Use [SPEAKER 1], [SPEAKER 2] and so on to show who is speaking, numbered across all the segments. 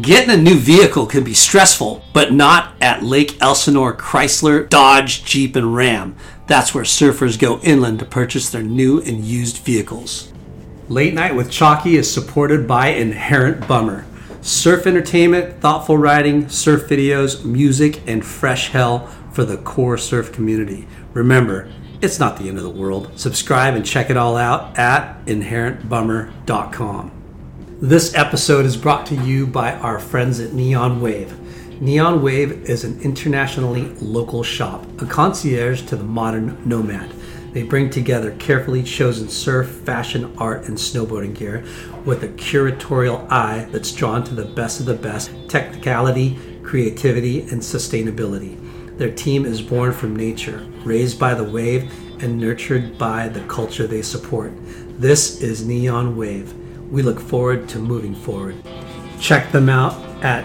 [SPEAKER 1] Getting a new vehicle can be stressful, but not at Lake Elsinore Chrysler, Dodge, Jeep, and Ram. That's where surfers go inland to purchase their new and used vehicles. Late Night with Chalky is supported by Inherent Bummer. Surf entertainment, thoughtful writing, surf videos, music, and fresh hell for the core surf community. Remember, it's not the end of the world. Subscribe and check it all out at inherentbummer.com. This episode is brought to you by our friends at Neon Wave. Neon Wave is an internationally local shop, a concierge to the modern nomad. They bring together carefully chosen surf, fashion, art, and snowboarding gear with a curatorial eye that's drawn to the best of the best technicality, creativity, and sustainability. Their team is born from nature, raised by the wave, and nurtured by the culture they support. This is Neon Wave. We look forward to moving forward. Check them out at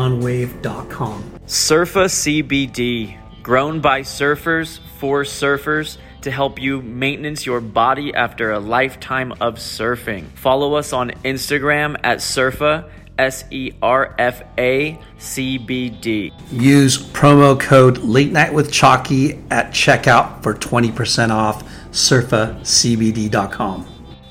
[SPEAKER 1] thisisneonwave.com.
[SPEAKER 2] Surfa CBD, grown by surfers for surfers to help you maintenance your body after a lifetime of surfing. Follow us on Instagram at Surfa, S E R F A C B D.
[SPEAKER 1] Use promo code Late Night with Chalky at checkout for 20% off surfacbd.com.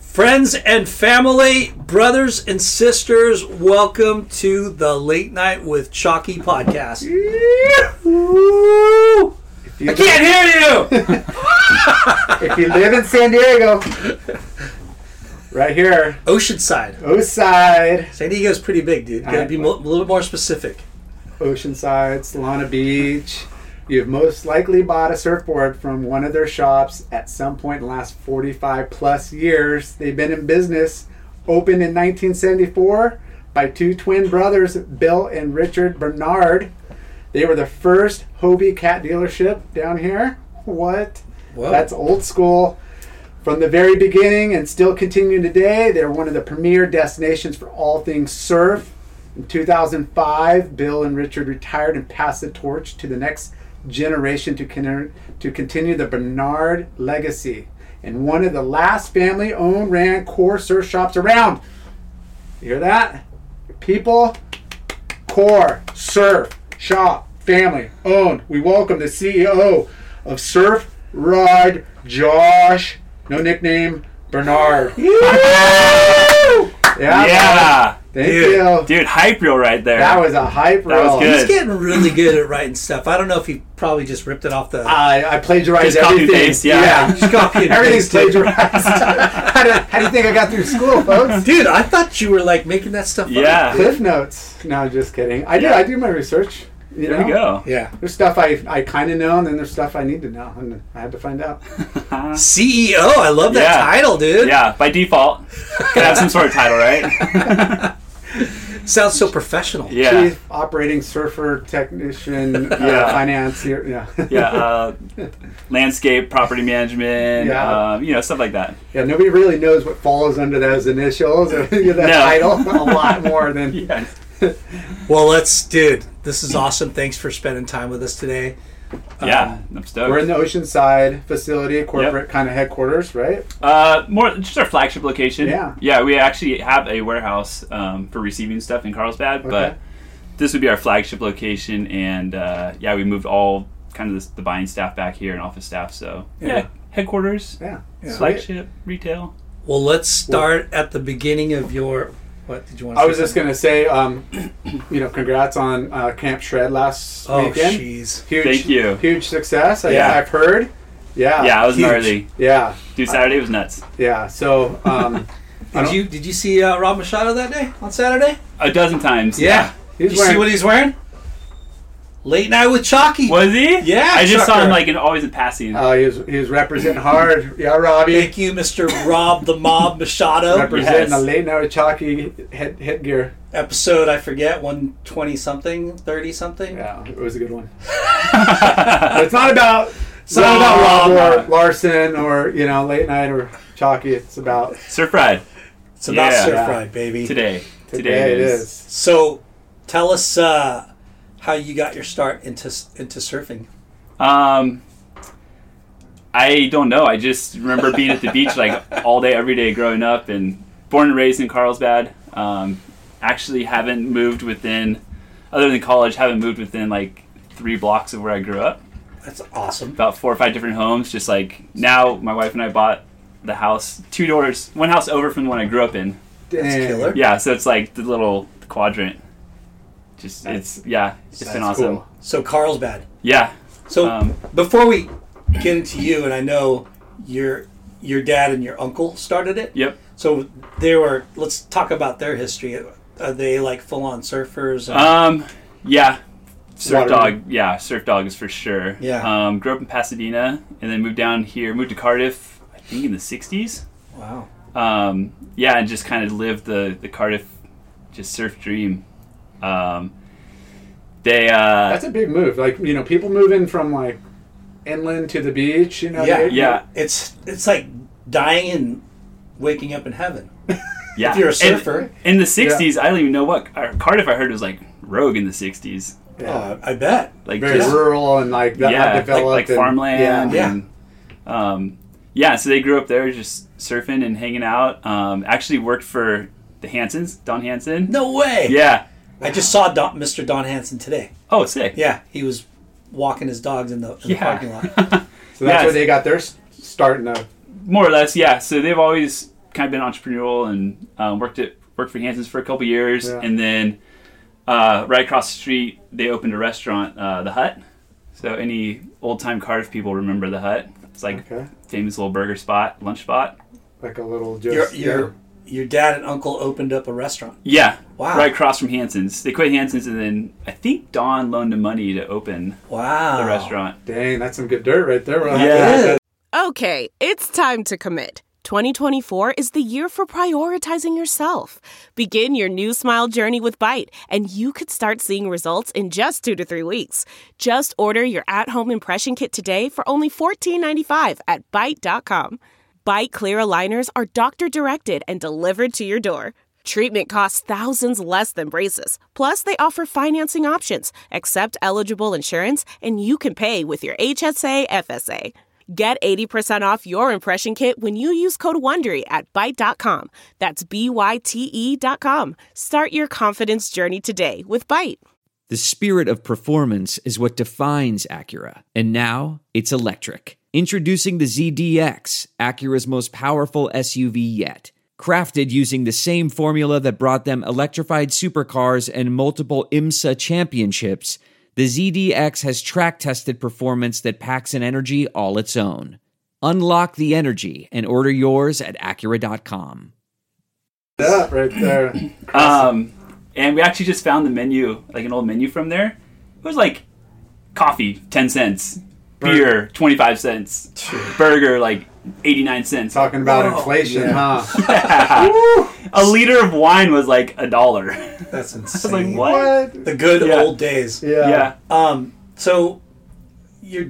[SPEAKER 1] Friends and family, brothers and sisters, welcome to the Late Night with Chalky podcast.
[SPEAKER 3] If you,
[SPEAKER 1] I can't hear you!
[SPEAKER 3] if you live in San Diego, right here,
[SPEAKER 1] Oceanside.
[SPEAKER 3] Oathside,
[SPEAKER 1] San Diego's pretty big, dude. Gotta be mo- a little bit more specific.
[SPEAKER 3] Oceanside, Solana Beach, you've most likely bought a surfboard from one of their shops at some point in the last 45 plus years. They've been in business, opened in 1974 by two twin brothers, Bill and Richard Bernard. They were the first Hobie cat dealership down here. What?
[SPEAKER 1] Whoa.
[SPEAKER 3] That's old school. From the very beginning and still continuing today, they're one of the premier destinations for all things surf. In 2005, Bill and Richard retired and passed the torch to the next generation to, con- to continue the Bernard legacy. And one of the last family owned ran core surf shops around. You hear that? People, core, surf, shop, family owned. We welcome the CEO of Surf Rod, Josh, no nickname, Bernard. Yeah,
[SPEAKER 4] Yeah,
[SPEAKER 3] Thank
[SPEAKER 1] Dude.
[SPEAKER 3] you.
[SPEAKER 4] dude, hype reel right there.
[SPEAKER 3] That was a hype
[SPEAKER 4] That was
[SPEAKER 3] roll.
[SPEAKER 4] good.
[SPEAKER 1] He's getting really good at writing stuff. I don't know if he probably just ripped it off the.
[SPEAKER 4] Ah,
[SPEAKER 3] I, I plagiarized
[SPEAKER 4] Just copy and
[SPEAKER 3] everything.
[SPEAKER 4] paste, yeah.
[SPEAKER 1] Just copy and
[SPEAKER 3] Everything's
[SPEAKER 1] paste it.
[SPEAKER 3] plagiarized. how, do, how do you think I got through school, folks?
[SPEAKER 1] Dude, I thought you were like making that stuff up.
[SPEAKER 4] yeah.
[SPEAKER 3] Cliff notes. No, I'm just kidding. I do.
[SPEAKER 4] Yeah.
[SPEAKER 3] I do my research. You
[SPEAKER 4] There
[SPEAKER 3] know?
[SPEAKER 4] we go.
[SPEAKER 1] Yeah.
[SPEAKER 3] There's stuff I, I kind of know, and then there's stuff I need to know, and I had to find out.
[SPEAKER 1] CEO, E I love that
[SPEAKER 4] Yeah.
[SPEAKER 1] title, dude.
[SPEAKER 4] Yeah, by default, gotta have some sort of title, right?
[SPEAKER 1] Sounds so professional.
[SPEAKER 4] Yeah,
[SPEAKER 3] Chief operating surfer technician, uh,
[SPEAKER 4] Yeah.
[SPEAKER 3] financier. Yeah.
[SPEAKER 4] yeah. Uh, landscape, property management,
[SPEAKER 3] Yeah.
[SPEAKER 4] uh, you know, stuff like that.
[SPEAKER 3] yeah. Nobody really knows what falls under those initials or that
[SPEAKER 4] No.
[SPEAKER 3] title a lot more than
[SPEAKER 4] Yeah,
[SPEAKER 1] Well, let's, dude, this is awesome. Thanks for spending time with us today.
[SPEAKER 3] Uh,
[SPEAKER 4] yeah. I'm stoked.
[SPEAKER 3] We're in the Oceanside facility, corporate kind of headquarters, right?
[SPEAKER 4] Uh, more just our flagship location.
[SPEAKER 3] Yeah.
[SPEAKER 4] Yeah, we actually have a warehouse um, for receiving stuff in Carlsbad, but this would be our flagship location, and uh, yeah, we moved all kind of the, the buying staff back here and office staff. So yeah,
[SPEAKER 1] Yeah.
[SPEAKER 4] headquarters,
[SPEAKER 3] Yeah.
[SPEAKER 4] flagship, retail.
[SPEAKER 1] Well, let's start at the beginning of your What did you want? to
[SPEAKER 3] I was
[SPEAKER 1] say
[SPEAKER 3] just gonna say, um, you know, congrats on uh, Camp Shred last
[SPEAKER 1] something? Oh,
[SPEAKER 3] weekend.
[SPEAKER 1] jeez.
[SPEAKER 3] Huge,
[SPEAKER 4] Thank you.
[SPEAKER 3] Huge success. I,
[SPEAKER 4] Yeah.
[SPEAKER 3] I've heard. Yeah.
[SPEAKER 4] Yeah, I was
[SPEAKER 1] Huge.
[SPEAKER 4] gnarly.
[SPEAKER 3] Yeah.
[SPEAKER 4] Dude, Saturday was nuts.
[SPEAKER 3] Yeah. So, um, I
[SPEAKER 1] Did
[SPEAKER 3] don't-
[SPEAKER 1] you did you see uh, Rob Machado that day on Saturday?
[SPEAKER 4] A dozen times.
[SPEAKER 3] he's
[SPEAKER 1] you see
[SPEAKER 3] wearing-
[SPEAKER 1] what he's wearing? Late night with Chalky.
[SPEAKER 4] Was he?
[SPEAKER 1] Yeah,
[SPEAKER 4] I just saw
[SPEAKER 1] Chucker.
[SPEAKER 4] him like in always in passing.
[SPEAKER 3] Oh, he was he was representing hard. Yeah, Robbie.
[SPEAKER 1] Thank you, Mr. Rob the Mob Machado.
[SPEAKER 3] Representing
[SPEAKER 4] Oh, yes.
[SPEAKER 3] the late night Chalky head headgear.
[SPEAKER 1] Episode I forget one twenty something, thirty something.
[SPEAKER 3] Yeah, it was a good one. But it's not about it's not
[SPEAKER 1] No,
[SPEAKER 3] about Rob
[SPEAKER 4] no.
[SPEAKER 3] or Larson or you know late night or Chalky. It's about
[SPEAKER 4] Surf ride
[SPEAKER 1] It's about
[SPEAKER 4] Yeah.
[SPEAKER 1] surf
[SPEAKER 3] Yeah.
[SPEAKER 1] ride, baby.
[SPEAKER 4] today. Today,
[SPEAKER 3] today. It is.
[SPEAKER 1] So, tell us uh, how you got your start into into surfing.
[SPEAKER 4] Um, I don't know. I just remember being at the beach like all day, every day growing up, and born and raised in Carlsbad. Um, actually, haven't moved within, other than college, haven't moved within like three blocks of where I grew up.
[SPEAKER 1] That's awesome.
[SPEAKER 4] About four or five different homes. Just like now, my wife and I bought the house two doors, one house over from the one I grew up in.
[SPEAKER 3] Dang.
[SPEAKER 1] killer.
[SPEAKER 4] Yeah, so it's like the little quadrant. Just
[SPEAKER 3] That's-
[SPEAKER 4] it's yeah, it's been
[SPEAKER 3] That's
[SPEAKER 4] awesome.
[SPEAKER 3] cool.
[SPEAKER 1] So Carlsbad.
[SPEAKER 4] Yeah,
[SPEAKER 1] So
[SPEAKER 4] Um,
[SPEAKER 1] before we get into you, and I know your your dad and your uncle started it.
[SPEAKER 4] yep.
[SPEAKER 1] So they were. Let's talk about their history. Are they like full on surfers? Or,
[SPEAKER 4] Um, yeah, surf
[SPEAKER 3] Water.
[SPEAKER 4] dog. Yeah, surf dog is for sure.
[SPEAKER 1] Yeah.
[SPEAKER 4] Um, grew up in Pasadena and then moved down here, moved to Cardiff, I think in the '60s.
[SPEAKER 1] wow.
[SPEAKER 4] Um, yeah, and just kind of lived the the Cardiff just surf dream. Um, they uh,
[SPEAKER 3] That's a big move. Like you know, people moving from like inland to the beach. You know,
[SPEAKER 1] Yeah.
[SPEAKER 3] they-
[SPEAKER 4] yeah
[SPEAKER 1] It's it's like dying and waking up in heaven.
[SPEAKER 4] yeah.
[SPEAKER 1] If you're a
[SPEAKER 4] And
[SPEAKER 1] surfer,
[SPEAKER 4] in the '60s, I don't even know what uh, Cardiff. I heard was like Rogue in the '60s.
[SPEAKER 3] yeah.
[SPEAKER 1] oh, I bet.
[SPEAKER 4] Like
[SPEAKER 3] uh, very
[SPEAKER 4] just,
[SPEAKER 3] rural and like that
[SPEAKER 4] yeah,
[SPEAKER 3] not
[SPEAKER 4] like,
[SPEAKER 3] developed
[SPEAKER 4] like
[SPEAKER 3] and-
[SPEAKER 4] farmland.
[SPEAKER 3] Yeah.
[SPEAKER 1] Yeah.
[SPEAKER 4] and, um, yeah. So they grew up there, just surfing and hanging out. Um, actually worked for the Hansons, Don Hanson.
[SPEAKER 1] No way.
[SPEAKER 4] Yeah.
[SPEAKER 1] I just saw Don, Mr. Don Hansen today.
[SPEAKER 4] Oh, sick.
[SPEAKER 1] Yeah, he was walking his dogs in the, in the
[SPEAKER 4] Yeah.
[SPEAKER 1] parking lot.
[SPEAKER 3] So that's
[SPEAKER 4] Yeah.
[SPEAKER 3] where they got their s- start in the
[SPEAKER 4] More or less, yeah. So they've always kind of been entrepreneurial and um, worked at worked for Hansons for a couple years,
[SPEAKER 3] Yeah.
[SPEAKER 4] and then uh, right across the street they opened a restaurant, uh, the Hut. So any old time Cardiff people remember the Hut. It's like
[SPEAKER 3] okay,
[SPEAKER 4] famous little burger spot, lunch spot.
[SPEAKER 3] like a little
[SPEAKER 1] your
[SPEAKER 3] just
[SPEAKER 1] your your dad and uncle opened up a restaurant.
[SPEAKER 4] Yeah.
[SPEAKER 1] Wow.
[SPEAKER 4] Right across from Hanson's. They quit Hanson's and then I think Don loaned him money to open
[SPEAKER 1] Wow.
[SPEAKER 4] the restaurant.
[SPEAKER 3] yeah. dang, that's some good dirt right there. We'll have
[SPEAKER 4] Yeah.
[SPEAKER 3] to-
[SPEAKER 1] Yeah.
[SPEAKER 5] Okay, it's time to commit. 2024 is the year for prioritizing yourself. Begin your new smile journey with Bite, and you could start seeing results in just two to three weeks. Just order your at home impression kit today for only $14.95 at Bite.com. Bite Clear Aligners are doctor directed and delivered to your door. Treatment costs thousands less than braces. Plus, they offer financing options, accept eligible insurance, and you can pay with your HSA FSA. Get 80% off your impression kit when you use code WONDERY at Byte.com. That's B-Y-T-E E dot com. Start your confidence journey today with Byte.
[SPEAKER 6] The spirit of performance is what defines Acura. And now it's electric. Introducing the ZDX, Acura's most powerful SUV yet. Crafted using the same formula that brought them electrified supercars and multiple IMSA championships, the ZDX has track tested performance that packs an energy all its own. Unlock the energy and order yours at Acura.com.
[SPEAKER 3] it up right there.
[SPEAKER 4] Um, and we actually just found the menu, like an old menu from there. It was like coffee, 10 cents, beer, 25 cents, burger, like 89 cents.
[SPEAKER 3] Talking about
[SPEAKER 1] Whoa.
[SPEAKER 3] inflation,
[SPEAKER 1] Yeah.
[SPEAKER 3] huh?
[SPEAKER 4] A liter of wine was like a dollar.
[SPEAKER 1] That's
[SPEAKER 4] I was
[SPEAKER 1] insane.
[SPEAKER 4] like, what?
[SPEAKER 1] The good
[SPEAKER 4] Yeah.
[SPEAKER 1] old days.
[SPEAKER 3] Yeah.
[SPEAKER 4] Yeah.
[SPEAKER 1] Um, so your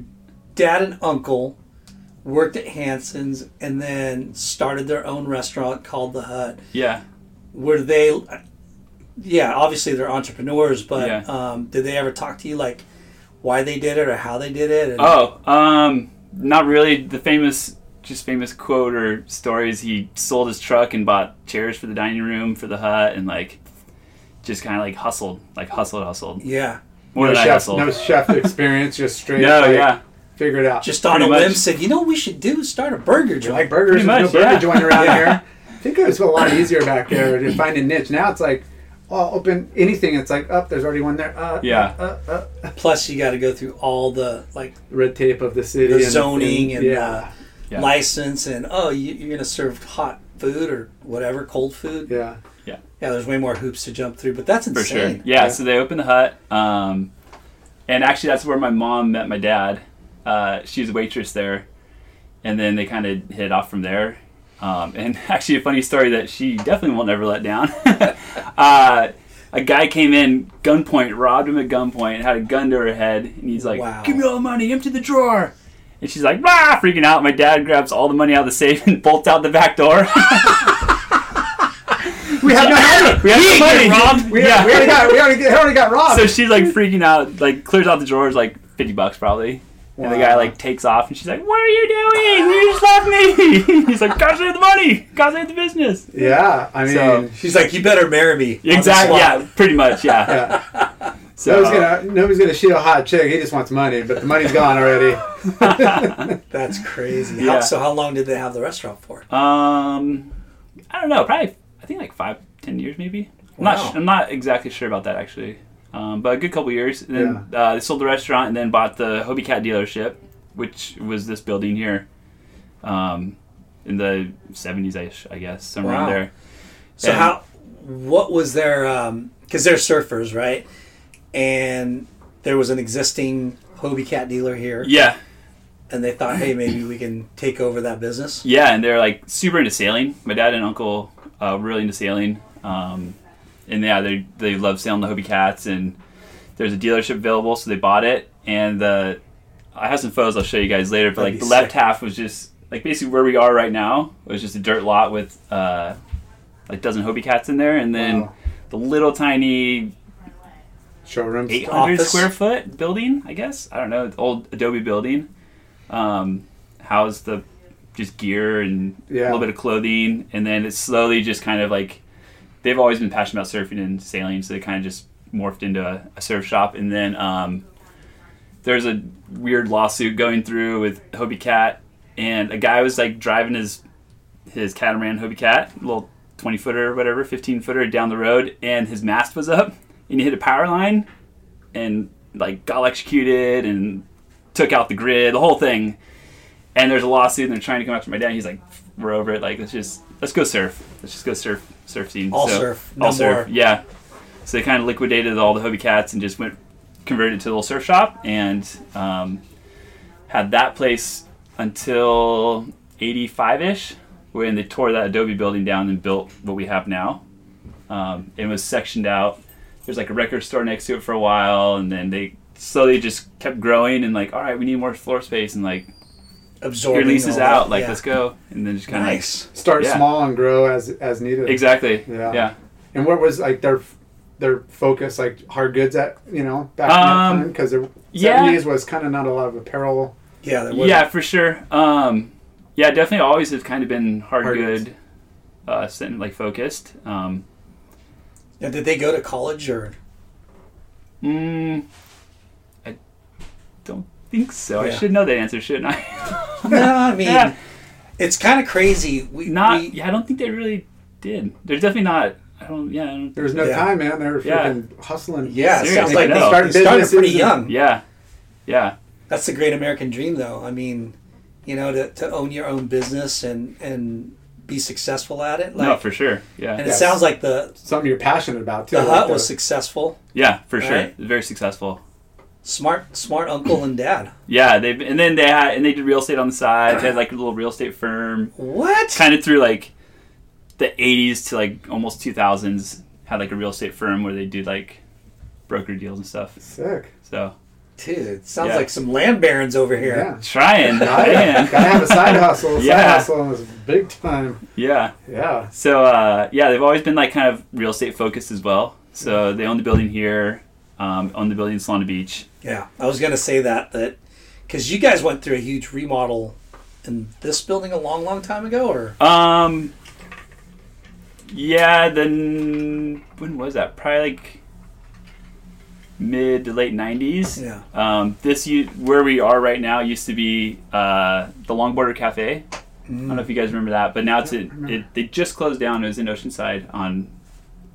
[SPEAKER 1] dad and uncle worked at Hanson's and then started their own restaurant called The Hut.
[SPEAKER 4] Yeah.
[SPEAKER 1] Were they, yeah, obviously they're entrepreneurs, but
[SPEAKER 4] Yeah.
[SPEAKER 1] um, did they ever talk to you like why they did it or how they did it? And,
[SPEAKER 4] Oh, um, not really. The famous, just famous quote or stories. He sold his truck and bought chairs for the dining room for the hut, and like, just kind of like hustled, like hustled, hustled.
[SPEAKER 1] Yeah.
[SPEAKER 4] More
[SPEAKER 3] No
[SPEAKER 4] than I
[SPEAKER 3] chef,
[SPEAKER 4] hustled.
[SPEAKER 3] no chef experience, just straight.
[SPEAKER 4] No,
[SPEAKER 3] like,
[SPEAKER 4] yeah,
[SPEAKER 3] Figure it out.
[SPEAKER 1] Just on
[SPEAKER 4] Pretty
[SPEAKER 1] a whim
[SPEAKER 4] much.
[SPEAKER 1] said, you know what we should do? Start a burger joint.
[SPEAKER 3] like burgers,
[SPEAKER 4] Pretty
[SPEAKER 3] there's
[SPEAKER 4] much,
[SPEAKER 3] no burger
[SPEAKER 4] yeah.
[SPEAKER 3] joint around
[SPEAKER 1] Yeah.
[SPEAKER 3] here. I think it was a lot easier back there to find a niche. Now it's like, oh, open anything. It's like, up, there's already one there. Uh,
[SPEAKER 4] Yeah.
[SPEAKER 3] Uh, uh, uh.
[SPEAKER 1] Plus, you got to go through all the like
[SPEAKER 3] Red tape of the city.
[SPEAKER 1] the
[SPEAKER 3] and-
[SPEAKER 1] zoning and,
[SPEAKER 3] yeah.
[SPEAKER 1] uh,
[SPEAKER 4] Yeah.
[SPEAKER 1] license and oh, you, you're going to serve hot food or whatever, cold food. Yeah.
[SPEAKER 3] yeah.
[SPEAKER 1] there's way more hoops to jump through, but that's
[SPEAKER 4] for
[SPEAKER 1] insane.
[SPEAKER 4] sure. Yeah,
[SPEAKER 3] Yeah.
[SPEAKER 4] so they opened the hut, um, and actually that's where my mom met my dad. Uh, she's a waitress there, and then they kind of hit it off from there. Um, and actually, a funny story that she definitely won't ever let down. uh, a guy came in, gunpoint, robbed him at gunpoint, had a gun to her head, and he's like,
[SPEAKER 1] Wow.
[SPEAKER 4] "Give me all the money, empty the drawer." And she's like, "Ah!" Freaking out. My dad grabs all the money out of the safe and bolts out the back door.
[SPEAKER 3] We have no money.
[SPEAKER 4] we have
[SPEAKER 3] ain't
[SPEAKER 4] no money.
[SPEAKER 3] getting robbed. We, we already got. We already, already got robbed.
[SPEAKER 4] so she's like freaking out, like clears out the drawers, like fifty bucks probably. And the
[SPEAKER 3] Wow.
[SPEAKER 4] guy like takes off, and she's like, "What are you doing? You just left me." He's like, "God save the money! God save the business!"
[SPEAKER 3] yeah, I mean,
[SPEAKER 4] So-
[SPEAKER 1] She's like, you better marry me. on the
[SPEAKER 4] Exactly.
[SPEAKER 1] spot."
[SPEAKER 4] Yeah, pretty much. Yeah. So
[SPEAKER 3] nobody's gonna nobody's gonna shoot a hot chick. He just wants money, but the money's gone already.
[SPEAKER 1] That's crazy.
[SPEAKER 4] Yeah.
[SPEAKER 1] How, so, how long did they have the restaurant for?
[SPEAKER 4] um, I don't know. Probably I think like five, ten years maybe. I'm not.
[SPEAKER 1] Wow.
[SPEAKER 4] su- I'm not exactly sure about that actually. Um, but a good couple years. And then uh, they sold the restaurant, and then bought the Hobie Cat dealership, which was this building here. Um, in the 70s, I, I guess, somewhere
[SPEAKER 1] Wow.
[SPEAKER 4] around there.
[SPEAKER 1] So
[SPEAKER 4] And-
[SPEAKER 1] how? What was their? Because they're surfers, right? And there was an existing Hobie cat dealer here,
[SPEAKER 4] Yeah,
[SPEAKER 1] and they thought, hey, maybe we can take over that business.
[SPEAKER 4] yeah, and they're like super into sailing. My dad and uncle uh, were really into sailing, um, and yeah, they they love sailing the Hobie Cats. And there's a dealership available, so they bought it. And the I have some photos I'll show you guys later, but
[SPEAKER 1] That'd
[SPEAKER 4] like
[SPEAKER 1] be
[SPEAKER 4] the left
[SPEAKER 1] sick.
[SPEAKER 4] half was just like basically where we are right now. It was just a dirt lot with uh, like a dozen Hobie Cats in there, and then
[SPEAKER 3] Wow.
[SPEAKER 4] the little tiny
[SPEAKER 3] Showrooms.
[SPEAKER 4] 800
[SPEAKER 1] Office.
[SPEAKER 4] square foot building, I guess. I don't know, old adobe building. Um, housed the just gear and a
[SPEAKER 3] Yeah.
[SPEAKER 4] little bit of clothing, and then it's slowly just kind of like they've always been passionate about surfing and sailing, so they kind of just morphed into a, a surf shop. And then um, there's a weird lawsuit going through with Hobie Cat, and a guy was like driving his his catamaran Hobie Cat, little 20 footer or whatever, 15 footer down the road, and his mast was up, and he hit a power line, and like got electrocuted and took out the grid, the whole thing. And there's a lawsuit, and they're trying to come after my dad. He's like, "We're over it. Like, let's just let's go surf. Let's just go surf surf scene.
[SPEAKER 1] All surf, no
[SPEAKER 4] all surf.
[SPEAKER 1] more.
[SPEAKER 4] Yeah. So they kind of liquidated all the Hobie Cats and just went converted it to a little surf shop and um, had that place until 85 ish when they tore that adobe building down and built what we have now um, it was sectioned out there's like a record store next to it for a while and then they slowly just kept growing and like all right we need more floor space and like your
[SPEAKER 1] Absorbing
[SPEAKER 4] lease is
[SPEAKER 1] all that.
[SPEAKER 4] out like
[SPEAKER 1] Yeah.
[SPEAKER 4] let's go and then just kind of
[SPEAKER 1] Nice.
[SPEAKER 3] Start
[SPEAKER 4] Yeah.
[SPEAKER 3] small and grow as as needed.
[SPEAKER 4] like exactly
[SPEAKER 3] Yeah.
[SPEAKER 4] yeah
[SPEAKER 3] And what was like their their focus, like hard goods at you know back in
[SPEAKER 4] Um,
[SPEAKER 3] that time, because the
[SPEAKER 4] yeah.
[SPEAKER 3] seventies was kind of not a lot of apparel.
[SPEAKER 1] Yeah. There was,
[SPEAKER 4] Yeah, for sure. Um, yeah, definitely. Always has kind of been hard,
[SPEAKER 3] Hard
[SPEAKER 4] good, uh, sen- like focused. Um,
[SPEAKER 1] Now, did they go to college or?
[SPEAKER 4] mm, I don't think so. I
[SPEAKER 1] Yeah.
[SPEAKER 4] should know that answer, shouldn't I?
[SPEAKER 1] No, I mean,
[SPEAKER 4] Yeah.
[SPEAKER 1] it's kind of crazy. We
[SPEAKER 4] not.
[SPEAKER 1] we-
[SPEAKER 4] yeah, I don't think they really did. There's definitely not. I don't. Yeah. I don't,
[SPEAKER 3] There was no
[SPEAKER 1] Yeah.
[SPEAKER 3] time, man. They were
[SPEAKER 4] Yeah.
[SPEAKER 3] freaking hustling.
[SPEAKER 1] yeah. It sounds
[SPEAKER 4] Seriously,
[SPEAKER 1] like
[SPEAKER 4] no.
[SPEAKER 1] they started, they
[SPEAKER 3] Started
[SPEAKER 1] started pretty
[SPEAKER 3] businesses.
[SPEAKER 1] young.
[SPEAKER 4] yeah. Yeah.
[SPEAKER 1] That's the great American dream, though. I mean, you know, to, to own your own business and and be successful at it. Like,
[SPEAKER 4] no, for sure.
[SPEAKER 1] And
[SPEAKER 4] Yeah.
[SPEAKER 1] it
[SPEAKER 3] Yes.
[SPEAKER 1] sounds like the
[SPEAKER 3] something you're passionate about too.
[SPEAKER 1] the
[SPEAKER 3] like
[SPEAKER 1] hut
[SPEAKER 3] the-
[SPEAKER 1] was successful.
[SPEAKER 4] Yeah, for sure.
[SPEAKER 1] Right.
[SPEAKER 4] Very successful.
[SPEAKER 1] Smart, smart uncle and dad.
[SPEAKER 4] Yeah, they and then they had and they did real estate on the side. They had like a little real estate firm.
[SPEAKER 1] What?
[SPEAKER 4] kind of through like the 80s to like almost 2000s had like a real estate firm where they do like broker deals and stuff
[SPEAKER 3] sick.
[SPEAKER 4] so
[SPEAKER 1] Dude, it sounds
[SPEAKER 4] Yeah.
[SPEAKER 1] like some land barons over here.
[SPEAKER 3] Yeah.
[SPEAKER 4] trying
[SPEAKER 3] Gotta
[SPEAKER 4] man.
[SPEAKER 3] have a side hustle. Side
[SPEAKER 4] Yeah.
[SPEAKER 3] hustle was big time.
[SPEAKER 4] yeah
[SPEAKER 3] Yeah.
[SPEAKER 4] so uh, yeah they've always been like kind of real estate focused as well so they own the building here um, own the building in solana beach
[SPEAKER 1] Yeah, I was gonna say that that because you guys went through a huge remodel in this building a long, long time ago, or
[SPEAKER 4] um yeah then when was that probably like mid to late 90s
[SPEAKER 1] yeah,
[SPEAKER 4] Um, this u- where we are right now used to be uh, the Longboarder Cafe, I don't know if you guys remember that, but now it's it, it. They just closed down. It was in Oceanside on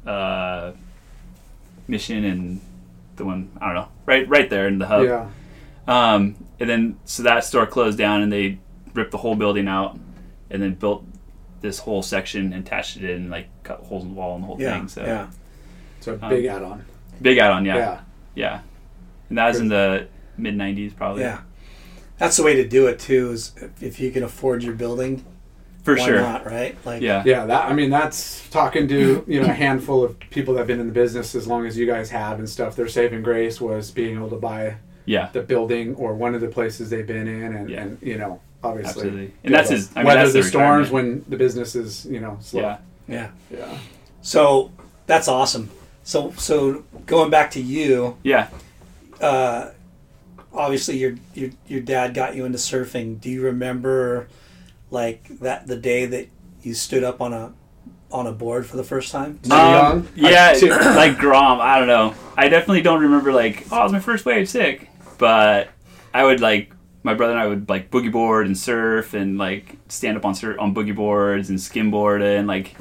[SPEAKER 4] uh, Mission and the one I don't know. Right, right there in the hub.
[SPEAKER 3] yeah.
[SPEAKER 4] Um, and then so that store closed down, and they ripped the whole building out, and then built this whole section and attached it in, like cut holes in the wall and the whole
[SPEAKER 3] Yeah.
[SPEAKER 4] thing. So
[SPEAKER 3] yeah. So a big add on.
[SPEAKER 4] big add on, Um, yeah. yeah,
[SPEAKER 3] Yeah.
[SPEAKER 4] And that was in the mid '90s, probably.
[SPEAKER 1] Yeah. That's the way to do it too. Is if- if you can afford your building,
[SPEAKER 4] for
[SPEAKER 1] why
[SPEAKER 4] sure.
[SPEAKER 1] not? Right? Like,
[SPEAKER 4] Yeah.
[SPEAKER 3] Yeah, that I mean that's talking to, you know, a handful of people that have been in the business as long as you guys have and stuff. Their saving grace was being able to buy
[SPEAKER 4] yeah,
[SPEAKER 3] the building or one of the places they've been in and,
[SPEAKER 4] Yeah.
[SPEAKER 3] and you know, obviously.
[SPEAKER 4] Absolutely. And that's his- I mean,
[SPEAKER 3] weather
[SPEAKER 4] that's
[SPEAKER 3] the
[SPEAKER 4] their
[SPEAKER 3] storms when
[SPEAKER 4] retirement.
[SPEAKER 3] the business is, you know, slow.
[SPEAKER 4] yeah.
[SPEAKER 1] Yeah.
[SPEAKER 3] Yeah.
[SPEAKER 1] So that's awesome. So so going back to you,
[SPEAKER 4] Yeah.
[SPEAKER 1] obviously your your your dad got you into surfing. Do you remember like that the day that you stood up on a on a board for the first time?
[SPEAKER 3] Um,
[SPEAKER 4] Yeah,
[SPEAKER 3] Two.
[SPEAKER 4] like Grom. I don't know. I definitely don't remember like oh, it was my first wave sick, but I would like my brother and I would like boogie board and surf and like stand up on sur- on boogie boards and skimboard and like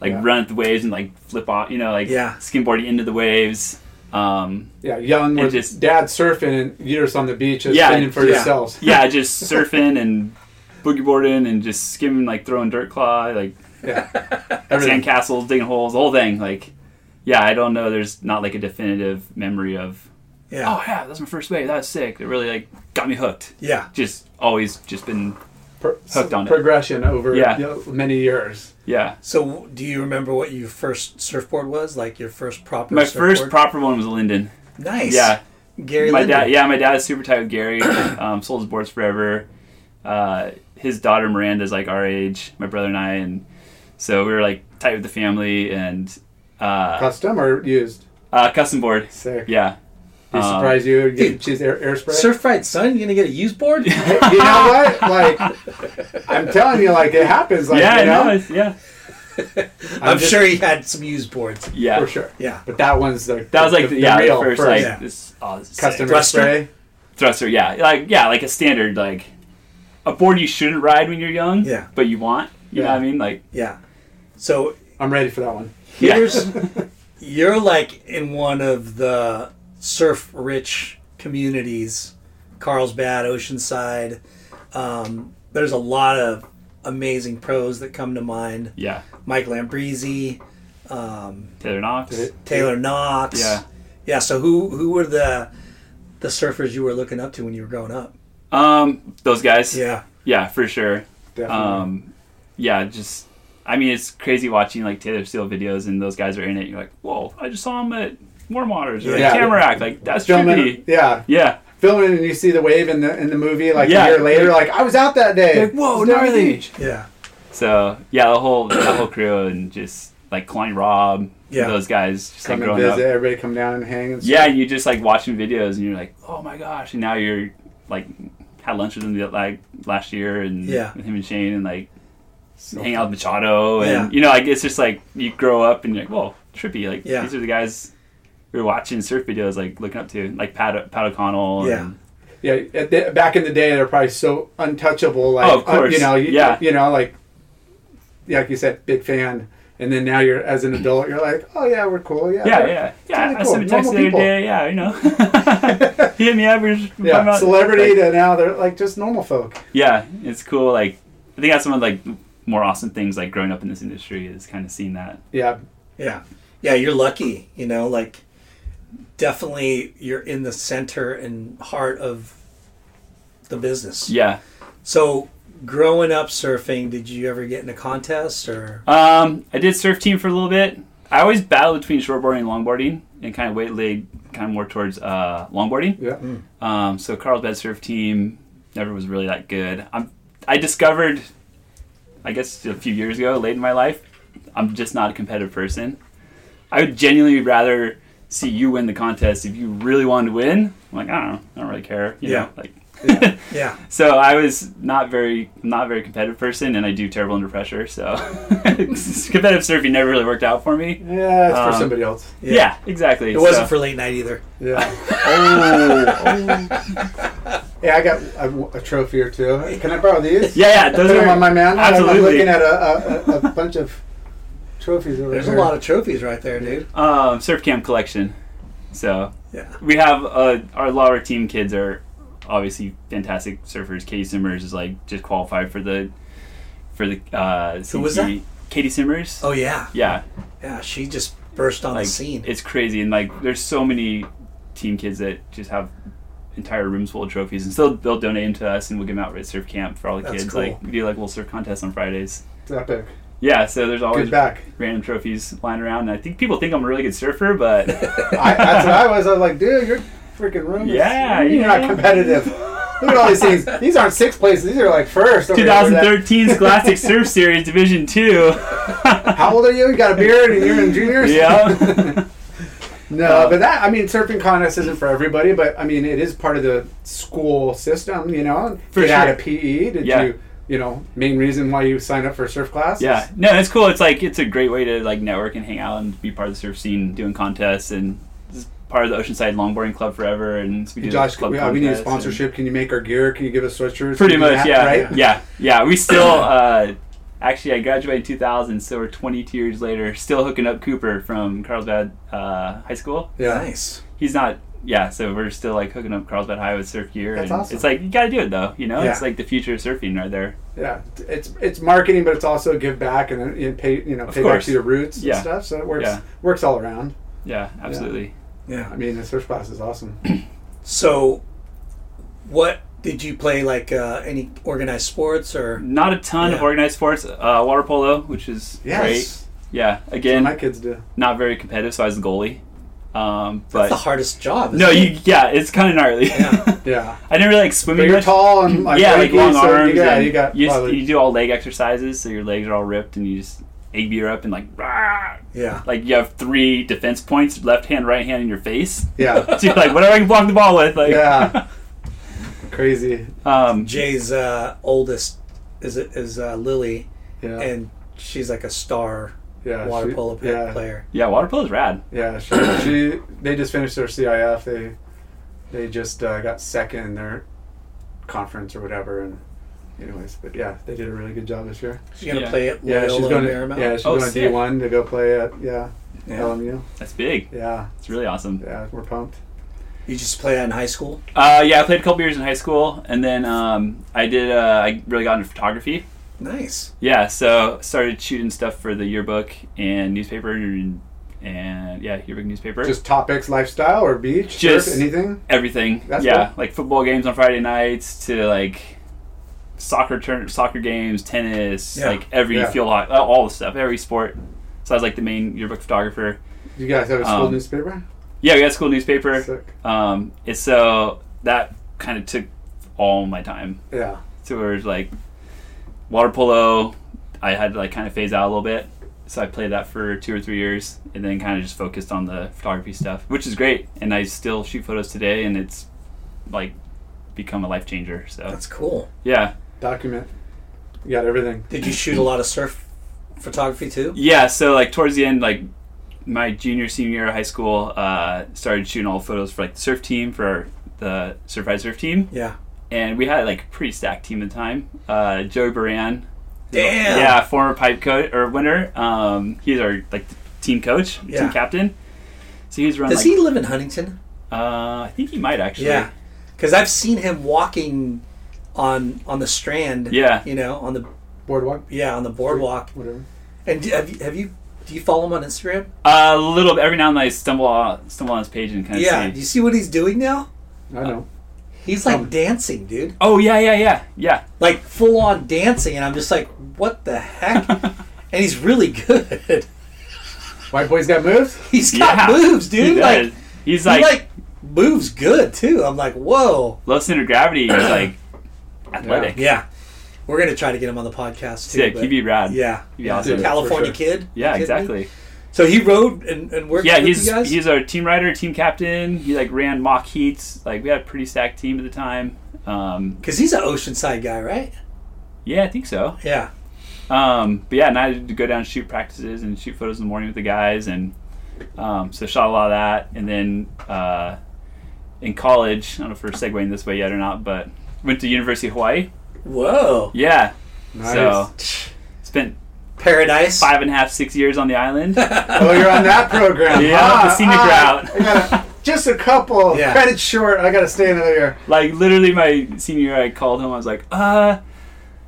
[SPEAKER 4] like
[SPEAKER 3] Yeah.
[SPEAKER 4] run at the waves and like flip off, you know, like
[SPEAKER 1] Yeah.
[SPEAKER 4] skimboarding into the waves. Um,
[SPEAKER 3] Yeah, young
[SPEAKER 4] It
[SPEAKER 3] with
[SPEAKER 4] just-
[SPEAKER 3] dad surfing and years on the beach and
[SPEAKER 4] Yeah,
[SPEAKER 3] spending for
[SPEAKER 4] yeah.
[SPEAKER 3] yourselves.
[SPEAKER 4] yeah, just surfing and boogie boarding and just skimming like throwing dirt claw, like
[SPEAKER 3] Yeah.
[SPEAKER 4] sand
[SPEAKER 3] Everything.
[SPEAKER 4] castles, digging holes, the whole thing. Like, yeah, I don't know. There's not like a definitive memory of,
[SPEAKER 1] Yeah.
[SPEAKER 4] oh yeah, that's my first wave. That was sick. It really like got me hooked.
[SPEAKER 1] Yeah.
[SPEAKER 4] Just always just been
[SPEAKER 3] Pro-
[SPEAKER 4] Hooked on it.
[SPEAKER 3] progression over
[SPEAKER 4] Yeah.
[SPEAKER 3] you know, many years.
[SPEAKER 4] yeah.
[SPEAKER 1] So do you remember what your first surfboard was? Like your first proper
[SPEAKER 4] My
[SPEAKER 1] surfboard?
[SPEAKER 4] first proper one was Linden.
[SPEAKER 1] Nice.
[SPEAKER 4] Yeah,
[SPEAKER 1] Gary
[SPEAKER 4] my
[SPEAKER 1] Linder.
[SPEAKER 4] dad. Yeah, my dad is super tight with Gary. um, sold his boards forever. Uh, his daughter Miranda is like our age. My brother and I, and so we were like tight with the family and uh,
[SPEAKER 3] Custom or used?
[SPEAKER 4] uh, custom board.
[SPEAKER 3] Sick.
[SPEAKER 4] Yeah,
[SPEAKER 3] Be
[SPEAKER 4] Um,
[SPEAKER 3] surprised you get choose air, air spray.
[SPEAKER 1] Surf fried son, you gonna get a used board?
[SPEAKER 3] you know what? Like, I'm telling you, like it happens. Like,
[SPEAKER 4] yeah,
[SPEAKER 3] you know,
[SPEAKER 4] no, it's, yeah,
[SPEAKER 1] I'm
[SPEAKER 3] just-
[SPEAKER 1] sure he had some used boards.
[SPEAKER 4] yeah.
[SPEAKER 3] for sure.
[SPEAKER 1] Yeah.
[SPEAKER 3] But that one's like
[SPEAKER 4] That was like the, yeah,
[SPEAKER 3] real
[SPEAKER 4] the first, like
[SPEAKER 1] Yeah.
[SPEAKER 4] this, oh, this is
[SPEAKER 3] custom
[SPEAKER 4] sick.
[SPEAKER 3] air
[SPEAKER 1] Thruster?
[SPEAKER 3] spray.
[SPEAKER 4] thruster. Yeah, like yeah, like a standard like a board you shouldn't ride when you're young.
[SPEAKER 1] Yeah.
[SPEAKER 4] but you want. You know
[SPEAKER 3] Yeah.
[SPEAKER 4] what I mean? Like
[SPEAKER 1] Yeah. So
[SPEAKER 3] I'm ready for that one.
[SPEAKER 4] yeah,
[SPEAKER 1] here's you're like in one of the surf rich communities carlsbad oceanside um, there's a lot of amazing pros that come to mind
[SPEAKER 4] yeah.
[SPEAKER 1] mike lambrisi
[SPEAKER 4] Taylor Knox.
[SPEAKER 1] taylor knox
[SPEAKER 4] Yeah.
[SPEAKER 1] yeah so who who were the the surfers you were looking up to when you were growing up
[SPEAKER 4] Um, those guys.
[SPEAKER 1] yeah
[SPEAKER 4] yeah, for sure.
[SPEAKER 3] Definitely.
[SPEAKER 4] Um, yeah, just I mean, it's crazy watching like Taylor Steele videos and those guys are in it. You're like, whoa! I just saw him at Warm Waters or
[SPEAKER 3] Yeah.
[SPEAKER 4] at Tamarack. Like that's
[SPEAKER 3] filming,
[SPEAKER 4] trippy.
[SPEAKER 3] yeah,
[SPEAKER 4] Yeah,
[SPEAKER 3] filming, and you see the wave in the in the movie. Like
[SPEAKER 4] Yeah.
[SPEAKER 3] a year later, like I was out that day.
[SPEAKER 4] Like,
[SPEAKER 3] It
[SPEAKER 4] whoa,
[SPEAKER 3] was down
[SPEAKER 4] gnarly.
[SPEAKER 3] the beach.
[SPEAKER 1] yeah
[SPEAKER 4] So yeah, the whole the whole crew and just like Klein Rob,
[SPEAKER 1] Yeah.
[SPEAKER 4] those guys just like
[SPEAKER 3] Come and
[SPEAKER 4] growing up.
[SPEAKER 3] visit. Everybody come down and hang. And stuff.
[SPEAKER 4] Yeah, and you just like watching videos and you're like, oh my gosh! And now you're like had lunch with him the, like last year and
[SPEAKER 1] Yeah.
[SPEAKER 4] with him and Shane and like hang out with Machado and
[SPEAKER 1] Yeah.
[SPEAKER 4] you know like it's just like you grow up and you're like, whoa, trippy! Like
[SPEAKER 1] Yeah.
[SPEAKER 4] these are the guys we were watching surf videos like looking up to like Pat Pat O'Connell.
[SPEAKER 1] Yeah.
[SPEAKER 4] and-
[SPEAKER 3] Yeah, at the, back in the day, they're probably so untouchable. Like,
[SPEAKER 4] Oh, of
[SPEAKER 3] uh, you
[SPEAKER 4] course.
[SPEAKER 3] know, you,
[SPEAKER 4] Yeah.
[SPEAKER 3] you know, like, yeah, like you said, big fan. And then now you're as an adult, you're like, oh yeah, we're cool. Yeah,
[SPEAKER 4] yeah,
[SPEAKER 3] they're-
[SPEAKER 4] yeah,
[SPEAKER 3] it's
[SPEAKER 4] yeah.
[SPEAKER 3] really
[SPEAKER 4] I
[SPEAKER 3] cool.
[SPEAKER 4] sent him a text
[SPEAKER 3] Normal
[SPEAKER 4] the other
[SPEAKER 3] people.
[SPEAKER 4] day. Yeah, you know, he hit me up. we were just talking
[SPEAKER 3] yeah.
[SPEAKER 4] about-
[SPEAKER 3] Celebrity
[SPEAKER 4] like,
[SPEAKER 3] to now they're like just normal folk.
[SPEAKER 4] yeah, it's cool. Like I think that's one of like more awesome things like growing up in this industry is kind of seeing that.
[SPEAKER 3] Yeah,
[SPEAKER 1] Yeah. Yeah, you're lucky, you know, like definitely you're in the center and heart of the business.
[SPEAKER 4] Yeah.
[SPEAKER 1] So growing up surfing, did you ever get in a contest or
[SPEAKER 4] Um, I did surf team for a little bit. I always battle between shortboarding and longboarding, and kind of weight laid kind of more towards uh, longboarding.
[SPEAKER 3] yeah.
[SPEAKER 4] Um, so Carlsbad surf team never was really that good. I'm, I discovered, I guess a few years ago, late in my life, I'm just not a competitive person. I would genuinely rather see you win the contest if you really wanted to win. I'm like, I don't know, I don't really care. You
[SPEAKER 1] Yeah.
[SPEAKER 4] Know, like,
[SPEAKER 1] yeah.
[SPEAKER 4] so I was not very, not a very competitive person, and I do terrible under pressure. So competitive surfing never really worked out for me.
[SPEAKER 3] Yeah, it's for
[SPEAKER 4] Um,
[SPEAKER 3] somebody else.
[SPEAKER 4] Yeah, exactly.
[SPEAKER 1] It wasn't for late night either.
[SPEAKER 3] Yeah,
[SPEAKER 4] Oh,
[SPEAKER 3] Yeah, I got a, a trophy or two. Can I borrow these?
[SPEAKER 4] Yeah, yeah, those
[SPEAKER 3] Put
[SPEAKER 4] are
[SPEAKER 3] them on my man.
[SPEAKER 4] Absolutely.
[SPEAKER 3] I'm looking at a, a, a, a bunch of trophies over
[SPEAKER 1] There's
[SPEAKER 3] here.
[SPEAKER 1] a lot of trophies right there, dude.
[SPEAKER 4] um, surf camp collection. So
[SPEAKER 1] Yeah.
[SPEAKER 4] we have uh, our a lot of our team kids are obviously fantastic surfers. Katie Simmers is like just qualified for the for the uh,
[SPEAKER 1] Who was
[SPEAKER 4] CT. Katie Simmers.
[SPEAKER 1] Oh yeah,
[SPEAKER 4] yeah,
[SPEAKER 1] yeah. She just burst on
[SPEAKER 4] like
[SPEAKER 1] the scene.
[SPEAKER 4] it's crazy, and like there's so many team kids that just have entire rooms full of trophies, and still they'll donate them to us, and we'll give them out at surf camp for all the
[SPEAKER 1] That's
[SPEAKER 4] kids.
[SPEAKER 1] cool.
[SPEAKER 4] Like we do like little surf contests on Fridays.
[SPEAKER 3] It's epic.
[SPEAKER 4] Yeah, so there's always
[SPEAKER 3] Good back.
[SPEAKER 4] random trophies lying around. And I think people think I'm a really good surfer, but
[SPEAKER 3] I, that's what I was. I was like, dude, you're freaking room. is-
[SPEAKER 4] Yeah,
[SPEAKER 3] you're
[SPEAKER 4] yeah.
[SPEAKER 3] not competitive. Look at all these things. These aren't sixth places. These are like first. over here. Where's that-
[SPEAKER 4] 2013's Classic Surf Series Division Two.
[SPEAKER 3] How old are you? You got a beard and you're in juniors.
[SPEAKER 4] yeah, Um,
[SPEAKER 3] No, but that I mean, surfing contest isn't for everybody, but I mean, it is part of the school system. You know,
[SPEAKER 4] For
[SPEAKER 3] did you add
[SPEAKER 4] sure.
[SPEAKER 3] a PE? E, Did
[SPEAKER 4] Yeah.
[SPEAKER 3] you, you know, main reason why you signed up for surf class?
[SPEAKER 4] yeah. No, it's cool. It's like it's a great way to like network and hang out and be part of the surf scene, doing contests and. this is Part of the Oceanside Longboarding Club forever, and so we do
[SPEAKER 3] Josh,
[SPEAKER 4] club
[SPEAKER 3] we, uh, we need a
[SPEAKER 4] contests and-
[SPEAKER 3] sponsorship. Can you make our gear? Can you give us sweatshirts?
[SPEAKER 4] Pretty
[SPEAKER 3] Can you do that,
[SPEAKER 4] much, yeah,
[SPEAKER 3] Right?
[SPEAKER 4] yeah, yeah. We still, uh, actually, I graduated in 2000, so we're 22 years later, still hooking up Cooper from Carlsbad uh, High School.
[SPEAKER 3] Yeah.
[SPEAKER 1] nice.
[SPEAKER 4] He's not, yeah. So we're still like hooking up Carlsbad High with surf gear.
[SPEAKER 3] That's
[SPEAKER 4] and
[SPEAKER 3] awesome.
[SPEAKER 4] It's like you got to do it though, you know.
[SPEAKER 3] Yeah.
[SPEAKER 4] It's like the future of surfing right there.
[SPEAKER 3] Yeah, it's it's marketing, but it's also give back and, and pay you know pay back
[SPEAKER 4] course.
[SPEAKER 3] to your roots
[SPEAKER 4] Yeah.
[SPEAKER 3] and stuff. So it works
[SPEAKER 4] Yeah.
[SPEAKER 3] works all around.
[SPEAKER 4] Yeah, absolutely.
[SPEAKER 3] I
[SPEAKER 1] Yeah.
[SPEAKER 3] mean, the surf class is awesome.
[SPEAKER 1] So, what did you play? Like uh, any organized sports or?
[SPEAKER 4] Not a ton of
[SPEAKER 1] Yeah.
[SPEAKER 4] organized sports. Uh, water polo, which is
[SPEAKER 3] Yes,
[SPEAKER 4] great. Yeah,
[SPEAKER 3] and
[SPEAKER 4] again,
[SPEAKER 3] my kids do.
[SPEAKER 4] not very competitive, so I was a goalie. Um,
[SPEAKER 1] That's
[SPEAKER 4] but
[SPEAKER 1] the hardest job.
[SPEAKER 4] no,
[SPEAKER 1] isn't
[SPEAKER 4] you yeah, it's kind of gnarly.
[SPEAKER 1] Yeah.
[SPEAKER 3] Yeah,
[SPEAKER 4] I didn't really like
[SPEAKER 3] but
[SPEAKER 4] swimming.
[SPEAKER 3] you're
[SPEAKER 4] much.
[SPEAKER 3] tall and like,
[SPEAKER 4] yeah, like
[SPEAKER 3] leggy,
[SPEAKER 4] long
[SPEAKER 3] so
[SPEAKER 4] arms.
[SPEAKER 3] Yeah,
[SPEAKER 4] and
[SPEAKER 3] you got
[SPEAKER 4] You, just,
[SPEAKER 3] probably-
[SPEAKER 4] you do all leg exercises, so your legs are all ripped, and you just egg beater up and like, rah!
[SPEAKER 1] it? Yeah.
[SPEAKER 4] like you have three defense points: left hand, right hand in your face.
[SPEAKER 3] yeah,
[SPEAKER 4] so you're like, whatever I can block the ball with. Like,
[SPEAKER 3] yeah. Crazy.
[SPEAKER 4] um,
[SPEAKER 1] Jay's uh, oldest is is uh, Lily,
[SPEAKER 3] Yeah,
[SPEAKER 1] and she's like a star
[SPEAKER 3] yeah.
[SPEAKER 1] water
[SPEAKER 3] she-
[SPEAKER 1] polo
[SPEAKER 3] yeah,
[SPEAKER 1] player.
[SPEAKER 4] yeah, water polo's rad.
[SPEAKER 3] Yeah, she, she they just finished their CIF. They they just uh, got second in their conference or whatever. And anyways, but yeah, they did a really good job this year.
[SPEAKER 1] She's gonna
[SPEAKER 4] Yeah.
[SPEAKER 1] play at
[SPEAKER 3] Yeah,
[SPEAKER 1] Loyola
[SPEAKER 3] she's going to
[SPEAKER 1] Marymount.
[SPEAKER 3] yeah she's
[SPEAKER 4] Oh,
[SPEAKER 3] going to D
[SPEAKER 4] sick.
[SPEAKER 3] one to go play at yeah,
[SPEAKER 1] Yeah.
[SPEAKER 3] LMU.
[SPEAKER 4] That's big.
[SPEAKER 3] Yeah,
[SPEAKER 4] It's really awesome.
[SPEAKER 3] yeah, we're pumped.
[SPEAKER 1] You just play that in high school.
[SPEAKER 4] Uh, yeah, I played a couple years in high school, and then um, I did. Uh, I really got into photography.
[SPEAKER 1] Nice.
[SPEAKER 4] Yeah, so started shooting stuff for the yearbook and newspaper, and, and yeah, yearbook newspaper.
[SPEAKER 3] Just topics, lifestyle or beach,
[SPEAKER 4] Just-
[SPEAKER 3] surf, anything.
[SPEAKER 4] everything.
[SPEAKER 3] That's
[SPEAKER 4] yeah,
[SPEAKER 3] cool.
[SPEAKER 4] like football games on Friday nights to like soccer turn soccer games, tennis,
[SPEAKER 1] Yeah.
[SPEAKER 4] like every
[SPEAKER 3] Yeah.
[SPEAKER 4] field hockey, all the stuff, every sport. So I was like the main yearbook photographer.
[SPEAKER 3] You guys have a school
[SPEAKER 4] Um,
[SPEAKER 3] newspaper?
[SPEAKER 4] Yeah, we got a school newspaper.
[SPEAKER 3] Sick.
[SPEAKER 4] Um, and so that kind of took all my time.
[SPEAKER 3] Yeah,
[SPEAKER 4] So it was like water polo. I had to like kind of phase out a little bit. So I played that for two or three years, and then kind of just focused on the photography stuff, which is great. And I still shoot photos today, and it's like become a life changer. So
[SPEAKER 1] That's cool.
[SPEAKER 4] yeah,
[SPEAKER 3] document. You got everything.
[SPEAKER 1] Did you shoot a lot of surf photography too?
[SPEAKER 4] yeah. So like towards the end, like my junior senior year of high school, uh, started shooting all photos for like the surf team for our, the surf Ride surf team,
[SPEAKER 1] Yeah.
[SPEAKER 4] and we had like a pretty stacked team at the time. Uh, Joey Baran,
[SPEAKER 1] Damn.
[SPEAKER 4] Yeah, former pipe coach or winner. Um, he's our like team coach,
[SPEAKER 1] Yeah.
[SPEAKER 4] team captain. So he's running.
[SPEAKER 1] Does
[SPEAKER 4] Like,
[SPEAKER 1] he live in Huntington?
[SPEAKER 4] Uh, I think he might actually.
[SPEAKER 1] Yeah. Because I've seen him walking on on the Strand.
[SPEAKER 4] Yeah.
[SPEAKER 1] You know, on the
[SPEAKER 3] Boardwalk,
[SPEAKER 1] yeah on the boardwalk.
[SPEAKER 3] whatever.
[SPEAKER 1] And do, have you have you do you follow him on Instagram?
[SPEAKER 4] Uh, A little. Every now and then I stumble on, stumble on his page and kind of
[SPEAKER 1] yeah.
[SPEAKER 4] see. Um,
[SPEAKER 1] Do you see what he's doing now? Uh,
[SPEAKER 3] I know.
[SPEAKER 1] He's like dancing, dude.
[SPEAKER 4] Oh yeah, yeah, yeah, yeah.
[SPEAKER 1] Like full on dancing, and I'm just like, what the heck? and he's really good.
[SPEAKER 3] White boys got moves.
[SPEAKER 1] He's got
[SPEAKER 4] Yeah,
[SPEAKER 1] moves, dude.
[SPEAKER 4] he
[SPEAKER 1] like
[SPEAKER 4] does. he's
[SPEAKER 1] he
[SPEAKER 4] like,
[SPEAKER 1] like, moves good too. I'm like, whoa.
[SPEAKER 4] low center of gravity. He's like athletic.
[SPEAKER 1] Yeah. We're gonna try to get him on the podcast too.
[SPEAKER 4] Sick.
[SPEAKER 1] but-
[SPEAKER 4] He'd be rad.
[SPEAKER 1] yeah.
[SPEAKER 4] He'd be awesome.
[SPEAKER 3] Yeah, for
[SPEAKER 1] California
[SPEAKER 3] sure.
[SPEAKER 1] kid.
[SPEAKER 4] Yeah,
[SPEAKER 1] You kidding me?
[SPEAKER 4] exactly.
[SPEAKER 1] So he rode and, and worked
[SPEAKER 4] Yeah,
[SPEAKER 1] with
[SPEAKER 4] he's
[SPEAKER 1] you guys?
[SPEAKER 4] he's our team rider, team captain. He like ran mock heats. Like we had a pretty stacked team at the time. Um,
[SPEAKER 1] Because he's an Oceanside guy, right?
[SPEAKER 4] yeah, I think so.
[SPEAKER 1] Yeah.
[SPEAKER 4] Um, but yeah, and I had to go down and shoot practices and shoot photos in the morning with the guys, and um, so shot a lot of that. And then uh, in college. I don't know if we're segueing this way yet or not, but went to University of Hawaii.
[SPEAKER 1] Whoa.
[SPEAKER 4] Yeah.
[SPEAKER 3] Nice.
[SPEAKER 4] So spent
[SPEAKER 1] Paradise.
[SPEAKER 4] five and a half, six years on the island. yeah,
[SPEAKER 3] Oh, you're on that program.
[SPEAKER 4] the
[SPEAKER 3] Ah,
[SPEAKER 4] scenic
[SPEAKER 3] ah,
[SPEAKER 4] route.
[SPEAKER 3] I gotta, just a couple
[SPEAKER 1] Yeah.
[SPEAKER 3] credits short. I gotta stay another year.
[SPEAKER 4] like literally my senior year i called home i was like uh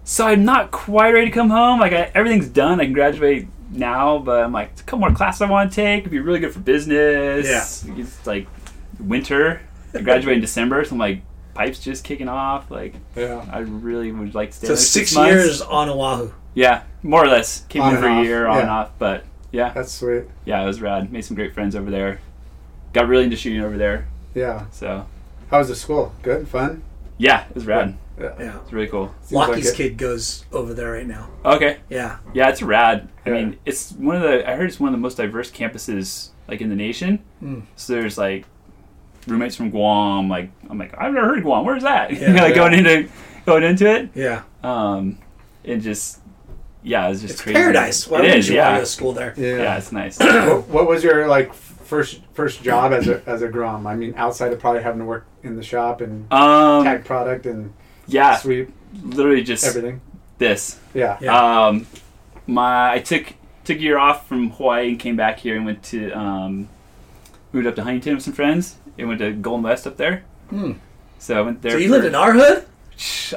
[SPEAKER 4] so i'm not quite ready to come home like I, everything's done i can graduate now but i'm like a couple more classes i want to take it'd be really good for business yeah it's like winter i graduate in december so i'm like pipes just kicking off like
[SPEAKER 3] Yeah.
[SPEAKER 4] i really would like to stay
[SPEAKER 1] so
[SPEAKER 4] there
[SPEAKER 1] six,
[SPEAKER 4] months.
[SPEAKER 1] years on Oahu.
[SPEAKER 4] yeah more or less came
[SPEAKER 3] On
[SPEAKER 4] in for
[SPEAKER 3] and
[SPEAKER 4] a
[SPEAKER 3] off,
[SPEAKER 4] year on and
[SPEAKER 3] yeah.
[SPEAKER 4] off but yeah
[SPEAKER 3] That's sweet.
[SPEAKER 4] yeah it was rad made some great friends over there got really into shooting over there
[SPEAKER 3] Yeah.
[SPEAKER 4] so
[SPEAKER 3] How was the school? Good? Fun?
[SPEAKER 4] yeah it was rad
[SPEAKER 1] Yeah.
[SPEAKER 4] it's really cool
[SPEAKER 3] Seems like
[SPEAKER 1] Locky's
[SPEAKER 3] it.
[SPEAKER 1] kid goes over there right now.
[SPEAKER 4] okay
[SPEAKER 1] Yeah.
[SPEAKER 4] Yeah, it's rad. I
[SPEAKER 3] Yeah.
[SPEAKER 4] mean, it's one of the. I heard it's one of the most diverse campuses like in the nation.
[SPEAKER 1] Hmm.
[SPEAKER 4] So there's like roommates from Guam. Like I'm like I've never heard of Guam. Where's that?
[SPEAKER 1] Yeah.
[SPEAKER 4] like
[SPEAKER 3] Yeah.
[SPEAKER 4] going into going into it.
[SPEAKER 1] Yeah.
[SPEAKER 4] Um, and just yeah, it's just
[SPEAKER 1] It's
[SPEAKER 4] crazy.
[SPEAKER 1] paradise. Why
[SPEAKER 4] it
[SPEAKER 1] wouldn't
[SPEAKER 4] is.
[SPEAKER 1] you want to
[SPEAKER 4] Yeah.
[SPEAKER 1] go to school there?
[SPEAKER 3] Yeah.
[SPEAKER 4] Yeah, it's nice.
[SPEAKER 3] What, what was your like first first job as a as a grom? I mean, outside of probably having to work in the shop and
[SPEAKER 4] um,
[SPEAKER 3] tag product and
[SPEAKER 4] yeah,
[SPEAKER 3] sweep
[SPEAKER 4] literally just
[SPEAKER 3] everything.
[SPEAKER 4] this.
[SPEAKER 3] Yeah.
[SPEAKER 1] Yeah.
[SPEAKER 4] Um, my I took took a year off from Hawaii and came back here and went to um, moved up to Huntington with some friends and went to Golden West up there. So I went there.
[SPEAKER 1] Hmm. So you
[SPEAKER 4] for-
[SPEAKER 1] lived in our hood?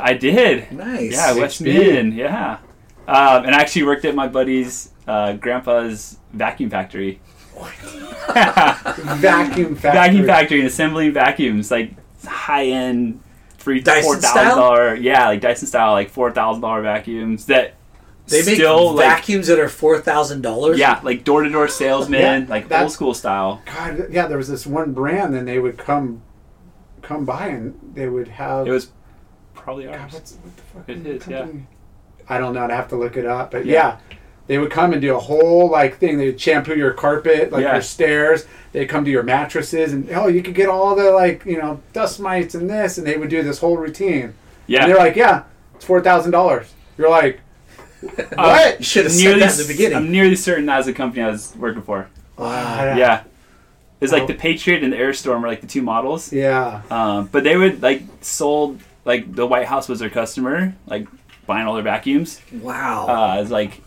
[SPEAKER 4] I did.
[SPEAKER 1] Nice.
[SPEAKER 4] Yeah, West
[SPEAKER 3] Big speed.
[SPEAKER 4] Min. Yeah, um, and I actually worked at my buddy's uh, grandpa's vacuum factory.
[SPEAKER 3] Vacuum factory.
[SPEAKER 4] vacuum factory and assembling vacuums, like high end, three
[SPEAKER 1] Dyson
[SPEAKER 4] four thousand
[SPEAKER 1] style?
[SPEAKER 4] dollar. Yeah, like Dyson style, like four thousand dollar vacuums that
[SPEAKER 1] They make
[SPEAKER 4] still like
[SPEAKER 1] vacuums that are four thousand dollars.
[SPEAKER 4] yeah, like door to door salesman,
[SPEAKER 3] Yeah,
[SPEAKER 4] like
[SPEAKER 3] that-
[SPEAKER 4] old school style.
[SPEAKER 3] God, yeah, there was this one brand, and they would come come by, and they would have.
[SPEAKER 4] It was probably
[SPEAKER 3] God,
[SPEAKER 4] ours.
[SPEAKER 3] what's, what the fuck?
[SPEAKER 4] It
[SPEAKER 3] the
[SPEAKER 4] is, yeah.
[SPEAKER 3] company? I don't know. I'd have to look it up. But yeah.
[SPEAKER 4] Yeah.
[SPEAKER 3] they would come and do a whole like thing. They'd shampoo your carpet, like
[SPEAKER 4] Yeah.
[SPEAKER 3] your stairs. They'd come to your mattresses, and oh, you could get all the like you know dust mites and this, and they would do this whole routine. And
[SPEAKER 4] Yeah,
[SPEAKER 3] they're like, yeah, it's four thousand dollars. You're like,
[SPEAKER 1] What? You should have said
[SPEAKER 4] Um, nearly
[SPEAKER 1] that in the
[SPEAKER 4] s-
[SPEAKER 1] beginning.
[SPEAKER 4] I'm nearly certain that was the company I was working for.
[SPEAKER 3] wow,
[SPEAKER 4] Yeah, it's like
[SPEAKER 3] Oh.
[SPEAKER 4] the Patriot and the Airstorm are like the two models.
[SPEAKER 3] yeah,
[SPEAKER 4] Um, but they would like sold like the White House was their customer, like buying all their vacuums.
[SPEAKER 1] wow.
[SPEAKER 4] Uh, it was like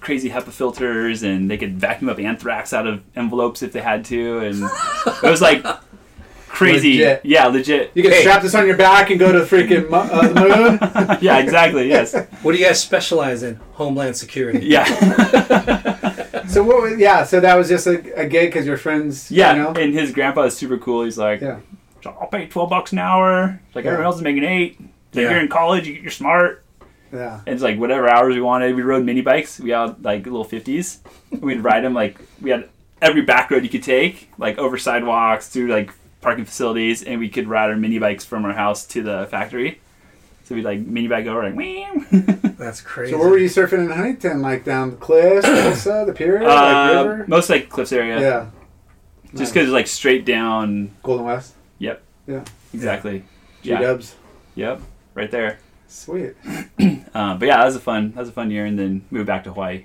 [SPEAKER 4] crazy HEPA filters, and they could vacuum up anthrax out of envelopes if they had to, and it was like crazy.
[SPEAKER 3] Legit.
[SPEAKER 4] Yeah, legit.
[SPEAKER 3] You can strap this on your back and go to freaking mo- uh, the moon.
[SPEAKER 4] yeah, exactly. Yes.
[SPEAKER 1] what do you guys specialize in? Homeland security.
[SPEAKER 4] Yeah.
[SPEAKER 3] so what? Was, yeah, so that was just a, a gig because your friends.
[SPEAKER 4] Yeah.
[SPEAKER 3] you know?
[SPEAKER 4] And his grandpa is super cool. He's like,
[SPEAKER 3] yeah.
[SPEAKER 4] I'll pay twelve bucks an hour. Like
[SPEAKER 3] Yeah.
[SPEAKER 4] everyone else is making eight. Like
[SPEAKER 1] Yeah.
[SPEAKER 4] you're in college, you- you're smart.
[SPEAKER 3] Yeah.
[SPEAKER 4] And it's like whatever hours we wanted. We rode mini bikes. We had like little fifties. We'd ride them like we had every back road you could take, like over sidewalks through like parking facilities, and we could ride our mini bikes from our house to the factory. So we'd like mini bike over like. meow.
[SPEAKER 1] That's crazy.
[SPEAKER 3] So where were you surfing in Huntington? Like down the cliffs, Tulsa, the pier, like
[SPEAKER 4] uh,
[SPEAKER 3] river?
[SPEAKER 4] most like cliffs area.
[SPEAKER 3] Yeah,
[SPEAKER 4] Just because like straight down.
[SPEAKER 3] Golden West.
[SPEAKER 4] Yep.
[SPEAKER 3] Yeah.
[SPEAKER 4] Exactly.
[SPEAKER 3] G
[SPEAKER 4] Yeah.
[SPEAKER 3] Dubs.
[SPEAKER 4] Yep. Right there.
[SPEAKER 3] Sweet.
[SPEAKER 4] Uh, but yeah, that was a fun. That was a fun year, and then moved back to Hawaii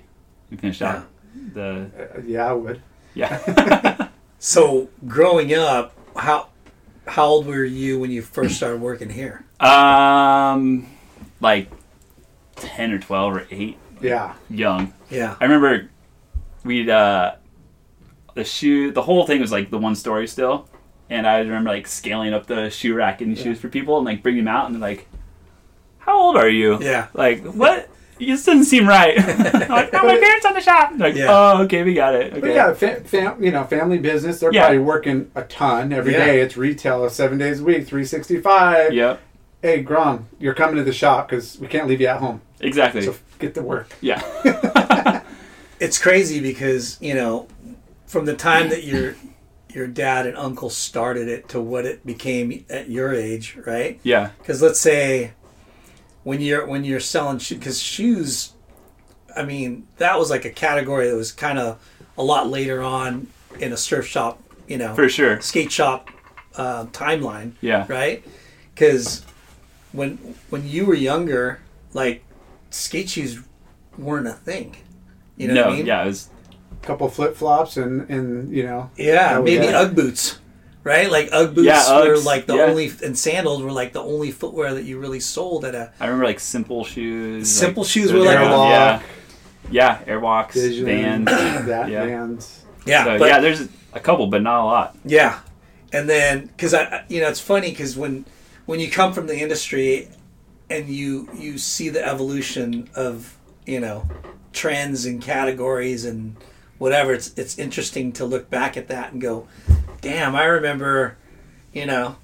[SPEAKER 4] and finished out the
[SPEAKER 3] Uh, yeah, I would.
[SPEAKER 4] yeah.
[SPEAKER 1] so growing up, how how old were you when you first started working here?
[SPEAKER 4] um, like ten or twelve or eight,
[SPEAKER 3] Yeah.
[SPEAKER 4] young.
[SPEAKER 1] Yeah.
[SPEAKER 4] I remember we'd uh, the shoe. The whole thing was like the one story still, and I remember like scaling up the shoe rack and shoes for people and like bringing them out and they're like, "How old are you?"
[SPEAKER 1] Yeah.
[SPEAKER 4] Like what? This doesn't seem right. I'm like, no, my parents on the shop. They're like,
[SPEAKER 1] Yeah.
[SPEAKER 4] oh, okay, we got it. Okay.
[SPEAKER 3] But yeah, fam, fam, you know, family business. They're
[SPEAKER 4] Yeah.
[SPEAKER 3] probably working a ton every day.
[SPEAKER 1] Yeah.
[SPEAKER 3] It's retail, seven days a week, three sixty-five.
[SPEAKER 4] Yep.
[SPEAKER 3] Hey, Grom, you're coming to the shop because we can't leave you at home.
[SPEAKER 4] Exactly.
[SPEAKER 3] So get to work.
[SPEAKER 4] yeah.
[SPEAKER 1] It's crazy because, you know, from the time that your your dad and uncle started it to what it became at your age, right?
[SPEAKER 4] Yeah.
[SPEAKER 1] because let's say when you're when you're selling because shoes i mean that was like a category that was kind of a lot later on in a surf shop you know
[SPEAKER 4] For sure.
[SPEAKER 1] skate shop uh, timeline
[SPEAKER 4] Yeah.
[SPEAKER 1] right because when when you were younger like skate shoes weren't a thing you know
[SPEAKER 4] no,
[SPEAKER 1] what i mean
[SPEAKER 4] yeah, it was
[SPEAKER 3] couple flip flops and and you know.
[SPEAKER 1] yeah
[SPEAKER 3] Oh,
[SPEAKER 1] maybe
[SPEAKER 3] yeah.
[SPEAKER 1] ugg boots right? Like UGG boots
[SPEAKER 4] Yeah,
[SPEAKER 1] were
[SPEAKER 4] Uggs,
[SPEAKER 1] like the
[SPEAKER 4] yeah.
[SPEAKER 1] only, and sandals were like the only footwear that you really sold at a.
[SPEAKER 4] I remember like simple shoes.
[SPEAKER 1] Simple
[SPEAKER 4] like,
[SPEAKER 1] shoes were like-
[SPEAKER 4] yeah, yeah, airwalks,
[SPEAKER 3] Vision,
[SPEAKER 4] Vans.
[SPEAKER 3] that
[SPEAKER 4] yeah.
[SPEAKER 3] Vans.
[SPEAKER 1] Yeah,
[SPEAKER 4] So
[SPEAKER 1] but-
[SPEAKER 4] yeah, there's a couple, but not a lot.
[SPEAKER 1] Yeah, and then because I, I- you know, it's funny because when when you come from the industry and you you see the evolution of you know trends and categories and whatever, it's it's interesting to look back at that and go, damn, I remember, you know,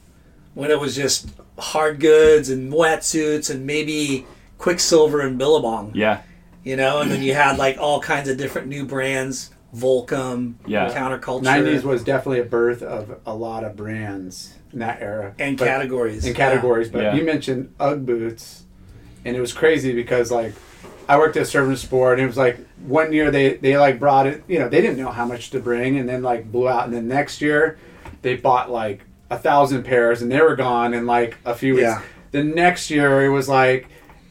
[SPEAKER 1] when it was just hard goods and wetsuits and maybe Quicksilver and Billabong,
[SPEAKER 4] Yeah,
[SPEAKER 1] you know, and then you had like all kinds of different new brands. Volcom,
[SPEAKER 4] Yeah.
[SPEAKER 1] counterculture,
[SPEAKER 3] 90s was definitely a birth of a lot of brands in that era
[SPEAKER 1] and
[SPEAKER 3] But-
[SPEAKER 1] categories
[SPEAKER 3] in categories. But
[SPEAKER 4] Yeah.
[SPEAKER 3] you mentioned UGG boots, and it was crazy because like I worked at Servant Sport, and it was like one year they they like brought it. You know, they didn't know how much to bring, and then like blew out. And then next year, they bought like a thousand pairs, and they were gone in like a few weeks.
[SPEAKER 1] Yeah.
[SPEAKER 3] The next year, it was like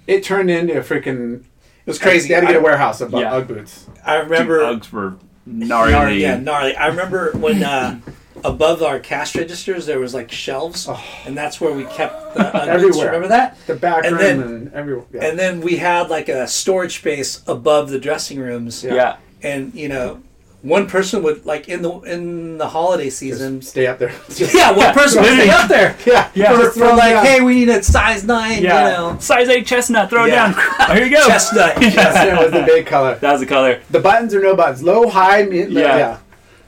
[SPEAKER 3] it turned into a freaking.
[SPEAKER 1] It was crazy.
[SPEAKER 3] They had to get a
[SPEAKER 1] I,
[SPEAKER 3] warehouse of
[SPEAKER 4] Yeah.
[SPEAKER 3] UGG boots.
[SPEAKER 1] I remember
[SPEAKER 4] Uggs were gnarly.
[SPEAKER 1] gnarly, yeah, gnarly. I remember when uh, above our cash registers there was like shelves, and that's where we kept the onions.
[SPEAKER 3] Everywhere.
[SPEAKER 1] Remember that?
[SPEAKER 3] The back
[SPEAKER 1] And
[SPEAKER 3] room
[SPEAKER 1] then-
[SPEAKER 3] and everywhere. Yeah.
[SPEAKER 1] And then we had like a storage space above the dressing rooms.
[SPEAKER 4] yeah.
[SPEAKER 1] And you know, one person would like in the in the holiday season.
[SPEAKER 3] stay up there.
[SPEAKER 1] yeah, one person would stay up there.
[SPEAKER 3] yeah,
[SPEAKER 4] Yeah.
[SPEAKER 1] For,
[SPEAKER 3] Just throw
[SPEAKER 1] for like,
[SPEAKER 3] down.
[SPEAKER 1] hey, we need a size nine.
[SPEAKER 4] Yeah.
[SPEAKER 1] You know,
[SPEAKER 4] Size 8 chestnut, throw it
[SPEAKER 1] Yeah.
[SPEAKER 4] down. Here you go.
[SPEAKER 1] chestnut. yeah.
[SPEAKER 3] that was the big color.
[SPEAKER 4] That was the color.
[SPEAKER 3] The buttons or no buttons, low, high, mid,
[SPEAKER 4] Yeah.
[SPEAKER 3] yeah. yeah.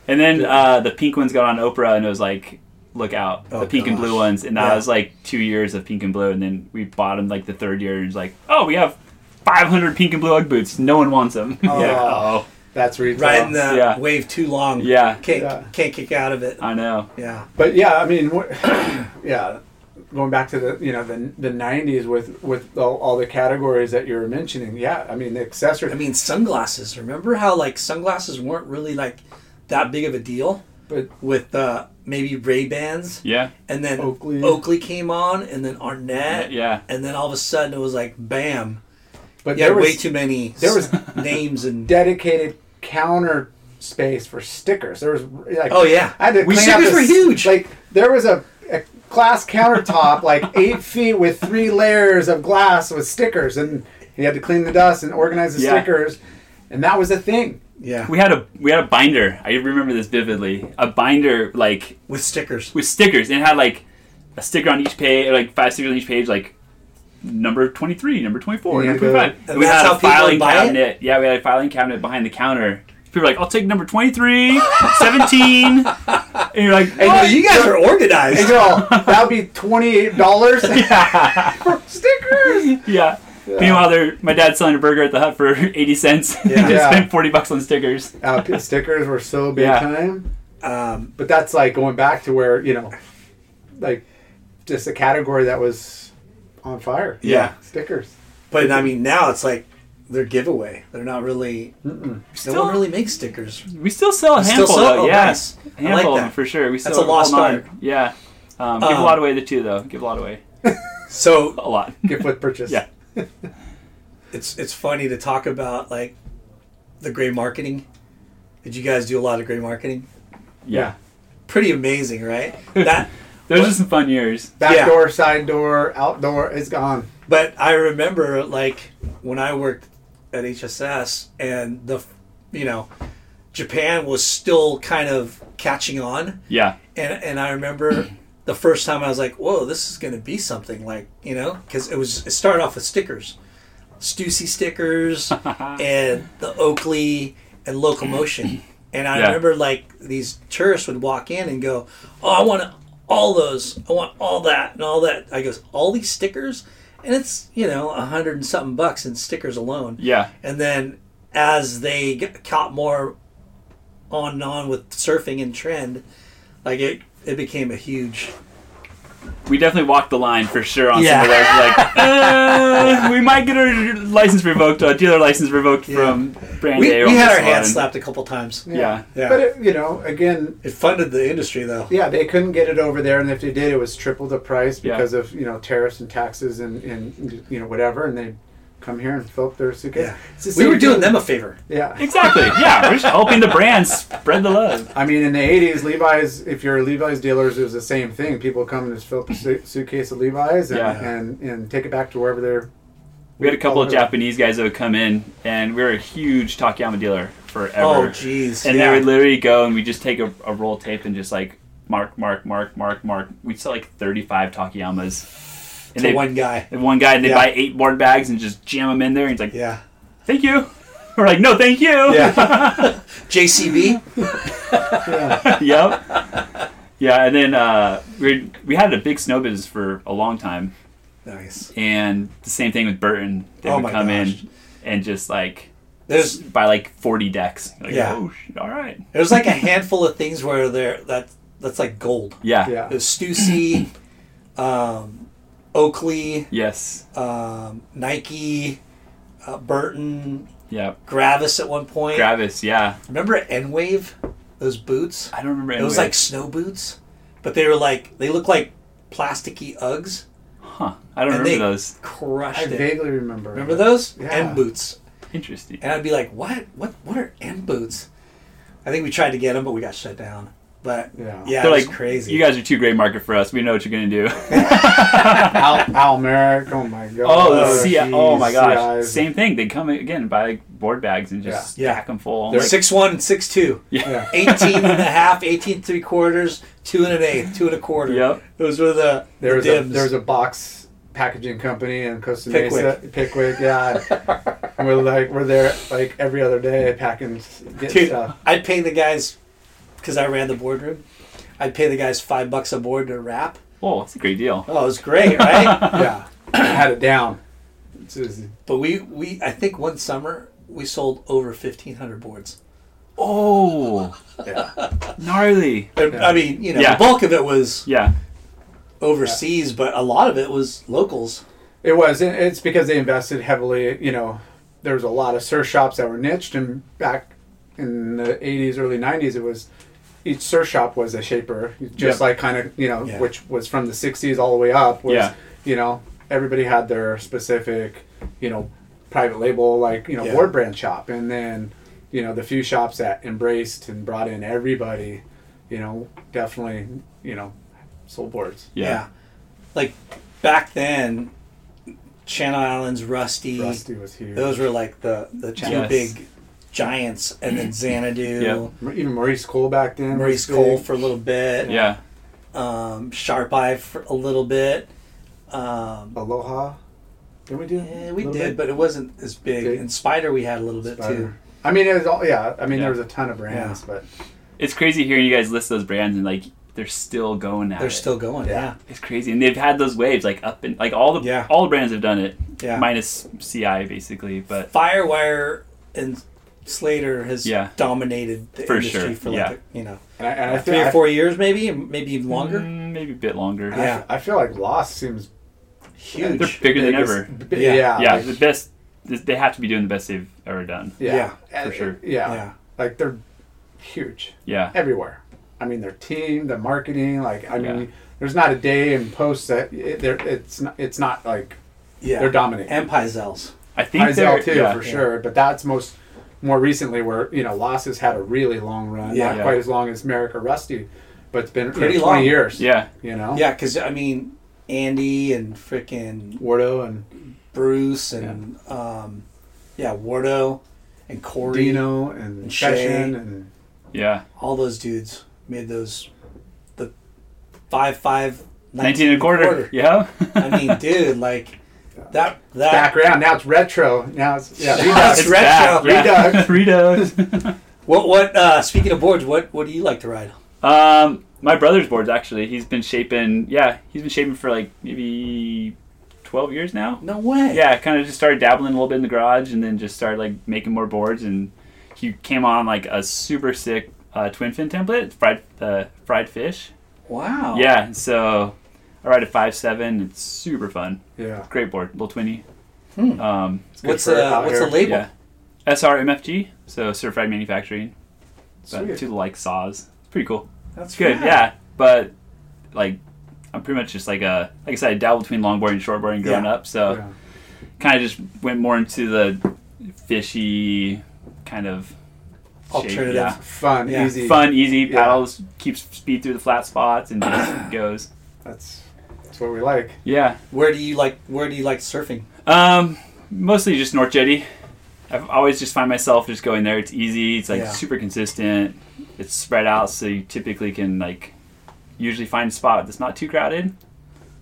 [SPEAKER 4] And then uh, the pink ones got on Oprah and it was like, look out. the pink and blue ones. And that
[SPEAKER 1] Yeah.
[SPEAKER 4] was like two years of pink and blue. And then we bought them like the third year and it's like, oh, we have 500 pink and blue Ugg boots. No one wants them. yeah. Oh,
[SPEAKER 3] That's retail.
[SPEAKER 1] Riding the
[SPEAKER 4] Yeah.
[SPEAKER 1] wave too long.
[SPEAKER 4] Yeah.
[SPEAKER 1] Can't
[SPEAKER 3] Yeah.
[SPEAKER 1] can't kick out of it.
[SPEAKER 4] I know.
[SPEAKER 1] Yeah.
[SPEAKER 3] But yeah, I mean, what, yeah, going back to the you know the the '90s with with all, all the categories that you were mentioning. Yeah, I mean the accessory.
[SPEAKER 1] I mean, sunglasses. Remember how like sunglasses weren't really like that big of a deal
[SPEAKER 3] but
[SPEAKER 1] with uh, maybe Ray Bans,
[SPEAKER 4] Yeah.
[SPEAKER 1] and then
[SPEAKER 3] Oakley.
[SPEAKER 1] Oakley. came on, and then Arnett,
[SPEAKER 4] Yeah.
[SPEAKER 1] and then all of a sudden it was like bam,
[SPEAKER 3] but
[SPEAKER 1] you
[SPEAKER 3] there
[SPEAKER 1] had
[SPEAKER 3] was
[SPEAKER 1] way too many
[SPEAKER 3] there was-
[SPEAKER 1] names and
[SPEAKER 3] dedicated counter space for stickers. There was like
[SPEAKER 1] oh yeah,
[SPEAKER 3] I had to
[SPEAKER 1] we
[SPEAKER 3] clean
[SPEAKER 1] stickers
[SPEAKER 3] out
[SPEAKER 1] were
[SPEAKER 3] this-
[SPEAKER 1] huge.
[SPEAKER 3] Like there was a, a glass countertop, like eight feet with three layers of glass with stickers, and you had to clean the dust and organize the
[SPEAKER 4] Yeah.
[SPEAKER 3] stickers, and that was the thing.
[SPEAKER 1] yeah,
[SPEAKER 4] We had a we had a binder. I remember this vividly. A binder like
[SPEAKER 1] with stickers.
[SPEAKER 4] with stickers and it had like a sticker on each page, like five stickers on each page, like number twenty three, number twenty four,
[SPEAKER 3] Yeah,
[SPEAKER 4] number twenty five.
[SPEAKER 3] but-
[SPEAKER 4] And we
[SPEAKER 1] that's
[SPEAKER 4] had
[SPEAKER 1] how
[SPEAKER 4] a
[SPEAKER 1] people
[SPEAKER 4] filing
[SPEAKER 1] buy it?
[SPEAKER 4] cabinet. Yeah, we had a filing cabinet behind the counter. People were like, "I'll take number 23, 17. and you're like,
[SPEAKER 1] Oh,
[SPEAKER 4] "What?"
[SPEAKER 1] you guys are
[SPEAKER 3] And
[SPEAKER 1] organized.
[SPEAKER 3] you know, that would be twenty eight dollars for stickers.
[SPEAKER 4] yeah. Meanwhile, they're, my dad's selling a burger at the hut for eighty cents. Yeah,
[SPEAKER 3] Yeah.
[SPEAKER 4] spent forty bucks on stickers.
[SPEAKER 3] Uh, p- stickers were so big
[SPEAKER 4] Yeah.
[SPEAKER 3] time,
[SPEAKER 1] Um,
[SPEAKER 3] but that's like going back to where you know, like just a category that was on fire.
[SPEAKER 1] Yeah.
[SPEAKER 3] stickers.
[SPEAKER 1] but I mean, now it's like they're giveaway. They're not really. No
[SPEAKER 4] Still-
[SPEAKER 1] one really makes stickers.
[SPEAKER 4] We still sell a
[SPEAKER 1] still
[SPEAKER 4] handful,
[SPEAKER 1] sell-
[SPEAKER 4] though.
[SPEAKER 1] oh,
[SPEAKER 4] yes,
[SPEAKER 1] nice.
[SPEAKER 4] a
[SPEAKER 1] I like
[SPEAKER 4] handful
[SPEAKER 1] that.
[SPEAKER 4] for sure. We still
[SPEAKER 1] That's a lost
[SPEAKER 4] hold on.
[SPEAKER 1] art.
[SPEAKER 4] Yeah, um, give a
[SPEAKER 1] Um,
[SPEAKER 4] lot away the two though. Give a lot away.
[SPEAKER 1] So
[SPEAKER 4] A lot.
[SPEAKER 3] Gift with purchase.
[SPEAKER 4] Yeah.
[SPEAKER 1] it's it's funny to talk about like the gray marketing. Did you guys do a lot of gray marketing?
[SPEAKER 4] Yeah,
[SPEAKER 1] Pretty amazing, right? That
[SPEAKER 4] those are some fun years.
[SPEAKER 3] Back
[SPEAKER 1] Yeah.
[SPEAKER 3] door, side door, outdoor. It's gone.
[SPEAKER 1] but I remember like when I worked at HSS and the you know Japan was still kind of catching on
[SPEAKER 4] Yeah.
[SPEAKER 1] and and I remember the first time I was like, "Whoa, this is going to be something!" Like you know, because it was it started off with stickers, Stussy stickers, and the Oakley and locomotion. And I
[SPEAKER 4] Yeah.
[SPEAKER 1] remember like these tourists would walk in and go, "Oh, I want all those. I want all that and all that." I goes, "All these stickers." And it's you know a hundred and something bucks in stickers alone.
[SPEAKER 4] Yeah.
[SPEAKER 1] And then as they get, caught more on and on with surfing and trend, like it, it became a huge.
[SPEAKER 4] We definitely walked the line for sure on
[SPEAKER 7] Yeah.
[SPEAKER 4] some of those. Like, uh, we might get our license revoked, uh, dealer license revoked from brand
[SPEAKER 1] We,
[SPEAKER 4] A.
[SPEAKER 1] we
[SPEAKER 4] on
[SPEAKER 1] had
[SPEAKER 4] this
[SPEAKER 1] our hands
[SPEAKER 4] one.
[SPEAKER 1] slapped a couple times.
[SPEAKER 4] Yeah.
[SPEAKER 1] Yeah.
[SPEAKER 3] But it, you know, again,
[SPEAKER 1] It funded the industry though.
[SPEAKER 3] yeah, they couldn't get it over there, and if they did, it was triple the price
[SPEAKER 4] Yeah.
[SPEAKER 3] because of you know tariffs and taxes and and you know whatever, and they come here and fill up their suitcase.
[SPEAKER 1] Yeah.
[SPEAKER 3] It's the
[SPEAKER 1] We
[SPEAKER 3] same
[SPEAKER 1] were doing
[SPEAKER 3] thing.
[SPEAKER 1] them a favor.
[SPEAKER 3] Yeah.
[SPEAKER 4] Exactly. Yeah, we're just helping the brand spread the love.
[SPEAKER 3] I mean, in the 80s, Levi's, if you're Levi's dealers, it was the same thing. People would come and just fill up a su- suitcase of Levi's and,
[SPEAKER 4] Yeah.
[SPEAKER 3] and, and take it back to wherever they're.
[SPEAKER 4] We had a couple of
[SPEAKER 3] Color.
[SPEAKER 4] Japanese guys that would come in, and we were a huge Takayama dealer forever.
[SPEAKER 1] Oh, jeez.
[SPEAKER 4] And
[SPEAKER 1] yeah.
[SPEAKER 4] they would literally go, and we just take a, a roll of tape and just like mark, mark, mark, mark, mark. We'd sell like thirty-five Takayamas. And
[SPEAKER 1] to
[SPEAKER 4] they
[SPEAKER 1] one guy.
[SPEAKER 4] and one guy, and they
[SPEAKER 1] Yeah.
[SPEAKER 4] buy eight board bags and just jam them in there. And he's like,
[SPEAKER 1] Yeah.
[SPEAKER 4] "Thank you." We're like, "No, thank you."
[SPEAKER 1] JCB.
[SPEAKER 4] yep. Yeah, and then uh, we we had a big snow business for a long time,
[SPEAKER 1] Nice.
[SPEAKER 4] and the same thing with Burton. They
[SPEAKER 1] Oh
[SPEAKER 4] would
[SPEAKER 1] my
[SPEAKER 4] come
[SPEAKER 1] gosh.
[SPEAKER 4] in and just like
[SPEAKER 1] There's
[SPEAKER 4] buy like forty decks. Like,
[SPEAKER 1] Yeah.
[SPEAKER 4] Oh, sh- all right.
[SPEAKER 1] there's like a handful of things where they're that that's like gold.
[SPEAKER 4] Yeah.
[SPEAKER 3] Yeah.
[SPEAKER 1] There's Stussy, um, Oakley,
[SPEAKER 4] Yes.
[SPEAKER 1] um, Nike, uh, Burton,
[SPEAKER 4] Yeah.
[SPEAKER 1] Gravis at one point.
[SPEAKER 4] Gravis. Yeah.
[SPEAKER 1] Remember N Wave? Those boots?
[SPEAKER 4] I don't remember.
[SPEAKER 1] It was
[SPEAKER 4] anyway.
[SPEAKER 1] like snow boots, but they were like they looked like plasticky Uggs,
[SPEAKER 4] huh? I don't
[SPEAKER 1] and
[SPEAKER 4] remember
[SPEAKER 1] they
[SPEAKER 4] those.
[SPEAKER 1] crushed
[SPEAKER 3] I
[SPEAKER 1] it.
[SPEAKER 3] vaguely remember.
[SPEAKER 1] Remember those
[SPEAKER 3] Yeah.
[SPEAKER 1] N boots?
[SPEAKER 4] Interesting.
[SPEAKER 1] And I'd be like, "What? What? What are N boots?" I think we tried to get them, but we got shut down. But
[SPEAKER 3] Yeah.
[SPEAKER 1] yeah,
[SPEAKER 4] They're
[SPEAKER 1] it was
[SPEAKER 4] like
[SPEAKER 1] crazy.
[SPEAKER 4] You guys are too great market for us. We know what you're gonna do.
[SPEAKER 3] Al, Al Merrick. Oh my God.
[SPEAKER 4] Oh, the C-
[SPEAKER 3] geez,
[SPEAKER 4] oh my gosh!
[SPEAKER 3] CIs.
[SPEAKER 4] Same thing. They come again and buy like board bags and just
[SPEAKER 1] Yeah. Yeah.
[SPEAKER 4] stack them full.
[SPEAKER 1] They're
[SPEAKER 4] Like,
[SPEAKER 1] six one, six two.
[SPEAKER 3] Yeah.
[SPEAKER 1] 18 and a half, 18 three quarters, two and an eighth, two and a quarter.
[SPEAKER 4] Yep.
[SPEAKER 1] Those were the,
[SPEAKER 3] There
[SPEAKER 1] the
[SPEAKER 3] was, a,
[SPEAKER 1] dibs.
[SPEAKER 3] there was a box packaging company in Costa
[SPEAKER 1] Pickwick.
[SPEAKER 3] Mesa, Pickwick, yeah. and we're like, we're there like every other day packing, getting
[SPEAKER 1] Dude,
[SPEAKER 3] stuff.
[SPEAKER 1] I'd pay the guys, because I ran the boardroom, I'd pay the guys five bucks a board to wrap.
[SPEAKER 4] oh, it's a great deal.
[SPEAKER 1] Oh, it was great, right?
[SPEAKER 3] Yeah, I had it down. It's just-
[SPEAKER 1] but we, we, I think one summer we sold over 1,500 boards.
[SPEAKER 4] Oh,
[SPEAKER 3] yeah.
[SPEAKER 4] gnarly.
[SPEAKER 1] I- I mean, you know,
[SPEAKER 4] Yeah.
[SPEAKER 1] the bulk of it was
[SPEAKER 4] Yeah.
[SPEAKER 1] overseas, but a lot of it was locals.
[SPEAKER 3] It was. It- It's because they invested heavily. You know, there was a lot of surf shops that were niched, and back in the '80s, early '90s, it was each surf shop was a shaper, just
[SPEAKER 4] Yeah.
[SPEAKER 3] like kind of you know,
[SPEAKER 1] Yeah.
[SPEAKER 3] which was from the '60s all the way up. Was
[SPEAKER 4] Yeah.
[SPEAKER 3] you know, everybody had their specific, you know, private label like you know
[SPEAKER 1] Yeah.
[SPEAKER 3] board brand shop, and then you know the few shops that embraced and brought in everybody, you know, definitely you know, sold boards.
[SPEAKER 1] Yeah.
[SPEAKER 4] Yeah.
[SPEAKER 1] Like back then, Channel Islands, Rusty,
[SPEAKER 3] Rusty was huge.
[SPEAKER 1] those were like the, the two
[SPEAKER 4] Yes.
[SPEAKER 1] big giants. And then Xanadu,
[SPEAKER 4] Yep.
[SPEAKER 3] even Maurice Cole back then. was
[SPEAKER 1] Maurice Cole
[SPEAKER 3] big.
[SPEAKER 1] for a little bit,
[SPEAKER 4] Yeah.
[SPEAKER 1] um, Sharp Eye for a little bit. Um,
[SPEAKER 3] Aloha. Did we do?
[SPEAKER 1] eh, we
[SPEAKER 3] a little
[SPEAKER 1] did,
[SPEAKER 3] bit?
[SPEAKER 1] but it wasn't as big.
[SPEAKER 3] Big.
[SPEAKER 1] And Spider we had a little bit too.
[SPEAKER 3] Spider. I mean, it was all yeah. I mean,
[SPEAKER 4] Yeah.
[SPEAKER 3] there was a ton of brands, but
[SPEAKER 4] It's crazy hearing you guys list those brands and like they're still going at
[SPEAKER 1] They're
[SPEAKER 4] it.
[SPEAKER 1] still going, yeah.
[SPEAKER 4] It's crazy, and they've had those waves like up and like all the
[SPEAKER 1] Yeah.
[SPEAKER 4] all the brands have done it.
[SPEAKER 1] Yeah.
[SPEAKER 4] Minus CI basically, but
[SPEAKER 1] Firewire and Slater has
[SPEAKER 4] Yeah.
[SPEAKER 1] dominated the
[SPEAKER 4] For
[SPEAKER 1] industry
[SPEAKER 4] sure,
[SPEAKER 1] for like
[SPEAKER 4] yeah.
[SPEAKER 1] a- you know
[SPEAKER 3] and I, and I feel,
[SPEAKER 1] three
[SPEAKER 3] I- Mm-hmm.
[SPEAKER 1] or four years, maybe, maybe even longer.
[SPEAKER 4] Mm, maybe a bit longer.
[SPEAKER 3] I,
[SPEAKER 1] Yeah.
[SPEAKER 3] I feel like Lost seems
[SPEAKER 1] Huge.
[SPEAKER 4] They're bigger than
[SPEAKER 3] biggest-
[SPEAKER 4] ever.
[SPEAKER 3] b-
[SPEAKER 1] Yeah.
[SPEAKER 3] yeah,
[SPEAKER 4] Yeah,
[SPEAKER 3] like-
[SPEAKER 4] the best. They have to be doing the best they've ever done.
[SPEAKER 3] yeah,
[SPEAKER 4] for sure.
[SPEAKER 3] Yeah.
[SPEAKER 1] Yeah.
[SPEAKER 3] like they're huge
[SPEAKER 4] Yeah.
[SPEAKER 3] everywhere. I mean, their team, their marketing. Like, I mean,
[SPEAKER 4] Yeah.
[SPEAKER 3] there's not a day in post that it, there. It's not. It's not like
[SPEAKER 1] yeah.
[SPEAKER 3] they're dominating.
[SPEAKER 1] And Pizels.
[SPEAKER 4] I think they're
[SPEAKER 3] Mizell too,
[SPEAKER 4] yeah.
[SPEAKER 3] for sure. But that's most more recently where you know Loss has had a really long run,
[SPEAKER 1] Yeah.
[SPEAKER 3] not
[SPEAKER 4] Yeah.
[SPEAKER 3] quite as long as Merrick or Rusty, but it's been pretty
[SPEAKER 1] Pretty
[SPEAKER 3] you know, twenty
[SPEAKER 1] long.
[SPEAKER 3] years.
[SPEAKER 4] Yeah.
[SPEAKER 3] you know,
[SPEAKER 1] Yeah, because I mean, Andy and frickin'
[SPEAKER 3] Wardo and
[SPEAKER 1] Bruce and um, yeah, Wardo and Corey,
[SPEAKER 3] Dino and,
[SPEAKER 1] And
[SPEAKER 3] Session
[SPEAKER 1] Shay.
[SPEAKER 3] and
[SPEAKER 4] Yeah.
[SPEAKER 1] all those dudes made those the five five
[SPEAKER 4] Nineteen and a quarter. Yeah.
[SPEAKER 1] I mean, dude, like that that
[SPEAKER 3] background. Now it's retro. Now it's yeah.
[SPEAKER 1] That's
[SPEAKER 3] Redux.
[SPEAKER 1] retro.
[SPEAKER 4] back, yeah. Redux.
[SPEAKER 1] What what? Uh, speaking of boards, what what do you like to ride?
[SPEAKER 4] Um, my brother's boards actually. He's been shaping. Yeah, he's been shaping for like maybe twelve years now.
[SPEAKER 1] No way.
[SPEAKER 4] Yeah, kind of just started dabbling a little bit in the garage, and then just started like making more boards. And he came on like a super sick uh, twin fin template, fried uh, fried fish.
[SPEAKER 1] Wow.
[SPEAKER 4] Yeah, so I ride a five seven. It's super fun.
[SPEAKER 3] yeah.
[SPEAKER 4] Great board, little twinny. Um,
[SPEAKER 1] What's
[SPEAKER 3] Good for
[SPEAKER 1] the
[SPEAKER 3] out
[SPEAKER 1] what's the
[SPEAKER 3] here.
[SPEAKER 1] label?
[SPEAKER 4] yeah, SRMFG, so certified manufacturing. But
[SPEAKER 3] Sweet.
[SPEAKER 4] to the like saws, it's pretty cool.
[SPEAKER 1] That's
[SPEAKER 4] It's good,
[SPEAKER 1] rad.
[SPEAKER 4] yeah. But like, I'm pretty much just like a like I said, I dabble between longboarding and shortboarding growing
[SPEAKER 1] Yeah.
[SPEAKER 4] up. So
[SPEAKER 3] Yeah.
[SPEAKER 4] kind of just went more into the fishy kind of shape,
[SPEAKER 1] Alternative.
[SPEAKER 4] yeah.
[SPEAKER 3] Fun,
[SPEAKER 1] Yeah.
[SPEAKER 3] easy.
[SPEAKER 4] fun, easy
[SPEAKER 3] Yeah.
[SPEAKER 4] paddles, keeps speed through the flat spots and just goes.
[SPEAKER 3] That's that's what we like.
[SPEAKER 4] Yeah.
[SPEAKER 1] Where do you like where do you like surfing?
[SPEAKER 4] Um, mostly just North Jetty. I've always just find myself just going there. It's easy. It's like
[SPEAKER 1] Yeah.
[SPEAKER 4] super consistent. It's spread out, so you typically can like usually find a spot that's not too crowded.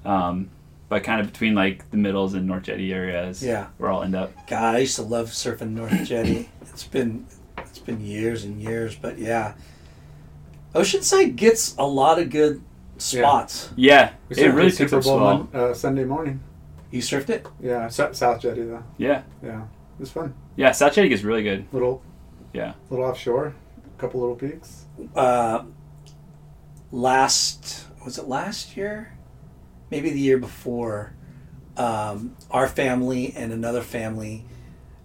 [SPEAKER 4] Um, but kind of between like the middles and North Jetty areas,
[SPEAKER 1] Yeah.
[SPEAKER 4] where I'll end up.
[SPEAKER 1] God, I used to love surfing North Jetty. It's been it's been years and years, but yeah. Oceanside gets a lot of good spots.
[SPEAKER 4] Yeah,
[SPEAKER 3] We
[SPEAKER 4] it
[SPEAKER 3] surfed
[SPEAKER 4] really
[SPEAKER 3] the
[SPEAKER 4] picks
[SPEAKER 3] Super
[SPEAKER 4] up
[SPEAKER 3] Bowl
[SPEAKER 4] swell.
[SPEAKER 3] mon- uh, Sunday morning.
[SPEAKER 1] You surfed it?
[SPEAKER 3] Yeah, Sou- South Jetty though.
[SPEAKER 4] Yeah,
[SPEAKER 3] Yeah, it was fun.
[SPEAKER 4] yeah. South Jetty is really good.
[SPEAKER 3] Little
[SPEAKER 4] Yeah.
[SPEAKER 3] little offshore, a couple little peaks.
[SPEAKER 1] Uh, last was it last year? Maybe the year before. Um, our family and another family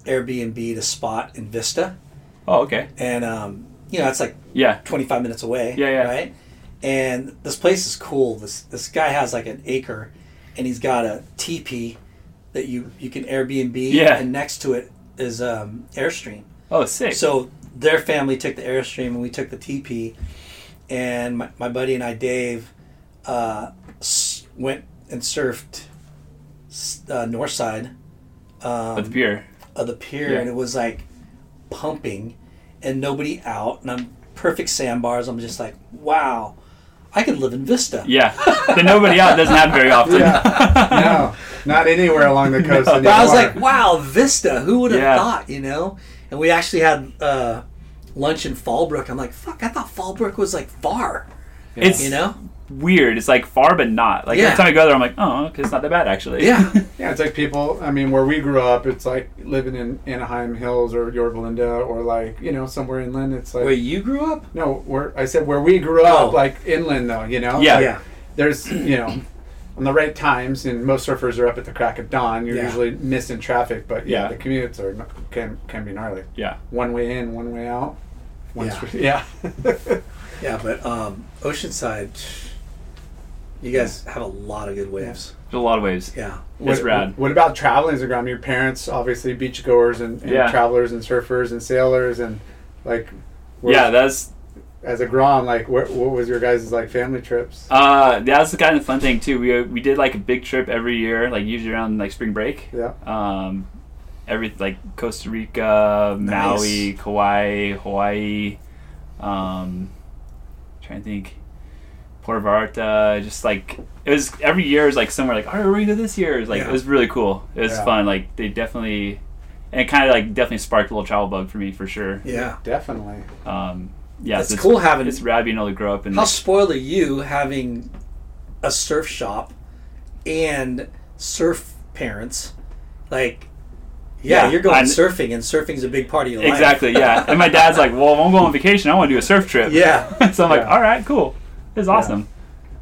[SPEAKER 1] Airbnb'd a spot in Vista,
[SPEAKER 4] Oh, okay.
[SPEAKER 1] and um, you know it's like
[SPEAKER 4] Yeah,
[SPEAKER 1] 25 minutes away.
[SPEAKER 4] Yeah, yeah.
[SPEAKER 1] Right? And this place is cool. This this guy has like an acre and he's got a teepee that you you can Airbnb
[SPEAKER 4] Yeah.
[SPEAKER 1] and next to it is um Airstream.
[SPEAKER 4] Oh, sick.
[SPEAKER 1] So their family took the Airstream and we took the teepee and my, my buddy and I Dave uh, s- went and surfed s- uh, north side
[SPEAKER 4] but the beer.
[SPEAKER 1] of the pier
[SPEAKER 4] Yeah.
[SPEAKER 1] and it was like pumping and nobody out and I'm perfect sandbars. I'm just like, wow, I could live in Vista.
[SPEAKER 4] Yeah, that nobody out doesn't have very often.
[SPEAKER 3] no, not anywhere along the coast.
[SPEAKER 1] But
[SPEAKER 3] anymore.
[SPEAKER 1] I was like, wow, Vista, who would have
[SPEAKER 4] Yeah.
[SPEAKER 1] thought, you know? And we actually had uh, lunch in Fallbrook. I'm like, fuck, I thought Fallbrook was like far,
[SPEAKER 4] It's
[SPEAKER 1] you know?
[SPEAKER 4] weird. It's like far, but not. Like
[SPEAKER 1] Yeah.
[SPEAKER 4] every time I go there, I'm like, oh, okay, it's not that bad actually.
[SPEAKER 1] Yeah.
[SPEAKER 3] Yeah, it's like people. I mean, where we grew up, it's like living in Anaheim Hills or Yorba Linda or like you know somewhere inland. It's like
[SPEAKER 1] Where you grew up?
[SPEAKER 3] no, where I said where we grew up,
[SPEAKER 1] Oh.
[SPEAKER 3] like inland though. You know,
[SPEAKER 4] Yeah.
[SPEAKER 3] Like, There's you know, on the right times, and most surfers are up at the crack of dawn. You're
[SPEAKER 1] Yeah.
[SPEAKER 3] usually missing traffic, but yeah,
[SPEAKER 4] Yeah.
[SPEAKER 3] the commutes are n- can can be gnarly.
[SPEAKER 4] yeah.
[SPEAKER 3] One way in, one way out. One
[SPEAKER 1] Yeah.
[SPEAKER 3] street- yeah.
[SPEAKER 1] Yeah, but um, Oceanside, you guys have a lot of good waves.
[SPEAKER 4] There's a lot of waves.
[SPEAKER 1] Yeah.
[SPEAKER 4] It's
[SPEAKER 3] what,
[SPEAKER 4] rad.
[SPEAKER 3] What about traveling as a ground? Your parents, obviously, beachgoers and, and
[SPEAKER 4] Yeah.
[SPEAKER 3] travelers and surfers and sailors and like. where-
[SPEAKER 4] Yeah, that's
[SPEAKER 3] as a Grom, like what, what was your guys' like family trips?
[SPEAKER 4] uh, that's the kind of fun thing too. We we did like a big trip every year, like usually around like spring break.
[SPEAKER 3] Yeah.
[SPEAKER 4] Um, every like Costa Rica, Maui, Kauai, Hawaii. Um, trying to think, Puerto Vallarta. Just like it was every year is like somewhere like oh, we're going to this year. It was, like
[SPEAKER 1] Yeah.
[SPEAKER 4] it was really cool. It was
[SPEAKER 3] Yeah.
[SPEAKER 4] fun. Like they definitely. And it kind of like definitely sparked a little travel bug for me for sure.
[SPEAKER 1] Yeah.
[SPEAKER 3] Definitely.
[SPEAKER 4] Um, yeah,
[SPEAKER 1] That's
[SPEAKER 4] so
[SPEAKER 1] cool having-
[SPEAKER 4] It's rad being able to grow up and
[SPEAKER 1] How spoiled are you having a surf shop and surf parents? Like, yeah,
[SPEAKER 4] Yeah,
[SPEAKER 1] you're going
[SPEAKER 4] I'm-
[SPEAKER 1] surfing, and surfing's a big part of your life.
[SPEAKER 4] Exactly, yeah. And my dad's like, well, if I'm going on vacation. I want to do a surf trip.
[SPEAKER 1] Yeah.
[SPEAKER 4] so I'm like,
[SPEAKER 3] Yeah.
[SPEAKER 4] all right, cool. This is awesome.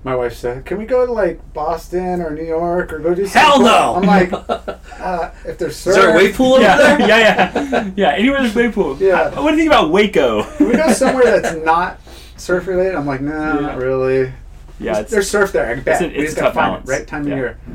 [SPEAKER 3] My wife said, "Can we go to like Boston or New York or go do?"
[SPEAKER 1] Hell
[SPEAKER 3] something?"
[SPEAKER 1] no!
[SPEAKER 3] I'm like, uh, if there's surf,
[SPEAKER 1] Is there a wave pool over
[SPEAKER 4] Yeah,
[SPEAKER 1] there?
[SPEAKER 4] yeah, yeah. Yeah, anywhere there's wave pool.
[SPEAKER 3] Yeah.
[SPEAKER 4] Uh, what do you think about Waco?
[SPEAKER 3] Can we go somewhere that's not surf related? I'm like, nah, not really.
[SPEAKER 4] yeah, it's,
[SPEAKER 3] There's surf there. I bet.
[SPEAKER 4] a-
[SPEAKER 3] we
[SPEAKER 4] it's
[SPEAKER 3] just
[SPEAKER 4] a
[SPEAKER 3] gotta
[SPEAKER 4] tough
[SPEAKER 3] find
[SPEAKER 4] balance.
[SPEAKER 3] it right time of
[SPEAKER 4] Yeah.
[SPEAKER 3] year.
[SPEAKER 4] yeah.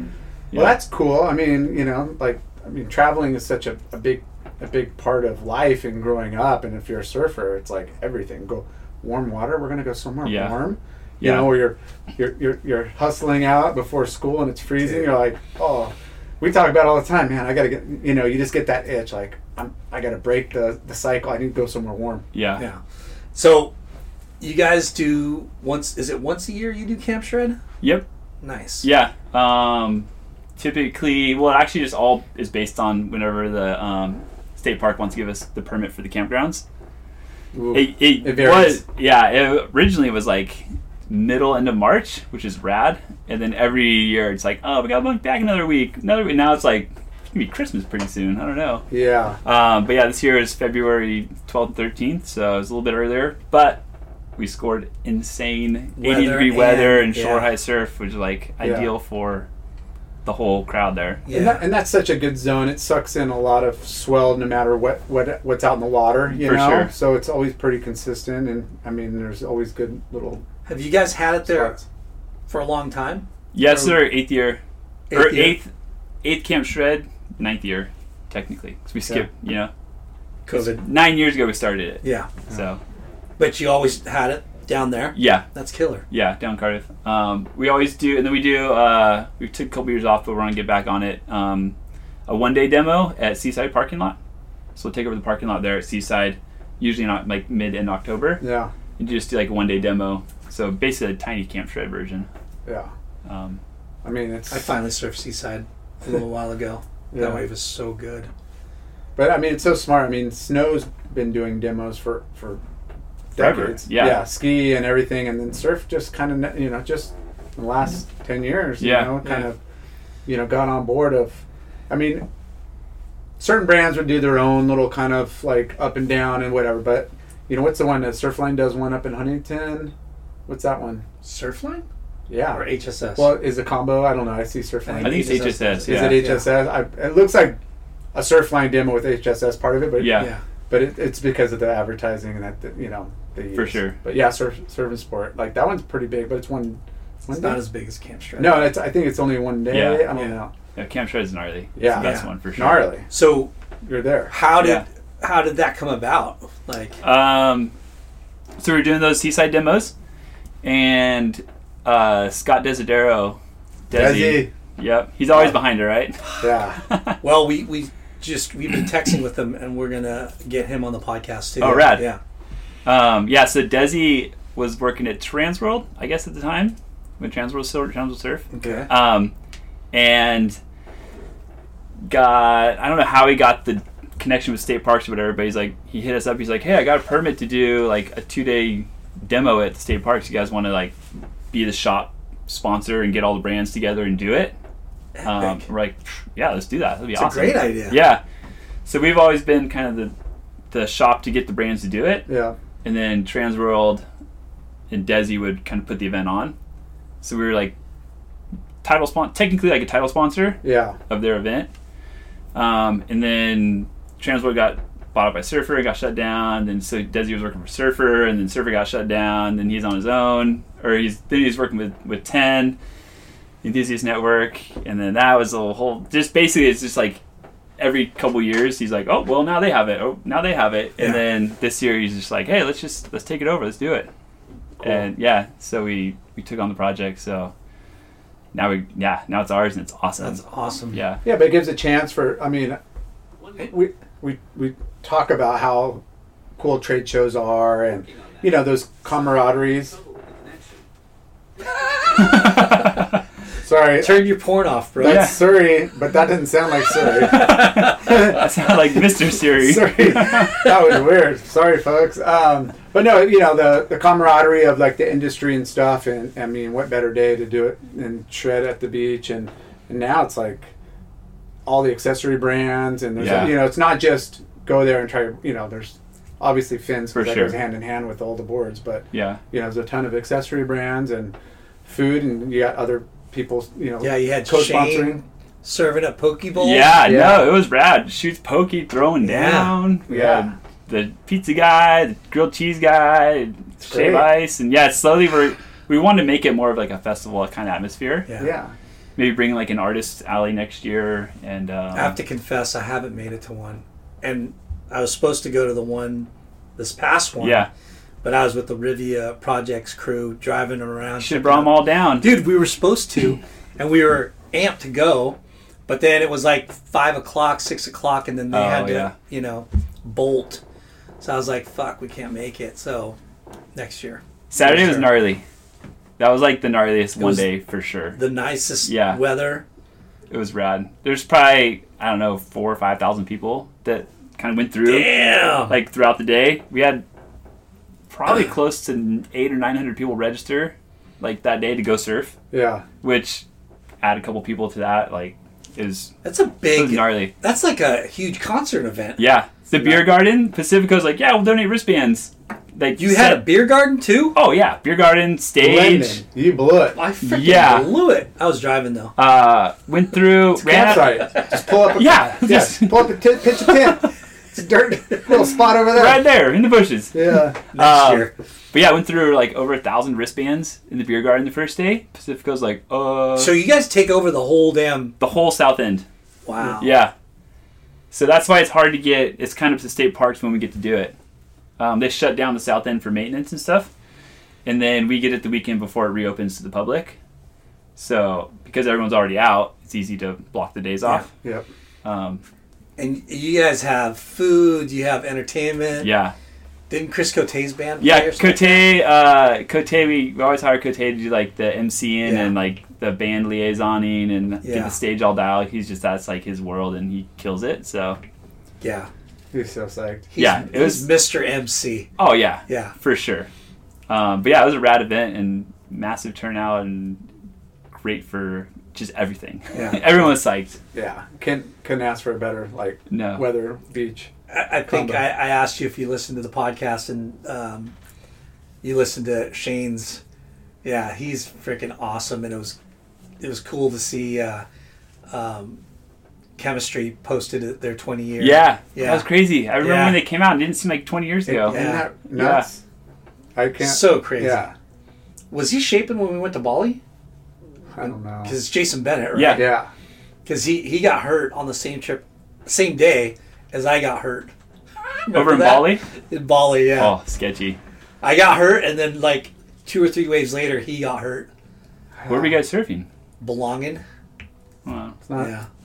[SPEAKER 3] Well, that's cool. I mean, you know, like, I mean, traveling is such a, a big, a big part of life and growing up. And if you're a surfer, it's like everything. Go warm water. We're gonna go somewhere
[SPEAKER 4] Yeah.
[SPEAKER 3] warm. You
[SPEAKER 4] Yeah.
[SPEAKER 3] know, where you're, you're, you're, you're hustling out before school and it's freezing. You're like, oh, we talk about it all the time, man. I gotta get, you know, you just get that itch. Like, I'm, I gotta break the, the cycle. I need to go somewhere warm.
[SPEAKER 4] yeah.
[SPEAKER 1] Yeah. So, you guys do once? Is it once a year you do Camp Shred?
[SPEAKER 4] Yep.
[SPEAKER 1] Nice.
[SPEAKER 4] Yeah. Um, typically, well, it actually, just all is based on whenever the um, state park wants to give us the permit for the campgrounds.
[SPEAKER 3] Ooh.
[SPEAKER 4] It, it,
[SPEAKER 3] It varies.
[SPEAKER 4] was yeah. It originally was like middle end of March, which is rad, and then every year it's like oh we got to bunk back another week, another week. Now it's like it's gonna be Christmas pretty soon. I don't know.
[SPEAKER 3] Yeah.
[SPEAKER 4] Um, but yeah, this year is February twelfth, thirteenth, so it was a little bit earlier, but. We scored insane 80
[SPEAKER 1] Weather
[SPEAKER 4] degree weather
[SPEAKER 1] and-
[SPEAKER 4] and shore
[SPEAKER 1] yeah.
[SPEAKER 4] high surf, which is like
[SPEAKER 3] Yeah.
[SPEAKER 4] ideal for the whole crowd there.
[SPEAKER 3] And,
[SPEAKER 1] Yeah.
[SPEAKER 3] that, and that's such a good zone. It sucks in a lot of swell, no matter what, what what's out in the water. You
[SPEAKER 4] For
[SPEAKER 3] know,
[SPEAKER 4] sure.
[SPEAKER 3] so it's always pretty consistent. And I mean, there's always good little
[SPEAKER 1] Have you guys had it there
[SPEAKER 3] spots.
[SPEAKER 1] for a long time?
[SPEAKER 4] Yes, sir. Eighth year,
[SPEAKER 1] Eighth
[SPEAKER 4] or
[SPEAKER 1] year.
[SPEAKER 4] eighth, eighth camp shred. ninth year, technically, 'cause we skipped. You know,
[SPEAKER 1] COVID.
[SPEAKER 4] nine years ago we started it.
[SPEAKER 1] Yeah,
[SPEAKER 4] So
[SPEAKER 1] but you always had it down there.
[SPEAKER 4] yeah,
[SPEAKER 1] That's killer.
[SPEAKER 4] yeah, down Cardiff. Um, we always do, and then we do. Uh, we took a couple years off, but we're gonna get back on it. Um, a one day demo at Seaside parking lot. So we'll take over the parking lot there at Seaside, usually not like mid end October.
[SPEAKER 3] Yeah.
[SPEAKER 4] And just do like a one day demo. So basically a tiny camp shred version.
[SPEAKER 3] Yeah.
[SPEAKER 4] Um,
[SPEAKER 3] I mean, it's.
[SPEAKER 1] I finally surfed Seaside a little while ago.
[SPEAKER 3] Yeah.
[SPEAKER 1] That wave is so good.
[SPEAKER 3] But I mean, it's so smart. I mean, Snow's been doing demos for for
[SPEAKER 4] Forever,
[SPEAKER 3] decades.
[SPEAKER 4] yeah.
[SPEAKER 3] ski and everything, and then surf just kind of you know just in the last ten years,
[SPEAKER 4] Yeah.
[SPEAKER 3] you know, kind
[SPEAKER 1] Yeah.
[SPEAKER 3] of you know got on board of. I mean, certain brands would do their own little kind of like up and down and whatever, but you know what's the one that Surfline does one up in Huntington? What's that one?
[SPEAKER 1] Surfline
[SPEAKER 3] Yeah.
[SPEAKER 1] or HSS?
[SPEAKER 3] Well, is it combo? I don't know. I see Surfline.
[SPEAKER 4] I think it's HSS. Yeah.
[SPEAKER 3] Is it HSS? I, it looks like a Surfline demo with HSS part of it, but
[SPEAKER 4] yeah.
[SPEAKER 1] Yeah.
[SPEAKER 3] but it, it's because of the advertising and that that, you know they use.
[SPEAKER 4] For sure.
[SPEAKER 3] But yeah, surf, surf and sport like that one's pretty big, but it's one. one
[SPEAKER 1] It's
[SPEAKER 3] day.
[SPEAKER 1] not as big as Camp Shred.
[SPEAKER 3] no, it's, I think it's only one day.
[SPEAKER 4] Yeah.
[SPEAKER 3] I don't
[SPEAKER 1] Yeah.
[SPEAKER 3] know.
[SPEAKER 4] Yeah, Camp Shred's gnarly.
[SPEAKER 3] Yeah.
[SPEAKER 4] So that's
[SPEAKER 1] Yeah.
[SPEAKER 4] one for sure.
[SPEAKER 3] Gnarly,
[SPEAKER 1] So
[SPEAKER 3] you're there.
[SPEAKER 1] how did
[SPEAKER 4] Yeah.
[SPEAKER 1] how did that come about? Like
[SPEAKER 4] Um, so we were doing those seaside demos, and uh, Scott Desidero, Desi,
[SPEAKER 3] Desi.
[SPEAKER 4] yep, he's always behind her, right?
[SPEAKER 3] Yeah,
[SPEAKER 1] Well, we we just we've been texting with him, and we're gonna get him on the podcast too.
[SPEAKER 4] Oh, rad.
[SPEAKER 1] Yeah,
[SPEAKER 4] Um, yeah, so Desi was working at Transworld, I guess, at the time when Transworld Sur- Transworld Surf.
[SPEAKER 1] Okay.
[SPEAKER 4] Um, and got I don't know how he got the connection with state parks or whatever, but he's like he hit us up. He's like, hey, I got a permit to do like a two day demo at the state parks. You guys want to like be the shop sponsor and get all the brands together and do it? Um,
[SPEAKER 1] Epic.
[SPEAKER 4] we're like, yeah, let's do that. That'd be
[SPEAKER 1] it's
[SPEAKER 4] awesome.
[SPEAKER 1] a great idea.
[SPEAKER 4] Yeah. So we've always been kind of the the shop to get the brands to do it
[SPEAKER 3] yeah,
[SPEAKER 4] and then Transworld and Desi would kind of put the event on. So we were like title sponsor, technically like a title sponsor
[SPEAKER 3] yeah,
[SPEAKER 4] of their event. Um, and then Transworld got bought up by Surfer, got shut down. Then so Desi was working for Surfer, and then Surfer got shut down. Then he's on his own, or he's then he's working with with Ten, Enthusiast Network, and then that was a whole. Just basically, it's just like every couple years he's like, oh well, now they have it. Oh now they have it.
[SPEAKER 1] Yeah.
[SPEAKER 4] And then this year he's just like, hey, let's just let's take it over. Let's do it. And yeah, so we we took on the project. So now we yeah now it's ours and it's awesome.
[SPEAKER 1] that's awesome.
[SPEAKER 4] yeah.
[SPEAKER 3] yeah. But it gives a chance for. I mean, we we we talk about how cool trade shows are, and you know those camaraderies. Sorry,
[SPEAKER 1] Turn your porn off, bro.
[SPEAKER 3] that's
[SPEAKER 4] Yeah.
[SPEAKER 3] Surrey, but that didn't sound like Surrey.
[SPEAKER 4] I sound like Mr. Siri.
[SPEAKER 3] Sorry, that was weird. Sorry, folks. Um, but no, you know the the camaraderie of like the industry and stuff, and I mean, what better day to do it and shred at the beach, and, and now it's like all the accessory brands, and there's
[SPEAKER 4] Yeah.
[SPEAKER 3] you know it's not just go there and try. You know, there's obviously fins
[SPEAKER 4] For
[SPEAKER 3] because that
[SPEAKER 4] sure.
[SPEAKER 3] goes hand in hand with all the boards, but
[SPEAKER 4] Yeah.
[SPEAKER 3] you know there's a ton of accessory brands and food, and you got other people. You know,
[SPEAKER 1] Yeah, you had
[SPEAKER 3] co-sponsoring.
[SPEAKER 1] Shane serving up poke bowls.
[SPEAKER 4] Yeah,
[SPEAKER 3] Yeah.
[SPEAKER 4] no, it was rad. Shoots pokey throwing
[SPEAKER 1] Yeah.
[SPEAKER 4] down. We
[SPEAKER 3] Yeah.
[SPEAKER 4] had The pizza guy, the grilled cheese guy, shave
[SPEAKER 3] great.
[SPEAKER 4] ice, and yeah, slowly we're we want to make it more of like a festival kind of atmosphere.
[SPEAKER 1] yeah.
[SPEAKER 3] Yeah,
[SPEAKER 4] Maybe bring like an artist alley next year, and um,
[SPEAKER 1] I have to confess, I haven't made it to one, and I was supposed to go to the one this past one.
[SPEAKER 4] yeah,
[SPEAKER 1] but I was with the Rivia Projects crew driving around.
[SPEAKER 4] should have brought them all down.
[SPEAKER 1] dude we were supposed to and we were amped to go but then it was like five o'clock six o'clock and then they
[SPEAKER 4] Oh,
[SPEAKER 1] had to
[SPEAKER 4] yeah.
[SPEAKER 1] you know bolt so i was like fuck we can't make it so next year
[SPEAKER 4] Saturday was
[SPEAKER 1] sure.
[SPEAKER 4] gnarly. That was like the gnarliest one
[SPEAKER 1] was-
[SPEAKER 4] day for sure.
[SPEAKER 1] the nicest
[SPEAKER 4] Yeah.
[SPEAKER 1] weather
[SPEAKER 4] It was rad. There's probably I don't know four or five thousand people that kind of went through.
[SPEAKER 1] damn
[SPEAKER 4] like throughout the day. We had probably close to eight or nine hundred people register like that day to go surf,
[SPEAKER 3] yeah,
[SPEAKER 4] which add a couple people to that like is
[SPEAKER 1] that's a
[SPEAKER 4] it was
[SPEAKER 1] big
[SPEAKER 4] gnarly.
[SPEAKER 1] that's like a huge concert event
[SPEAKER 4] Yeah, the beer garden. Pacifico's like, yeah, we'll donate wristbands. Like
[SPEAKER 1] you had a
[SPEAKER 4] set-
[SPEAKER 1] beer garden too
[SPEAKER 4] oh yeah, beer garden stage.
[SPEAKER 3] Blending. you blew it.
[SPEAKER 1] i freaking
[SPEAKER 4] Yeah.
[SPEAKER 1] blew it i was driving though
[SPEAKER 4] Uh, went through ran out,
[SPEAKER 3] Campsite. Just pull up. A,
[SPEAKER 4] Yeah,
[SPEAKER 3] yeah.
[SPEAKER 4] just-
[SPEAKER 3] pull up a t- pitch a tent. It's a dirt little spot over there.
[SPEAKER 4] right there in the bushes.
[SPEAKER 3] Yeah,
[SPEAKER 1] next
[SPEAKER 4] Um,
[SPEAKER 1] year
[SPEAKER 4] But yeah, went through like over a thousand wristbands in the beer garden the first day. Pacifico's like, uh,
[SPEAKER 1] so you guys take over the whole damn
[SPEAKER 4] the whole south end.
[SPEAKER 1] Wow.
[SPEAKER 4] Yeah. So that's why it's hard to get. It's kind of to state parks when we get to do it. Um, they shut down the south end for maintenance and stuff, and then we get it the weekend before it reopens to the public. So because everyone's already out, it's easy to block the days off.
[SPEAKER 3] Yep.
[SPEAKER 4] Um,
[SPEAKER 1] And you guys have food, you have entertainment.
[SPEAKER 4] yeah,
[SPEAKER 1] Didn't Chris Cote's band play
[SPEAKER 4] yeah.
[SPEAKER 1] or something?
[SPEAKER 4] Cote, uh, Cote, we always hire Cote to do like the MCing
[SPEAKER 1] Yeah.
[SPEAKER 4] and like the band liaisoning and get
[SPEAKER 1] Yeah.
[SPEAKER 4] the stage all dialed. He's just that's like his world, and he kills it. So
[SPEAKER 1] Yeah.
[SPEAKER 3] He's so psyched.
[SPEAKER 1] He's,
[SPEAKER 4] Yeah, it
[SPEAKER 1] he's
[SPEAKER 4] was-
[SPEAKER 1] Mr. MC.
[SPEAKER 4] oh yeah,
[SPEAKER 1] Yeah.
[SPEAKER 4] for sure. Um, but yeah, it was a rad event and massive turnout and great for just everything.
[SPEAKER 1] Yeah.
[SPEAKER 4] Everyone was psyched.
[SPEAKER 3] Yeah. Can couldn't ask for a better like
[SPEAKER 4] No.
[SPEAKER 3] weather beach.
[SPEAKER 1] I, I think
[SPEAKER 3] Combo.
[SPEAKER 1] I, I asked you if you listened to the podcast and um, you listened to Shane's. Yeah, he's freaking awesome, and it was it was cool to see uh, um, chemistry posted at their twenty year.
[SPEAKER 4] Yeah,
[SPEAKER 1] Yeah.
[SPEAKER 4] that was crazy. I remember
[SPEAKER 1] Yeah.
[SPEAKER 4] when they came out. It didn't seem like 20 years ago.
[SPEAKER 3] Isn't
[SPEAKER 1] Yeah.
[SPEAKER 3] that nuts? I can't.
[SPEAKER 1] so crazy.
[SPEAKER 3] Yeah.
[SPEAKER 1] Was he shaping when we went to Bali?
[SPEAKER 3] I don't know.
[SPEAKER 1] Because it's Jason Bennett, right?
[SPEAKER 4] Yeah.
[SPEAKER 3] Yeah.
[SPEAKER 1] Because he he got hurt on the same trip, same day as I got hurt. Remember
[SPEAKER 4] Over in
[SPEAKER 1] that?
[SPEAKER 4] Bali?
[SPEAKER 1] In Bali, yeah.
[SPEAKER 4] Oh, sketchy.
[SPEAKER 1] I got hurt, and then like two or three waves later, he got hurt.
[SPEAKER 4] Where were you guys surfing?
[SPEAKER 1] Belonging.
[SPEAKER 4] Wow.
[SPEAKER 3] It's not,
[SPEAKER 1] Yeah.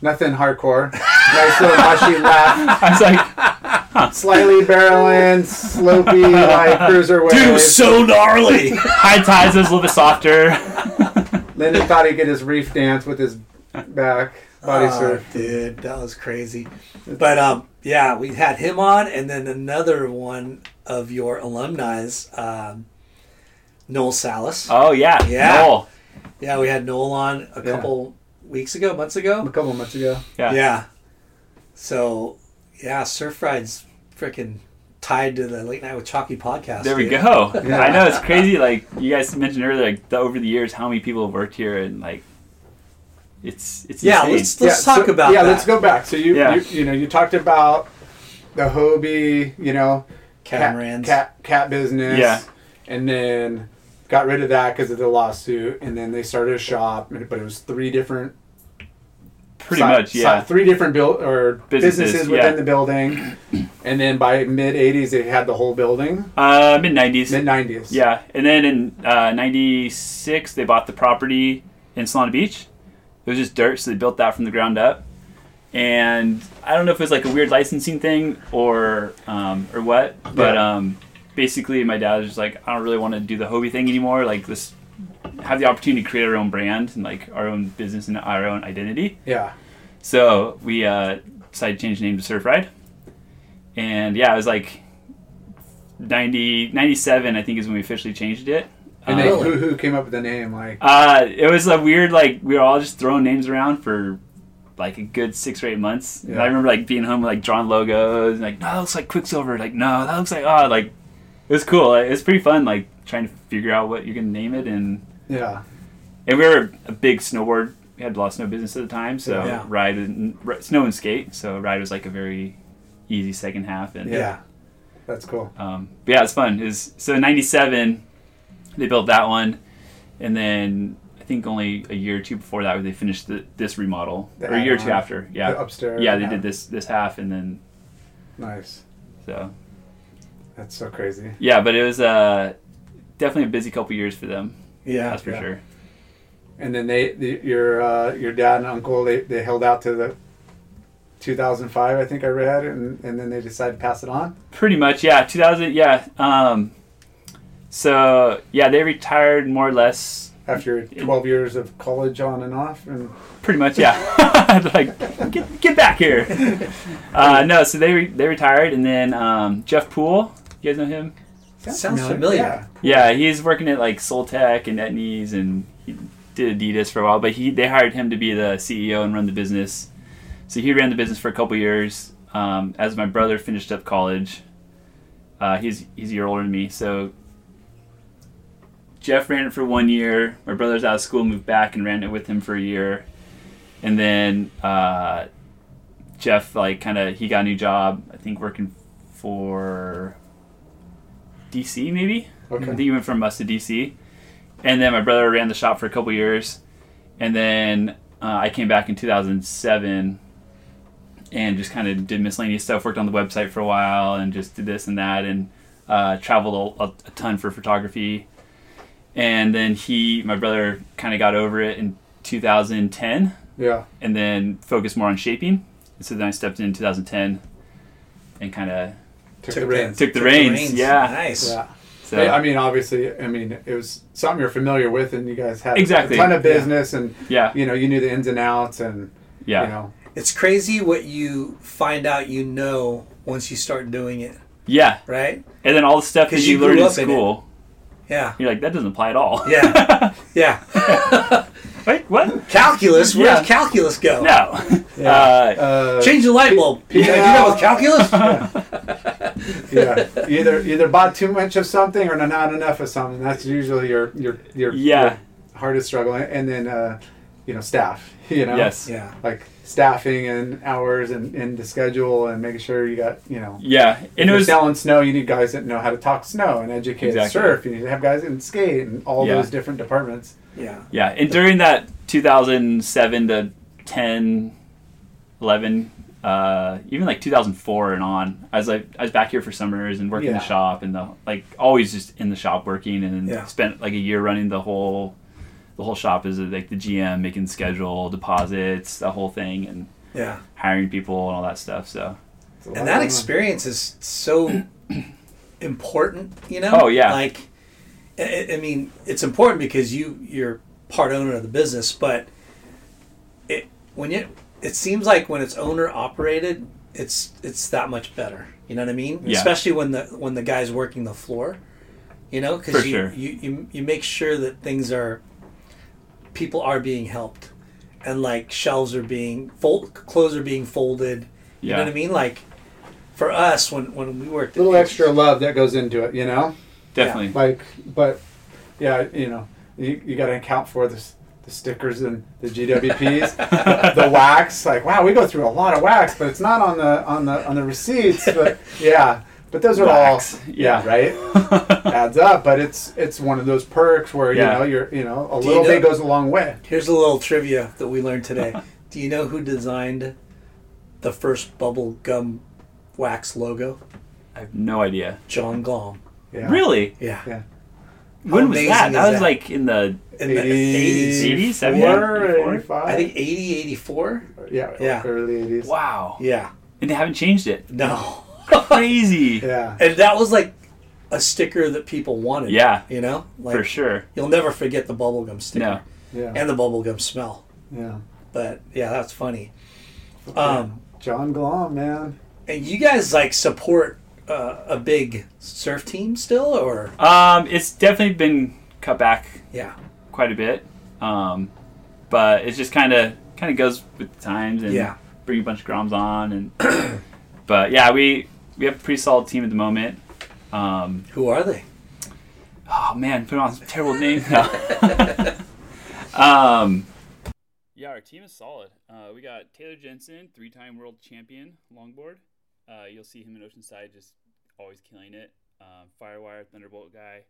[SPEAKER 3] Nothing hardcore. nice little mushy laugh.
[SPEAKER 4] I was like,
[SPEAKER 3] Slightly barreling, slopey like cruiser waves.
[SPEAKER 1] so gnarly.
[SPEAKER 4] high tides was a little bit softer.
[SPEAKER 3] Lyndon thought he'd get his reef dance with his back body surf.
[SPEAKER 1] Oh, Ah, dude, that was crazy. But um, yeah, we had him on, and then another one of your alumni's, um, Noel Salas.
[SPEAKER 4] Oh, yeah.
[SPEAKER 1] Yeah.
[SPEAKER 4] Noel.
[SPEAKER 1] yeah, we had Noel on a
[SPEAKER 3] Yeah.
[SPEAKER 1] couple weeks ago, months ago.
[SPEAKER 3] A couple months ago.
[SPEAKER 4] Yeah.
[SPEAKER 1] Yeah. So, yeah, Surf Ride's freaking tied to the Late Night with Chalky podcast.
[SPEAKER 4] There we
[SPEAKER 1] dude.
[SPEAKER 4] go. I know it's crazy. Like you guys mentioned earlier, like the, over the years, how many people have worked here, and like, it's it's
[SPEAKER 1] Yeah,
[SPEAKER 4] insane.
[SPEAKER 1] let's let's talk
[SPEAKER 3] so-
[SPEAKER 1] about
[SPEAKER 3] yeah
[SPEAKER 1] that.
[SPEAKER 3] let's go back so you,
[SPEAKER 4] Yeah.
[SPEAKER 3] you you know you talked about the hobie you know
[SPEAKER 1] Catamarans.
[SPEAKER 3] cat cat, cat business
[SPEAKER 4] Yeah.
[SPEAKER 3] and then got rid of that because of the lawsuit and then they started a shop and- but it was three different
[SPEAKER 4] pretty
[SPEAKER 3] si-
[SPEAKER 4] much.
[SPEAKER 3] si-
[SPEAKER 4] Yeah,
[SPEAKER 3] three different build or
[SPEAKER 4] Businesses,
[SPEAKER 3] businesses, within
[SPEAKER 4] yeah.
[SPEAKER 3] the building and then by mid 80s they had the whole building
[SPEAKER 4] uh, mid nineties.
[SPEAKER 3] mid 90s
[SPEAKER 4] Yeah, and then in uh, '96 they bought the property in Solana Beach. It was just dirt, so they built that from the ground up. And I don't know if it was like a weird licensing thing or um, or what, but
[SPEAKER 3] Yeah.
[SPEAKER 4] um, basically my dad was just like, I don't really want to do the Hobie thing anymore. Like, let's have the opportunity to create our own brand and like our own business and our own identity.
[SPEAKER 3] yeah
[SPEAKER 4] So we uh, decided to change the name to Surf Ride. And yeah, it was like 90, 97, I think, is when we officially changed it.
[SPEAKER 3] and
[SPEAKER 4] Um,
[SPEAKER 3] they, who who came up with the name like
[SPEAKER 4] uh, it was a weird, like, we were all just throwing names around for like a good six or eight months. And
[SPEAKER 3] Yeah.
[SPEAKER 4] I remember like being home, like drawing logos and like, no, that looks like Quicksilver. Like, no, that looks like, oh, like, it was cool. Like, it was pretty fun, like, trying to figure out what you're going to name it. And,
[SPEAKER 3] yeah
[SPEAKER 4] and we were a big snowboard, we had a lot of snow business at the time. So
[SPEAKER 1] Yeah.
[SPEAKER 4] ride and r- snow and skate. So ride was like a very easy second half. And
[SPEAKER 3] yeah, that's cool
[SPEAKER 4] um, but yeah, it's fun. Is so '97, they built that one, and then I think only a year or two before that, they finished the, this remodel,
[SPEAKER 3] The
[SPEAKER 4] or a year or
[SPEAKER 3] add-on.
[SPEAKER 4] two after. Yeah,
[SPEAKER 3] The upstairs
[SPEAKER 4] Yeah, they
[SPEAKER 3] and
[SPEAKER 4] did
[SPEAKER 3] that.
[SPEAKER 4] this this half, and then
[SPEAKER 3] nice
[SPEAKER 4] so
[SPEAKER 3] that's so crazy
[SPEAKER 4] yeah. But it was uh, definitely a busy couple years for them.
[SPEAKER 1] Yeah.
[SPEAKER 4] That's for
[SPEAKER 3] yeah.
[SPEAKER 4] sure.
[SPEAKER 3] And then they, the, your uh, your dad and uncle, they, they held out to the 2005, I think I read, and, and then they decided to pass it on.
[SPEAKER 4] Pretty much, yeah. 2000, yeah. Um, so yeah, they retired more or less.
[SPEAKER 3] After 12 years of college on and off, and
[SPEAKER 4] Pretty much, yeah. like, get, get back here. Uh, no, so they re- they retired, and then um, Jeff Poole, you guys know him?
[SPEAKER 1] Sounds familiar.
[SPEAKER 3] Yeah.
[SPEAKER 4] Yeah, he's working at like Soltech and NetEase, and he did Adidas for a while. But he they hired him to be the CEO and run the business. So he ran the business for a couple years. Um, as my brother finished up college, uh, he's he's a year older than me. So Jeff ran it for one year. My brother's out of school, moved back, and ran it with him for a year. And then uh, Jeff like kind of he got a new job. I think working for DC maybe. I
[SPEAKER 3] Okay.
[SPEAKER 4] think he went from us to DC. And then my brother ran the shop for a couple years. And then Uh, I came back in 2007 and just kind of did miscellaneous stuff. Worked on the website for a while and just did this and that and uh, traveled a, a ton for photography. And then he, my brother, kind of got over it in 2010
[SPEAKER 3] Yeah.
[SPEAKER 4] and then focused more on shaping. So then I stepped in 2010 and kind of
[SPEAKER 3] Took
[SPEAKER 1] Took
[SPEAKER 3] the
[SPEAKER 1] the
[SPEAKER 3] reins.
[SPEAKER 1] reins.
[SPEAKER 4] took the reins. Yeah.
[SPEAKER 1] Nice.
[SPEAKER 3] Yeah.
[SPEAKER 4] So
[SPEAKER 3] Hey, I mean, obviously, I mean, it was something you're familiar with, and you guys had
[SPEAKER 4] Exactly.
[SPEAKER 3] a ton of
[SPEAKER 1] Yeah.
[SPEAKER 3] business, and
[SPEAKER 4] yeah,
[SPEAKER 3] you know, you knew the ins and outs, and
[SPEAKER 4] yeah,
[SPEAKER 3] you know,
[SPEAKER 1] It's crazy what you find out you know once you start doing it,
[SPEAKER 4] yeah.
[SPEAKER 1] right?
[SPEAKER 4] And then all the stuff that
[SPEAKER 1] 'Cause
[SPEAKER 4] you,
[SPEAKER 1] you
[SPEAKER 4] learned
[SPEAKER 1] grew
[SPEAKER 4] in
[SPEAKER 1] up in
[SPEAKER 4] school,
[SPEAKER 1] Yeah.
[SPEAKER 4] you're like, that doesn't apply at all.
[SPEAKER 1] Yeah. yeah.
[SPEAKER 4] Wait, what?
[SPEAKER 1] Calculus. Where
[SPEAKER 4] Yeah.
[SPEAKER 1] does calculus go?
[SPEAKER 4] No. Uh,
[SPEAKER 3] uh,
[SPEAKER 1] Change the light bulb. You gotta do that with calculus?
[SPEAKER 3] yeah, either either bought too much of something or not enough of something. That's usually your your your,
[SPEAKER 4] yeah.
[SPEAKER 3] your hardest struggle, and then uh, you know, staff. You know,
[SPEAKER 4] Yes.
[SPEAKER 1] yeah.
[SPEAKER 3] like staffing and hours and, and the schedule and making sure you got you know
[SPEAKER 4] Yeah. And it
[SPEAKER 3] you're
[SPEAKER 4] was
[SPEAKER 3] selling snow, you need guys that know how to talk snow and educate
[SPEAKER 4] Exactly.
[SPEAKER 3] surf. You need to have guys that can skate and all
[SPEAKER 4] Yeah.
[SPEAKER 3] those different departments.
[SPEAKER 1] Yeah.
[SPEAKER 4] yeah. And during that 2007 to 10, 11, uh, even like 2004 and on, I was like, I was back here for summers and worked in
[SPEAKER 3] Yeah.
[SPEAKER 4] the shop and the like, always just in the shop working and then
[SPEAKER 1] Yeah.
[SPEAKER 4] spent like a year running the whole, the whole shop is like the GM making schedule deposits, the whole thing and
[SPEAKER 1] Yeah.
[SPEAKER 4] hiring people and all that stuff. So
[SPEAKER 3] It's a lot
[SPEAKER 1] And that
[SPEAKER 3] going on.
[SPEAKER 1] experience is so important, you know?
[SPEAKER 4] Oh, yeah.
[SPEAKER 1] Like, I, I- I mean, it's important because you, you're part owner of the business, but it, when you, it seems like when it's owner operated, it's, it's that much better. You know what I mean?
[SPEAKER 4] Yeah.
[SPEAKER 1] Especially when the, when the guy's working the floor, you know,
[SPEAKER 4] For
[SPEAKER 1] because you,
[SPEAKER 4] sure.
[SPEAKER 1] you, you, you make sure that things are, people are being helped and like shelves are being fold, clothes are being folded. You know
[SPEAKER 4] Yeah.
[SPEAKER 1] what I mean? Like for us, when when we worked, at
[SPEAKER 3] little
[SPEAKER 1] the-
[SPEAKER 3] extra love that goes into it, you know.
[SPEAKER 4] definitely.
[SPEAKER 3] Like, but yeah, you know, you, you got to account for this. The stickers and the GWPs, the wax. Like, wow, we go through a lot of wax, but it's not on the on the on the receipts. But yeah, but those are
[SPEAKER 4] Wax,
[SPEAKER 3] all yeah, right. Adds up, but it's it's one of those perks where
[SPEAKER 4] Yeah.
[SPEAKER 3] you know you're you know a
[SPEAKER 1] Do you
[SPEAKER 3] little bit
[SPEAKER 1] know-
[SPEAKER 3] goes a long way.
[SPEAKER 1] Here's a little trivia that we learned today. Do you know who designed the first bubble gum wax logo?
[SPEAKER 4] I have no idea.
[SPEAKER 1] John Glom.
[SPEAKER 3] Yeah.
[SPEAKER 4] Really?
[SPEAKER 1] Yeah.
[SPEAKER 3] Yeah.
[SPEAKER 1] How
[SPEAKER 4] When was
[SPEAKER 1] amazing
[SPEAKER 4] that?
[SPEAKER 1] is
[SPEAKER 4] That was like in the
[SPEAKER 1] in the 80s.
[SPEAKER 4] 80s, 70s,
[SPEAKER 3] Four,
[SPEAKER 4] 84?
[SPEAKER 1] I think 80, 84?
[SPEAKER 3] yeah,
[SPEAKER 1] Yeah.
[SPEAKER 3] early eighties.
[SPEAKER 4] wow.
[SPEAKER 1] Yeah.
[SPEAKER 4] And they haven't changed it.
[SPEAKER 1] No.
[SPEAKER 4] Crazy.
[SPEAKER 3] Yeah,
[SPEAKER 1] And that was like a sticker that people wanted.
[SPEAKER 4] Yeah.
[SPEAKER 1] You know? Like
[SPEAKER 4] For sure.
[SPEAKER 1] you'll never forget the bubblegum sticker.
[SPEAKER 4] No.
[SPEAKER 3] yeah,
[SPEAKER 1] And the bubblegum smell.
[SPEAKER 3] yeah.
[SPEAKER 1] But yeah, that's funny. Um,
[SPEAKER 3] John Glom, man.
[SPEAKER 1] and you guys like support uh, a big surf team still, or
[SPEAKER 4] Um, it's definitely been cut back
[SPEAKER 1] yeah,
[SPEAKER 4] quite a bit. Um, but it's just kind of kind of goes with the times and
[SPEAKER 1] Yeah.
[SPEAKER 4] bring a bunch of groms on and but yeah, we we have a pretty solid team at the moment. Um,
[SPEAKER 1] who are they?
[SPEAKER 4] oh man, put on some terrible name. No. um, yeah, our team is solid. Uh, we got Taylor Jensen, three-time world champion longboard. Uh, you'll see him in Oceanside, just always killing it. Um, Firewire, Thunderbolt guy.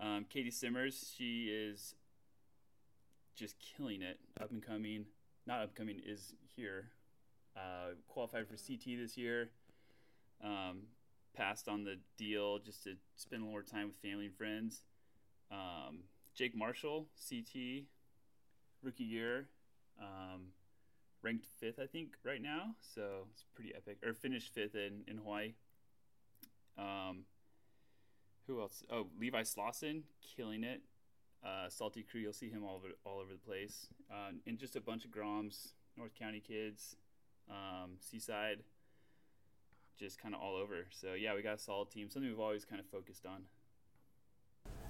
[SPEAKER 4] Um, Katie Simmers, she is just killing it. Up and coming, not upcoming, is here. Uh, qualified for CT this year. Um, passed on the deal just to spend a little more time with family and friends. Um, Jake Marshall, CT, rookie year, um, ranked fifth, I think, right now. So it's pretty epic. Or finished fifth in, in Hawaii. Um, who else? Oh, Levi Slauson, killing it. Uh, Salty Crew, you'll see him all over, all over the place. Uh, and just a bunch of Groms, North County kids, um, Seaside just kind of all over. So yeah, we got a solid team. Something we've always kind of focused on.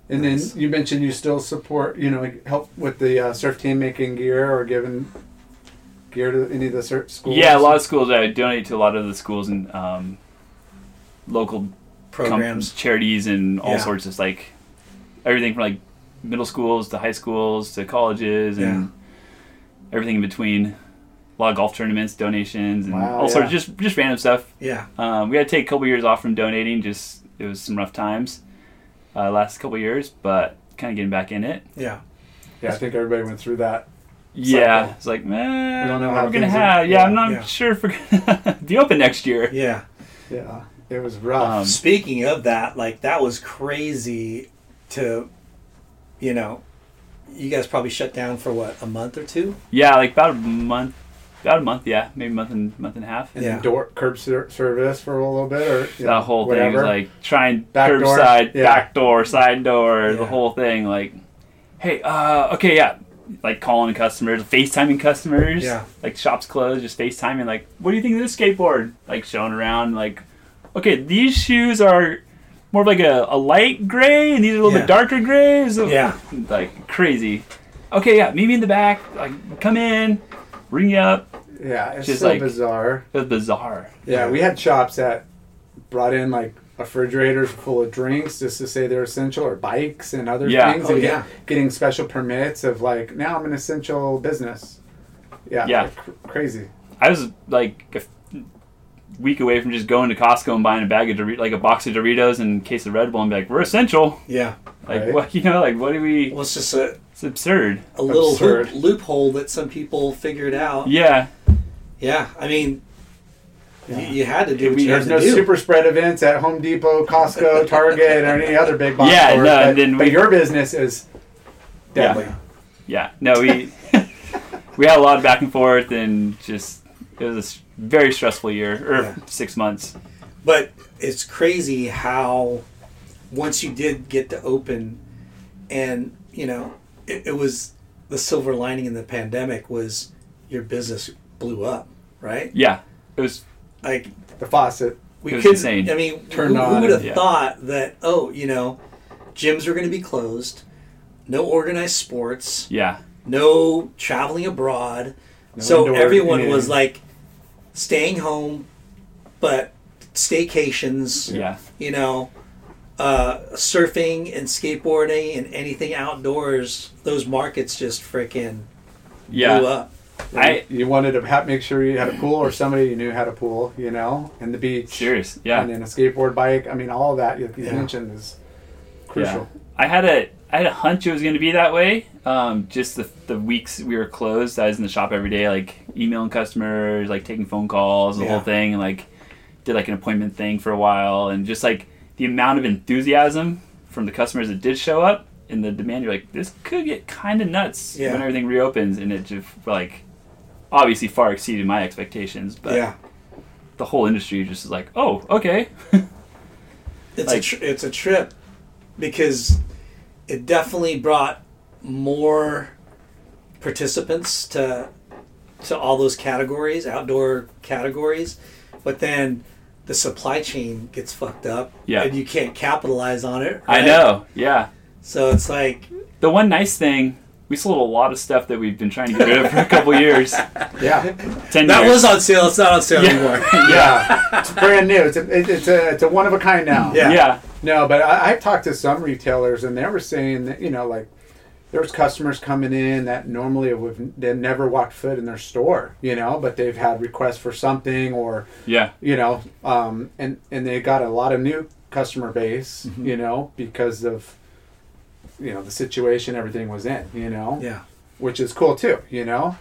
[SPEAKER 3] And
[SPEAKER 1] Nice.
[SPEAKER 3] then you mentioned you still support, you know, help with the uh, surf team making gear or giving gear to any of the surf schools.
[SPEAKER 4] Yeah, a lot of schools. I donate to a lot of the schools and um, local com-
[SPEAKER 1] Programs.
[SPEAKER 4] charities, and all
[SPEAKER 1] Yeah.
[SPEAKER 4] sorts of like everything from like middle schools to high schools to colleges and everything in between. A lot of golf tournaments, donations, and
[SPEAKER 3] Wow,
[SPEAKER 4] all sorts.
[SPEAKER 3] yeah.
[SPEAKER 4] Just just random stuff.
[SPEAKER 1] Yeah,
[SPEAKER 4] Um, we had to take a couple years off from donating. Just it was some rough times uh, last couple years, but kind of getting back in it.
[SPEAKER 1] yeah,
[SPEAKER 3] Yeah, I think everybody went through that.
[SPEAKER 4] Yeah, it's like man,
[SPEAKER 3] We don't know
[SPEAKER 4] what
[SPEAKER 3] how
[SPEAKER 4] we're gonna
[SPEAKER 3] things are-
[SPEAKER 4] have. Yeah, I'm not
[SPEAKER 1] yeah.
[SPEAKER 4] sure if we're gonna be open next year.
[SPEAKER 1] Yeah.
[SPEAKER 3] Yeah, it was rough.
[SPEAKER 4] Um,
[SPEAKER 1] Speaking of that, like that was crazy to, you know, you guys probably shut down for what a month or two.
[SPEAKER 4] Yeah, like about a month, about a month. Yeah, maybe a month and month and a half.
[SPEAKER 3] and
[SPEAKER 1] yeah.
[SPEAKER 3] door curb ser- service for a little bit, or you know,
[SPEAKER 4] That whole thing
[SPEAKER 3] whatever.
[SPEAKER 4] was like trying
[SPEAKER 3] Back door.
[SPEAKER 4] curbside,
[SPEAKER 3] Yeah.
[SPEAKER 4] back door, side door,
[SPEAKER 1] Yeah.
[SPEAKER 4] the whole thing. Like, hey, uh, okay, yeah, like calling customers, FaceTiming customers.
[SPEAKER 1] Yeah.
[SPEAKER 4] Like shops closed, just FaceTiming. Like, what do you think of this skateboard? Like showing around. Like, okay, these shoes are more of like a, a light gray, and these are a little
[SPEAKER 1] Yeah.
[SPEAKER 4] bit darker grays.
[SPEAKER 1] Yeah.
[SPEAKER 4] Like crazy. Okay, yeah, meet me in the back. Like, come in, ring you up.
[SPEAKER 3] yeah, it's
[SPEAKER 4] just
[SPEAKER 3] so
[SPEAKER 4] like-
[SPEAKER 3] bizarre.
[SPEAKER 4] It was bizarre.
[SPEAKER 3] Yeah, we had shops that brought in like refrigerators full of drinks just to say they're essential, or bikes and other
[SPEAKER 4] Yeah.
[SPEAKER 3] things,
[SPEAKER 1] Oh,
[SPEAKER 3] and get-
[SPEAKER 1] yeah.
[SPEAKER 3] getting special permits of like now I'm an essential business. Yeah,
[SPEAKER 4] Yeah.
[SPEAKER 3] like, cr- crazy.
[SPEAKER 4] I was like a f- week away from just going to Costco and buying a bag of Doritos, like a box of Doritos and a case of Red Bull, and be like, "We're essential."
[SPEAKER 1] Yeah.
[SPEAKER 4] Like,
[SPEAKER 3] Right.
[SPEAKER 4] what you know? Like, what do we?
[SPEAKER 1] Well, it's just a,
[SPEAKER 4] It's absurd.
[SPEAKER 1] a little
[SPEAKER 3] Absurd.
[SPEAKER 1] hoop, loophole that some people figured out.
[SPEAKER 4] Yeah,
[SPEAKER 1] Yeah, I mean,
[SPEAKER 3] Yeah.
[SPEAKER 1] You, you had to do
[SPEAKER 4] I
[SPEAKER 1] what
[SPEAKER 4] mean,
[SPEAKER 1] you had
[SPEAKER 3] There's
[SPEAKER 1] to
[SPEAKER 3] no
[SPEAKER 1] do.
[SPEAKER 3] super spread events at Home Depot, Costco, Target, or any other big box
[SPEAKER 4] Yeah,
[SPEAKER 3] store.
[SPEAKER 4] no,
[SPEAKER 3] but,
[SPEAKER 4] and then
[SPEAKER 3] but
[SPEAKER 4] we-
[SPEAKER 3] your business is
[SPEAKER 4] Yeah.
[SPEAKER 3] deadly.
[SPEAKER 4] yeah. No, we we had a lot of back and forth, and just it was a s- very stressful year or
[SPEAKER 1] Yeah.
[SPEAKER 4] six months.
[SPEAKER 1] but it's crazy how once you did get to open, and you know, it, it was the silver lining in the pandemic was your business blew up, right?
[SPEAKER 4] Yeah, it was.
[SPEAKER 1] Like
[SPEAKER 3] The faucet.
[SPEAKER 1] we
[SPEAKER 4] It was
[SPEAKER 1] couldn't.
[SPEAKER 4] insane.
[SPEAKER 1] I mean,
[SPEAKER 3] Turned
[SPEAKER 1] who,
[SPEAKER 3] on
[SPEAKER 1] would have
[SPEAKER 4] and- yeah.
[SPEAKER 1] thought that? Oh, you know, gyms were going to be closed, no organized sports,
[SPEAKER 4] Yeah,
[SPEAKER 1] no traveling abroad. so
[SPEAKER 3] indoor
[SPEAKER 1] everyone was
[SPEAKER 3] meetings.
[SPEAKER 1] like staying home, but staycations,
[SPEAKER 4] yeah,
[SPEAKER 1] you know, uh, surfing and skateboarding and anything outdoors. Those markets just freaking blew
[SPEAKER 4] yeah.
[SPEAKER 1] up.
[SPEAKER 4] I
[SPEAKER 3] You wanted to ha- make sure you had a pool or somebody you knew had a pool, you know, and the beach.
[SPEAKER 4] serious. Yeah,
[SPEAKER 3] And then a skateboard bike. I mean, all of that you you
[SPEAKER 1] Yeah.
[SPEAKER 3] mentioned is
[SPEAKER 4] Yeah.
[SPEAKER 3] crucial.
[SPEAKER 4] I had a I had a hunch it was going to be that way. Um, just the, the weeks we were closed, I was in the shop every day, like emailing customers, like taking phone calls, the
[SPEAKER 1] Yeah.
[SPEAKER 4] whole thing, and like did like an appointment thing for a while, and just like the amount of enthusiasm from the customers that did show up and the demand. You're like, this could get kind of nuts
[SPEAKER 1] Yeah.
[SPEAKER 4] when everything reopens, and it just like obviously far exceeded my expectations. But
[SPEAKER 1] yeah.
[SPEAKER 4] the whole industry just is like, oh, okay,
[SPEAKER 1] It's a
[SPEAKER 4] Like-
[SPEAKER 1] tr- it's a trip because it definitely brought more participants to to all those categories, outdoor categories, but then the supply chain gets fucked up
[SPEAKER 4] Yeah.
[SPEAKER 1] and you can't capitalize on it.
[SPEAKER 4] I
[SPEAKER 1] right?
[SPEAKER 4] know, yeah.
[SPEAKER 1] So it's like
[SPEAKER 4] The one nice thing, we sold a lot of stuff that we've been trying to get rid of for a couple years.
[SPEAKER 3] Yeah.
[SPEAKER 4] Ten
[SPEAKER 1] that
[SPEAKER 4] years.
[SPEAKER 1] was on sale, it's not on sale anymore.
[SPEAKER 3] yeah, it's brand new. It's a, it, it's a it's a one of a kind now.
[SPEAKER 1] Yeah.
[SPEAKER 4] yeah,
[SPEAKER 3] No, but I, I've talked to some retailers, and they were saying that you know, like there's customers coming in that normally would they've never walked foot in their store, you know, but they've had requests for something or
[SPEAKER 4] yeah,
[SPEAKER 3] you know, um, and and they got a lot of new customer base, you know, because of you know the situation everything was in, you know,
[SPEAKER 1] yeah.
[SPEAKER 3] which is cool too, you know.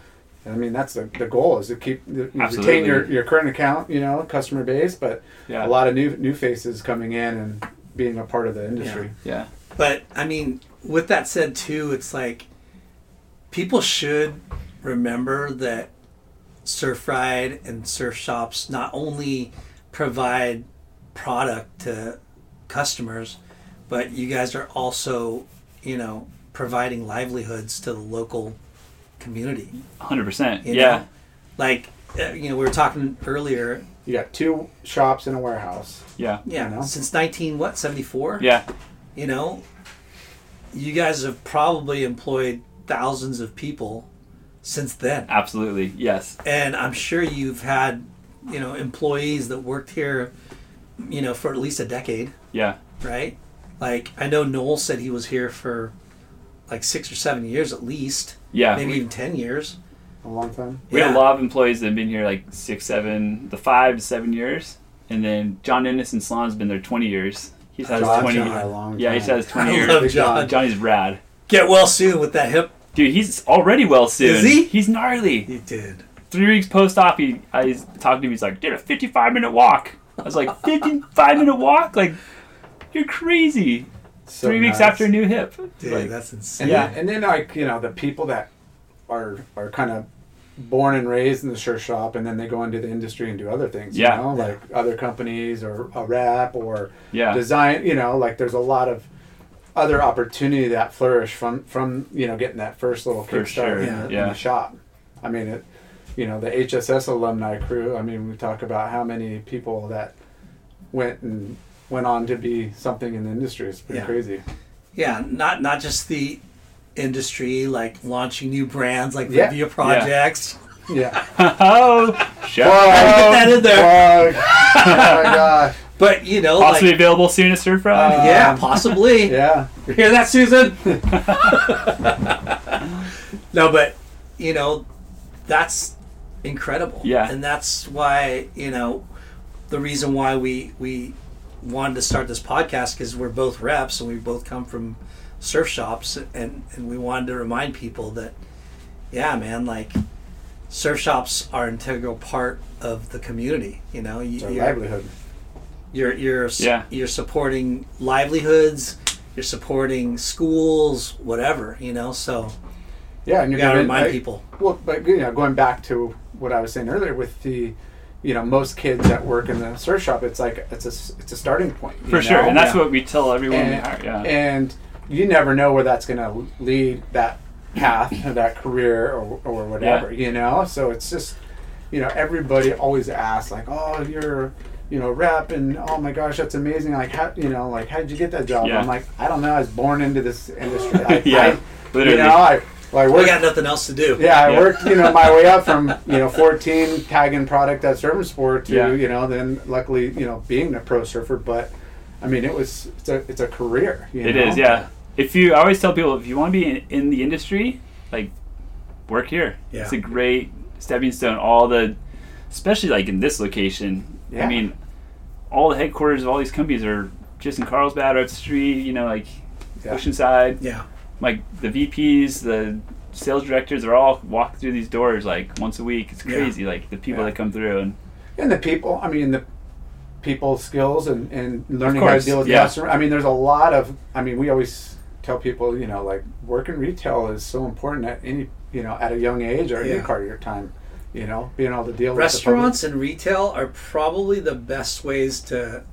[SPEAKER 3] I mean, that's the, the goal is to keep you retain
[SPEAKER 4] Absolutely.
[SPEAKER 3] your, your current account, you know, customer base, but
[SPEAKER 4] yeah,
[SPEAKER 3] a lot of new new faces coming in and being a part of the industry.
[SPEAKER 4] yeah,
[SPEAKER 1] But I mean, with that said, too, it's like people should remember that surf ride and surf shops not only provide product to customers, but you guys are also, you know, providing livelihoods to the local community.
[SPEAKER 4] hundred percent.
[SPEAKER 1] You
[SPEAKER 4] Yeah,
[SPEAKER 1] Know? Like, uh, you know, we were talking earlier.
[SPEAKER 3] You got two shops and a warehouse.
[SPEAKER 4] yeah,
[SPEAKER 1] Yeah,
[SPEAKER 3] know?
[SPEAKER 1] since 19, what, 74?
[SPEAKER 4] yeah,
[SPEAKER 1] you know, you guys have probably employed thousands of people since then.
[SPEAKER 4] absolutely. Yes,
[SPEAKER 1] And I'm sure you've had, you know, employees that worked here, you know, for at least a decade,
[SPEAKER 4] yeah,
[SPEAKER 1] right? Like, I know Noel said he was here for like six or seven years at least,
[SPEAKER 4] yeah.
[SPEAKER 1] maybe
[SPEAKER 4] We,
[SPEAKER 1] even 10 years.
[SPEAKER 3] A long time.
[SPEAKER 4] we had
[SPEAKER 1] Yeah.
[SPEAKER 4] a lot of employees that have been here like six, seven, the five to seven years, and then John Ennis and Salon's been there twenty years. He's had his
[SPEAKER 3] John's
[SPEAKER 4] twenty.
[SPEAKER 3] been here a long
[SPEAKER 4] yeah,
[SPEAKER 3] time.
[SPEAKER 4] he's had his
[SPEAKER 1] I
[SPEAKER 4] twenty years.
[SPEAKER 1] love John.
[SPEAKER 4] Johnny's rad.
[SPEAKER 1] Get well soon with that hip
[SPEAKER 4] Dude, he's already well soon.
[SPEAKER 1] Is he?
[SPEAKER 4] He's gnarly.
[SPEAKER 1] You did.
[SPEAKER 4] Three weeks post op, he, I was talking to him. He's like, did a 55 minute walk. I was like, 55 minute walk? Like, you're crazy.
[SPEAKER 3] So
[SPEAKER 4] Three weeks
[SPEAKER 3] nuts.
[SPEAKER 4] after a new hip.
[SPEAKER 1] Dude,
[SPEAKER 4] Like,
[SPEAKER 1] that's insane.
[SPEAKER 3] And
[SPEAKER 4] Yeah.
[SPEAKER 3] then, and then like you know the people that are are kind of born and raised in the shirt shop, and then they go into the industry and do other things.
[SPEAKER 4] Yeah.
[SPEAKER 3] you know, like other companies or a rep or
[SPEAKER 4] Yeah.
[SPEAKER 3] design. You know, like there's a lot of other opportunity that flourish from from you know getting that first little
[SPEAKER 4] For
[SPEAKER 3] kickstart
[SPEAKER 4] sure,
[SPEAKER 3] in, the, in
[SPEAKER 4] yeah.
[SPEAKER 3] the shop. I mean, it, you know, the HSS alumni crew. I mean, we talk about how many people that went and went on to be something in the industry. It's pretty
[SPEAKER 1] Yeah.
[SPEAKER 3] crazy.
[SPEAKER 1] Yeah, not not just the industry, like launching new brands like
[SPEAKER 3] Yeah.
[SPEAKER 1] Vivia Projects.
[SPEAKER 3] Yeah.
[SPEAKER 4] oh, shout
[SPEAKER 1] Get that in there.
[SPEAKER 3] Fuck. oh my god.
[SPEAKER 1] But you know,
[SPEAKER 4] Possibly
[SPEAKER 1] like
[SPEAKER 4] available soon at Surf Ride.
[SPEAKER 3] uh,
[SPEAKER 1] yeah, possibly.
[SPEAKER 3] Um, Yeah.
[SPEAKER 1] You hear that, Susan? no, but you know, that's incredible.
[SPEAKER 4] Yeah.
[SPEAKER 1] and that's why you know the reason why we we wanted to start this podcast because we're both reps and we both come from surf shops and and we wanted to remind people that yeah man like surf shops are an integral part of the community you know you,
[SPEAKER 3] Our
[SPEAKER 1] you're-
[SPEAKER 3] livelihood.
[SPEAKER 1] you're you're s-
[SPEAKER 4] Yeah.
[SPEAKER 1] you're supporting livelihoods you're supporting schools whatever you know so
[SPEAKER 3] Yeah, and
[SPEAKER 1] you
[SPEAKER 3] you're
[SPEAKER 1] gotta
[SPEAKER 3] gonna-
[SPEAKER 1] remind
[SPEAKER 3] like-
[SPEAKER 1] people
[SPEAKER 3] Well, but you know, going back to what I was saying earlier with the, you know, most kids that work in the surf shop, it's like it's a s- it's a starting point you
[SPEAKER 4] For sure.
[SPEAKER 3] know?
[SPEAKER 4] And that's what we tell everyone we
[SPEAKER 3] and,
[SPEAKER 4] hire. Yeah.
[SPEAKER 3] and you never know where that's going to lead that path or that career or, or whatever you know so it's just you know everybody always asks like oh you're you know rep and oh my gosh that's amazing like how you know like how did you get that job
[SPEAKER 4] Yeah.
[SPEAKER 3] i'm like i don't know i was born into this industry I,
[SPEAKER 4] Yeah,
[SPEAKER 3] I, you
[SPEAKER 4] literally.
[SPEAKER 3] know i like
[SPEAKER 1] we
[SPEAKER 3] worked
[SPEAKER 1] got nothing else to do
[SPEAKER 3] yeah, I
[SPEAKER 4] Yeah.
[SPEAKER 3] worked, you know, my way up from, you know, 14 tagging product at Surf and Sport to,
[SPEAKER 4] Yeah.
[SPEAKER 3] you know, then luckily, you know, being a pro surfer. But, I mean, it was, it's a, it's a career. You
[SPEAKER 4] It
[SPEAKER 3] know?
[SPEAKER 4] is, yeah. If you, I always tell people, if you want to be in, in the industry, like work here.
[SPEAKER 1] Yeah.
[SPEAKER 4] It's a great stepping stone. All the, especially like in this location.
[SPEAKER 3] Yeah.
[SPEAKER 4] I mean, all the headquarters of all these companies are just in Carlsbad, or up the street. You know, like
[SPEAKER 3] Yeah.
[SPEAKER 4] Oceanside.
[SPEAKER 1] yeah
[SPEAKER 4] Like the VPs, the sales directors are all walk through these doors like once a week. It's
[SPEAKER 1] Yeah.
[SPEAKER 4] crazy. Like the people
[SPEAKER 3] Yeah.
[SPEAKER 4] that come through and
[SPEAKER 3] And the people, I mean, the people skills and, and learning how to
[SPEAKER 4] course,
[SPEAKER 3] deal with the
[SPEAKER 4] yeah.
[SPEAKER 3] customer. I mean, there's a lot of, I mean, we always tell people, you know, like work in retail is so important at any, you know, at a young age or
[SPEAKER 1] Yeah.
[SPEAKER 3] any part of your time, you know, being able to deal
[SPEAKER 1] restaurants
[SPEAKER 3] with
[SPEAKER 1] and retail are probably the best ways to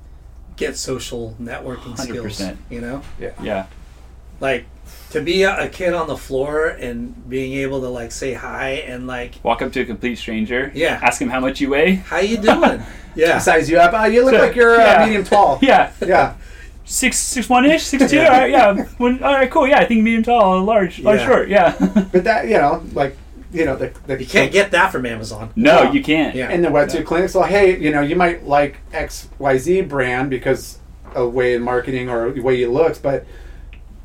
[SPEAKER 1] get social networking skills
[SPEAKER 4] 100%.
[SPEAKER 1] you know
[SPEAKER 4] yeah,
[SPEAKER 1] like to be a, a kid on the floor and being able to like say hi and like
[SPEAKER 4] walk up to a complete stranger.
[SPEAKER 1] Yeah.
[SPEAKER 4] Ask them how much you weigh.
[SPEAKER 1] how you doing
[SPEAKER 3] the
[SPEAKER 1] yeah
[SPEAKER 3] public. Size you up. Oh, you look
[SPEAKER 4] So,
[SPEAKER 3] like you're uh,
[SPEAKER 4] yeah.
[SPEAKER 3] medium tall.
[SPEAKER 4] Yeah.
[SPEAKER 3] Yeah.
[SPEAKER 4] six six one ish, six two. All right, yeah. One, all right, cool. Yeah, I think medium tall, large, large,
[SPEAKER 1] Yeah.
[SPEAKER 4] short. Yeah.
[SPEAKER 3] But that you know, like you know, the, the
[SPEAKER 1] you can't get that from amazon
[SPEAKER 4] no, you can't.
[SPEAKER 1] Yeah.
[SPEAKER 3] in the wetsuit clinics. Well, hey, you know, you might like X Y Z brand because of way in marketing or the way you look, but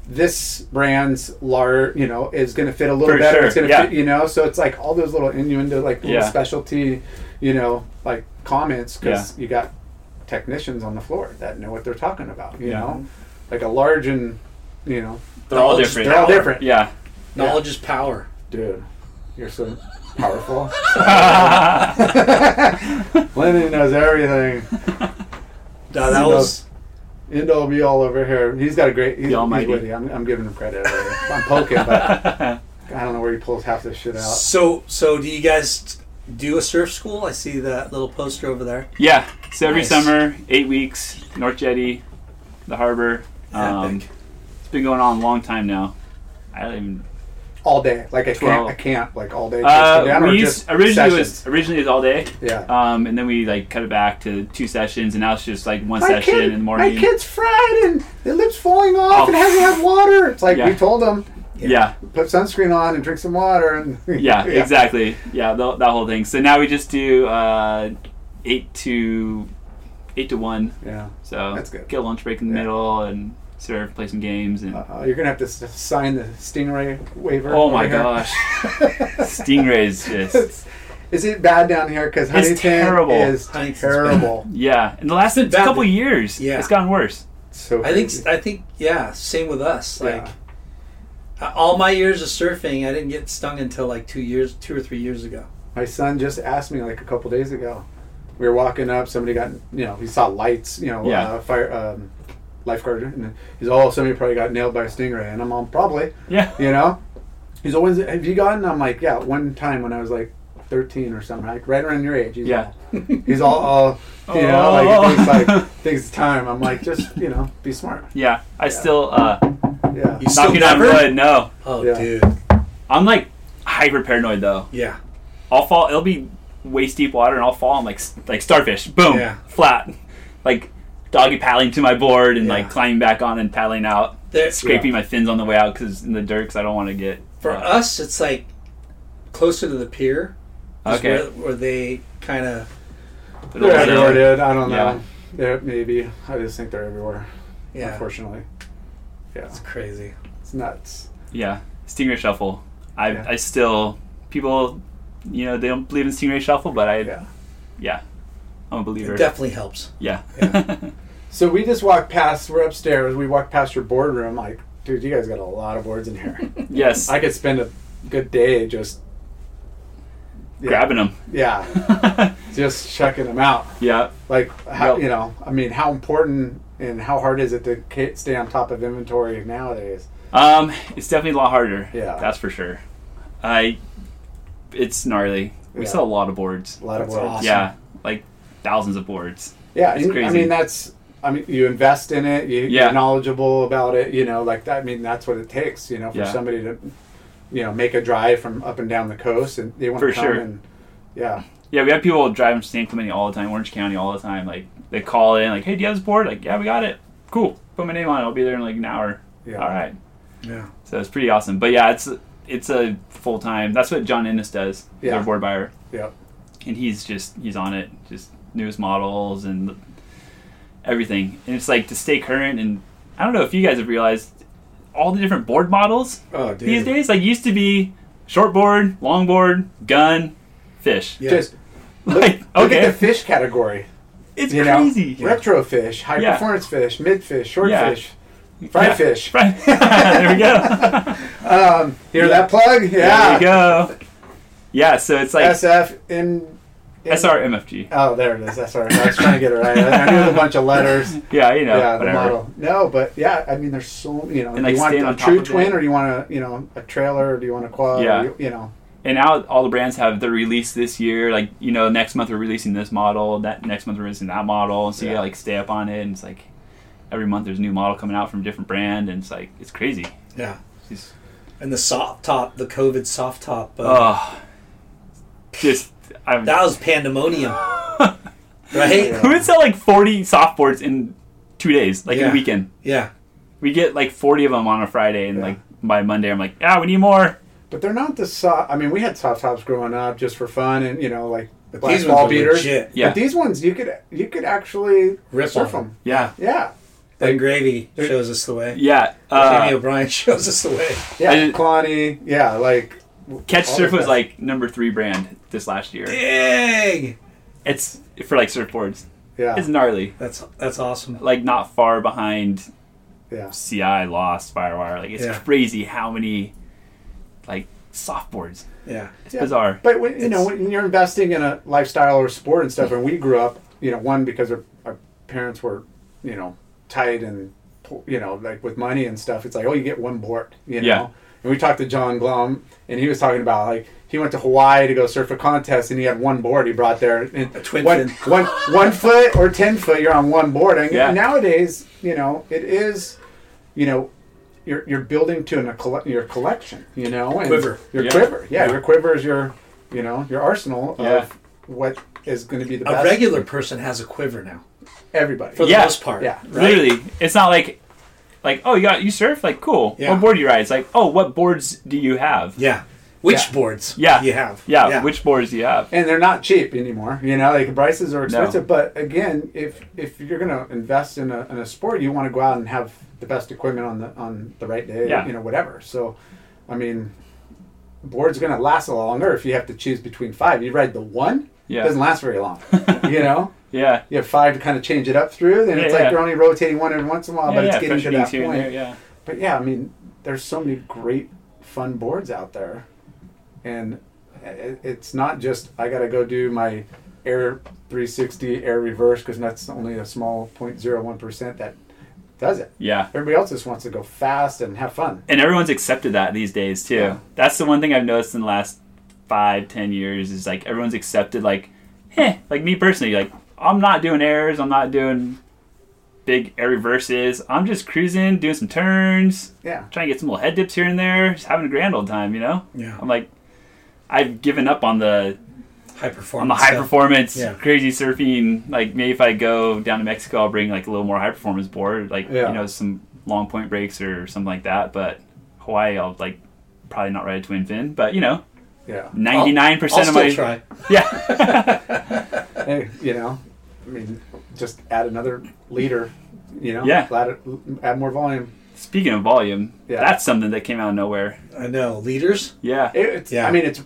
[SPEAKER 3] this brand's lar you know, is going to fit a little
[SPEAKER 4] For
[SPEAKER 3] better.
[SPEAKER 4] sure,
[SPEAKER 3] It's going to
[SPEAKER 4] yeah.
[SPEAKER 3] fit, you know. So it's like all those little innuendo, like little
[SPEAKER 4] Yeah.
[SPEAKER 3] specialty, you know, like comments because you got technicians on the floor that know what they're talking about. You
[SPEAKER 4] Yeah.
[SPEAKER 3] know, like a large and you know,
[SPEAKER 4] They're all
[SPEAKER 1] Knowledge-
[SPEAKER 4] different.
[SPEAKER 3] they're all different.
[SPEAKER 4] Yeah.
[SPEAKER 1] knowledge is power
[SPEAKER 3] Dude, you're so powerful. Lenny knows everything.
[SPEAKER 1] no, that
[SPEAKER 3] knows.
[SPEAKER 1] was
[SPEAKER 3] Indo will be all over here. He's got a great. He's,
[SPEAKER 4] The almighty.
[SPEAKER 3] he's witty. I'm, I'm giving him credit. already. I'm poking, but I don't know where he pulls half this shit out.
[SPEAKER 1] Uh, So, so do you guys do a surf school? I see that little poster over there.
[SPEAKER 4] yeah. So every
[SPEAKER 1] Nice.
[SPEAKER 4] summer, eight weeks, North Jetty, the harbor. Um,
[SPEAKER 1] Epic.
[SPEAKER 4] it's been going on a long time now. I don't even.
[SPEAKER 3] All day, like a camp,
[SPEAKER 4] Twelve.
[SPEAKER 3] a camp, like all day. just go
[SPEAKER 4] Uh,
[SPEAKER 3] down, or
[SPEAKER 4] we
[SPEAKER 3] just
[SPEAKER 4] used, originally it was
[SPEAKER 3] sessions?
[SPEAKER 4] originally it was all day,
[SPEAKER 3] Yeah.
[SPEAKER 4] um, and then we like cut it back to two sessions, and now it's just like one
[SPEAKER 3] my
[SPEAKER 4] session
[SPEAKER 3] kid,
[SPEAKER 4] in the morning.
[SPEAKER 3] my kid's fried and the lips falling off
[SPEAKER 4] Oh.
[SPEAKER 3] and hasn't had water. It's like
[SPEAKER 4] Yeah.
[SPEAKER 3] we told him,
[SPEAKER 4] yeah.
[SPEAKER 3] put sunscreen on and drink some water. And
[SPEAKER 4] yeah, exactly. Yeah, tho- that whole thing. So now we just do uh, eight to eight to one.
[SPEAKER 3] Yeah.
[SPEAKER 4] So
[SPEAKER 3] That's good.
[SPEAKER 4] Get a lunch break in the
[SPEAKER 3] Yeah.
[SPEAKER 4] middle and serve, play some games, and
[SPEAKER 3] Uh, you're gonna have to s- sign the stingray waiver.
[SPEAKER 4] oh
[SPEAKER 3] over
[SPEAKER 4] my
[SPEAKER 3] here.
[SPEAKER 4] gosh, stingrays just
[SPEAKER 3] It's- Is it bad down here? Because Huntington
[SPEAKER 4] terrible.
[SPEAKER 3] is
[SPEAKER 1] Huntington's
[SPEAKER 3] terrible.
[SPEAKER 4] yeah. In the last
[SPEAKER 1] been bad.
[SPEAKER 4] couple years,
[SPEAKER 1] Yeah.
[SPEAKER 4] it's gotten worse.
[SPEAKER 3] so
[SPEAKER 1] I think,
[SPEAKER 3] crazy.
[SPEAKER 1] I think, yeah, same with us. Like,
[SPEAKER 3] Yeah.
[SPEAKER 1] Uh, All my years of surfing, I didn't get stung until like two years, two or three years ago.
[SPEAKER 3] My son just asked me like a couple days ago. We were walking up, somebody got, you know, he saw lights, you know,
[SPEAKER 4] Yeah.
[SPEAKER 3] uh, fire, um, lifeguard, and he's, oh, somebody probably got nailed by a stingray. And I'm on, probably,
[SPEAKER 4] Yeah.
[SPEAKER 3] you know? He's always, have you gotten? I'm like, yeah, one time when I was like 13 or something, like right around your age. He's
[SPEAKER 4] Yeah.
[SPEAKER 3] All, he's all, all you know,
[SPEAKER 4] Oh.
[SPEAKER 3] like, thinks, like, thinks it's time. I'm like, just, you know, be smart.
[SPEAKER 4] Yeah. I still uh,
[SPEAKER 3] Yeah.
[SPEAKER 1] You still
[SPEAKER 4] knocking on
[SPEAKER 1] never?
[SPEAKER 4] wood. No,
[SPEAKER 1] Oh,
[SPEAKER 3] Yeah.
[SPEAKER 1] dude.
[SPEAKER 4] I'm like hyper paranoid though.
[SPEAKER 1] Yeah.
[SPEAKER 4] I'll fall. It'll be waist deep water, and I'll fall. I'm like s- like starfish. Boom,
[SPEAKER 1] Yeah.
[SPEAKER 4] flat. Like doggy paddling to my board and like
[SPEAKER 1] Yeah.
[SPEAKER 4] climbing back on and paddling out,
[SPEAKER 1] There,
[SPEAKER 4] scraping my fins on the way out because in the dirt because I don't want to get.
[SPEAKER 1] For
[SPEAKER 4] uh,
[SPEAKER 1] us, it's like closer to the pier. is
[SPEAKER 4] Okay.
[SPEAKER 1] Where, where they kind of.
[SPEAKER 4] but
[SPEAKER 3] They're
[SPEAKER 4] also-
[SPEAKER 3] everywhere, dude. I don't know.
[SPEAKER 4] Yeah.
[SPEAKER 3] They're, maybe. I just think they're everywhere,
[SPEAKER 1] Yeah.
[SPEAKER 3] unfortunately. Yeah.
[SPEAKER 1] It's crazy.
[SPEAKER 3] It's nuts.
[SPEAKER 4] Yeah, Stingray Shuffle. I
[SPEAKER 3] Yeah.
[SPEAKER 4] I still people, you know, they don't believe in Stingray Shuffle, but I
[SPEAKER 3] Yeah.
[SPEAKER 4] yeah, I'm a believer.
[SPEAKER 1] It definitely helps.
[SPEAKER 4] yeah.
[SPEAKER 3] So we just walked past, we're upstairs, we walked past your boardroom. Like, dude, you guys got a lot of boards in here.
[SPEAKER 4] yes,
[SPEAKER 3] I could spend a good day just yeah,
[SPEAKER 4] grabbing them.
[SPEAKER 3] Yeah, just checking them out.
[SPEAKER 4] yeah,
[SPEAKER 3] Like, how,
[SPEAKER 4] Yep.
[SPEAKER 3] you know, I mean, how important and how hard is it to ca- stay on top of inventory nowadays?
[SPEAKER 4] um, it's definitely a lot harder.
[SPEAKER 3] Yeah.
[SPEAKER 4] that's for sure. I, it's gnarly. We
[SPEAKER 3] Yeah.
[SPEAKER 4] sell a lot of boards.
[SPEAKER 3] A lot
[SPEAKER 1] That's
[SPEAKER 3] of boards.
[SPEAKER 1] awesome.
[SPEAKER 4] Yeah, like thousands of boards.
[SPEAKER 3] Yeah,
[SPEAKER 4] It's
[SPEAKER 3] and, I
[SPEAKER 4] crazy.
[SPEAKER 3] mean that's I mean you invest in it, you,
[SPEAKER 4] Yeah.
[SPEAKER 3] you're knowledgeable about it, you know, like that I mean that's what it takes, you know, for
[SPEAKER 4] Yeah.
[SPEAKER 3] somebody to you know, make a drive from up and down the coast and they want
[SPEAKER 4] For
[SPEAKER 3] to come
[SPEAKER 4] sure.
[SPEAKER 3] and yeah.
[SPEAKER 4] Yeah, we have people driving to San Clemente all the time, Orange County all the time. Like they call in, like, "Hey, do you have this board?" Like, "Yeah, we got it. Cool. Put my name on it. I'll be there in like an hour."
[SPEAKER 3] Yeah.
[SPEAKER 4] All right.
[SPEAKER 1] Yeah.
[SPEAKER 4] So it's pretty awesome. But yeah, it's it's a full time. That's what John Innes does. He's
[SPEAKER 3] Yeah.
[SPEAKER 4] our board buyer,
[SPEAKER 3] Yeah.
[SPEAKER 4] and he's just he's on it. Just newest models and everything. And it's like to stay current. And I don't know if you guys have realized all the different board models
[SPEAKER 1] Oh, dude.
[SPEAKER 4] these days. Like used to be short board, long board, gun, fish.
[SPEAKER 1] Yeah.
[SPEAKER 3] Just
[SPEAKER 4] Like
[SPEAKER 3] look at
[SPEAKER 4] okay,
[SPEAKER 3] the fish category.
[SPEAKER 4] it's
[SPEAKER 3] You
[SPEAKER 4] crazy.
[SPEAKER 3] know retro fish, high
[SPEAKER 4] Yeah.
[SPEAKER 3] performance fish, mid fish, short
[SPEAKER 4] Yeah.
[SPEAKER 3] fish, fried
[SPEAKER 4] Yeah.
[SPEAKER 3] fish.
[SPEAKER 4] Right. there we go.
[SPEAKER 3] Hear that plug?
[SPEAKER 4] There
[SPEAKER 3] Yeah.
[SPEAKER 4] we go. Yeah, so it's like
[SPEAKER 3] SF in, in
[SPEAKER 4] SRMFG.
[SPEAKER 3] Oh, there it is. That's all right. I was trying to get it right. I, I knew a bunch of letters.
[SPEAKER 4] Yeah, you know,
[SPEAKER 3] yeah, the
[SPEAKER 4] whatever.
[SPEAKER 3] model. No, but yeah, I mean, there's so you know,
[SPEAKER 4] And,
[SPEAKER 3] do
[SPEAKER 4] like,
[SPEAKER 3] you want
[SPEAKER 4] staying
[SPEAKER 3] a
[SPEAKER 4] on top
[SPEAKER 3] true
[SPEAKER 4] of it.
[SPEAKER 3] twin, or do you want a you know a trailer, or do you want a quad? or
[SPEAKER 4] Yeah.
[SPEAKER 3] you, you know,
[SPEAKER 4] and now all the brands have their release this year. Like you know, next month we're releasing this model. That next month we're releasing that model. So you
[SPEAKER 3] Yeah.
[SPEAKER 4] gotta like stay up on it. And it's like every month there's a new model coming out from a different brand, and it's like it's crazy.
[SPEAKER 1] Yeah.
[SPEAKER 4] It's just,
[SPEAKER 1] And the soft top, the COVID soft top. Uh,
[SPEAKER 4] oh, just I'm.
[SPEAKER 1] That was pandemonium. right?
[SPEAKER 4] who would sell like 40 softboards in two days, like in
[SPEAKER 1] Yeah.
[SPEAKER 4] a weekend?
[SPEAKER 1] Yeah.
[SPEAKER 4] We get like 40 of them on a Friday, and
[SPEAKER 3] Yeah.
[SPEAKER 4] like by Monday I'm like, yeah, we need more.
[SPEAKER 3] but they're not the soft. I mean, we had soft tops growing up just for fun, and you know, like
[SPEAKER 1] But
[SPEAKER 3] black
[SPEAKER 1] these
[SPEAKER 3] ball
[SPEAKER 1] ones were
[SPEAKER 3] beaters.
[SPEAKER 1] legit.
[SPEAKER 4] Yeah.
[SPEAKER 3] But these ones, you could you could actually
[SPEAKER 1] Rip
[SPEAKER 3] surf
[SPEAKER 1] on.
[SPEAKER 3] them.
[SPEAKER 4] Yeah,
[SPEAKER 3] Yeah,
[SPEAKER 1] That gravy shows us the way.
[SPEAKER 4] yeah.
[SPEAKER 1] Jamie
[SPEAKER 4] Uh,
[SPEAKER 1] O'Brien shows us the way.
[SPEAKER 3] yeah,
[SPEAKER 4] I didn't-
[SPEAKER 3] Kalani. Yeah, like
[SPEAKER 4] Catch
[SPEAKER 3] all
[SPEAKER 4] Surf
[SPEAKER 3] the
[SPEAKER 4] was
[SPEAKER 3] best.
[SPEAKER 4] like number three brand this last year.
[SPEAKER 1] Dang!
[SPEAKER 4] It's for like surfboards.
[SPEAKER 3] yeah,
[SPEAKER 4] It's gnarly.
[SPEAKER 1] That's that's awesome.
[SPEAKER 4] like not far behind
[SPEAKER 3] yeah.
[SPEAKER 4] CI Lost Firewire. Like it's
[SPEAKER 1] Yeah.
[SPEAKER 4] crazy how many like softboards.
[SPEAKER 1] Yeah.
[SPEAKER 4] It's bizarre.
[SPEAKER 3] But when, you know, when you're investing in a lifestyle or sport and stuff, and we grew up, you know, one because our, our parents were, you know, tight and po- you know, like with money and stuff. It's like, oh, you get one board, you know.
[SPEAKER 4] Yeah.
[SPEAKER 3] And we talked to John Glum, and he was talking about like he went to Hawaii to go surf a contest, and he had one board he brought there. And
[SPEAKER 1] A twin
[SPEAKER 3] one,
[SPEAKER 1] fin.
[SPEAKER 3] one, one foot or ten foot, you're on one board. And
[SPEAKER 4] Yeah.
[SPEAKER 3] nowadays, you know, it is, you know. You're, you're building to an, a colle- your collection, you know, and
[SPEAKER 1] Quiver.
[SPEAKER 3] Your
[SPEAKER 4] Yeah.
[SPEAKER 3] quiver, yeah, Your quiver is your, you know, your arsenal of
[SPEAKER 4] Yeah.
[SPEAKER 3] what is going to be the
[SPEAKER 1] A
[SPEAKER 3] best.
[SPEAKER 1] regular person has a quiver now,
[SPEAKER 3] everybody.
[SPEAKER 1] for the
[SPEAKER 4] Yeah.
[SPEAKER 1] most part.
[SPEAKER 3] Yeah.
[SPEAKER 1] Right?
[SPEAKER 4] Literally, it's not like like oh you got you surf like cool.
[SPEAKER 1] Yeah.
[SPEAKER 4] What board do you ride? It's like oh what boards do you have?
[SPEAKER 1] Yeah. Which
[SPEAKER 3] Yeah.
[SPEAKER 1] boards
[SPEAKER 4] Yeah.
[SPEAKER 1] you have.
[SPEAKER 4] Yeah. Which boards do you have?
[SPEAKER 3] and they're not cheap anymore. You know, like prices are expensive. But again, if if you're going to invest in a, in a sport, you want to go out and have the best equipment on the on the right day.
[SPEAKER 4] Yeah.
[SPEAKER 3] You know, whatever. So, I mean, board's going to last a lot longer if you have to choose between five. You ride the one,
[SPEAKER 4] Yeah.
[SPEAKER 3] it doesn't last very long. you know.
[SPEAKER 4] Yeah.
[SPEAKER 3] You have five to kind of change it up through, then
[SPEAKER 4] Yeah,
[SPEAKER 3] it's like
[SPEAKER 4] yeah.
[SPEAKER 3] you're only rotating one every once in a while,
[SPEAKER 4] Yeah,
[SPEAKER 3] but it's
[SPEAKER 4] yeah,
[SPEAKER 3] getting
[SPEAKER 4] fresh
[SPEAKER 3] to that
[SPEAKER 4] meats here and
[SPEAKER 3] point.
[SPEAKER 4] there, yeah.
[SPEAKER 3] But yeah, I mean, there's so many great fun boards out there, and it, it's not just I got to go do my air 360 air reverse because that's only a small 0.01 percent that does it.
[SPEAKER 4] Yeah.
[SPEAKER 3] Everybody else just wants to go fast and have fun.
[SPEAKER 4] and everyone's accepted that these days too. That's the one thing I've noticed in the last five, ten years is like everyone's accepted like, eh, like me personally, like I'm not doing errors, I'm not doing big air reverses. I'm just cruising, doing some turns,
[SPEAKER 3] Yeah.
[SPEAKER 4] trying to get some little head dips here and there, just having a grand old time, you know?
[SPEAKER 1] Yeah.
[SPEAKER 4] I'm like I've given up on the
[SPEAKER 1] High performance.
[SPEAKER 3] uh,
[SPEAKER 4] on the high
[SPEAKER 1] stuff.
[SPEAKER 4] performance
[SPEAKER 1] Yeah.
[SPEAKER 4] crazy surfing. Like maybe if I go down to Mexico, I'll bring like a little more high performance board, like
[SPEAKER 3] Yeah.
[SPEAKER 4] you know some long point breaks or something like that. But Hawaii, I'll like probably not ride a twin fin, but you know,
[SPEAKER 3] Yeah.
[SPEAKER 4] ninety nine
[SPEAKER 1] I'll
[SPEAKER 4] percent of
[SPEAKER 1] still
[SPEAKER 4] my
[SPEAKER 1] try.
[SPEAKER 4] yeah
[SPEAKER 3] Hey, you know, I mean, just add another leader. You know.
[SPEAKER 4] Yeah.
[SPEAKER 3] Add, add more volume.
[SPEAKER 4] Speaking of volume,
[SPEAKER 3] Yeah.
[SPEAKER 4] that's something that came out of nowhere.
[SPEAKER 1] I know leaders.
[SPEAKER 4] Yeah,
[SPEAKER 3] It, it's,
[SPEAKER 1] Yeah.
[SPEAKER 3] I mean, it's,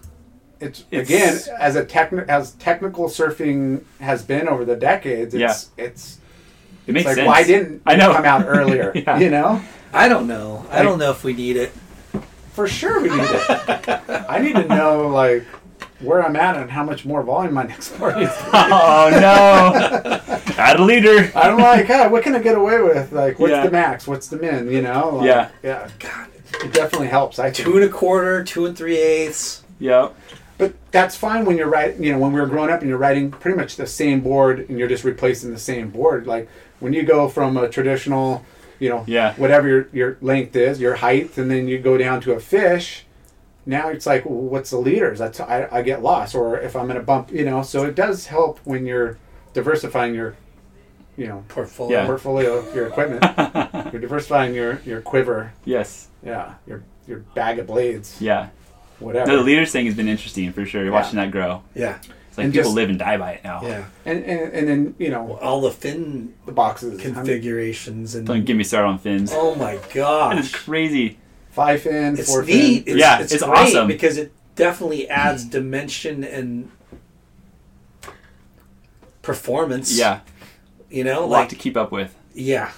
[SPEAKER 3] it's
[SPEAKER 4] It's-
[SPEAKER 3] again as a techni- as technical surfing has been over the decades. It's it's,
[SPEAKER 4] it makes
[SPEAKER 3] like
[SPEAKER 4] sense.
[SPEAKER 3] why didn't
[SPEAKER 4] I
[SPEAKER 3] it
[SPEAKER 4] know
[SPEAKER 3] come out earlier?
[SPEAKER 4] Yeah.
[SPEAKER 3] You know,
[SPEAKER 1] I don't know. I don't know if we need it.
[SPEAKER 3] for sure we need it. I need to know like where I'm at and how much more volume my next board is.
[SPEAKER 4] oh no, add a leader.
[SPEAKER 3] I'm like, huh, what can I get away with? Like, what's
[SPEAKER 4] Yeah.
[SPEAKER 3] the max? What's the min? You know? Like,
[SPEAKER 4] Yeah.
[SPEAKER 3] yeah. God, it definitely helps. I
[SPEAKER 1] Two
[SPEAKER 3] think.
[SPEAKER 1] and a quarter, two and three eighths.
[SPEAKER 4] Yep.
[SPEAKER 3] But that's fine when you're writing, you know, when we were growing up and you're writing pretty much the same board and you're just replacing the same board. Like when you go from a traditional, you know,
[SPEAKER 4] Yeah.
[SPEAKER 3] whatever your, your length is, your height, and then you go down to a fish, now it's like, well, what's the leaders? That's, I, I get lost. Or if I'm in a bump, you know, so it does help when you're diversifying your, you know,
[SPEAKER 1] Portfolio.
[SPEAKER 4] Yeah.
[SPEAKER 3] portfolio, your equipment. you're diversifying your, your quiver,
[SPEAKER 4] Yes.
[SPEAKER 3] yeah, your, your bag of blades,
[SPEAKER 4] Yeah.
[SPEAKER 3] whatever.
[SPEAKER 4] The leaders thing has been interesting for sure. Watching that grow.
[SPEAKER 1] Yeah.
[SPEAKER 4] It's like
[SPEAKER 3] And
[SPEAKER 4] people
[SPEAKER 3] just-
[SPEAKER 4] live and die by it now.
[SPEAKER 1] Yeah.
[SPEAKER 3] and, and, and then, you know,
[SPEAKER 1] All the fin
[SPEAKER 3] the boxes. I mean,
[SPEAKER 1] configurations and
[SPEAKER 4] Don't get me started on fins.
[SPEAKER 1] oh my
[SPEAKER 4] That is
[SPEAKER 1] gosh,
[SPEAKER 4] crazy.
[SPEAKER 3] five in,
[SPEAKER 1] it's
[SPEAKER 3] four
[SPEAKER 1] neat.
[SPEAKER 3] fin.
[SPEAKER 1] It's,
[SPEAKER 4] Yeah, it's
[SPEAKER 1] great
[SPEAKER 4] awesome. Mm.
[SPEAKER 1] because it definitely adds dimension and performance.
[SPEAKER 4] Yeah.
[SPEAKER 1] you know,
[SPEAKER 4] a lot to
[SPEAKER 1] like
[SPEAKER 4] keep up with.
[SPEAKER 1] yeah,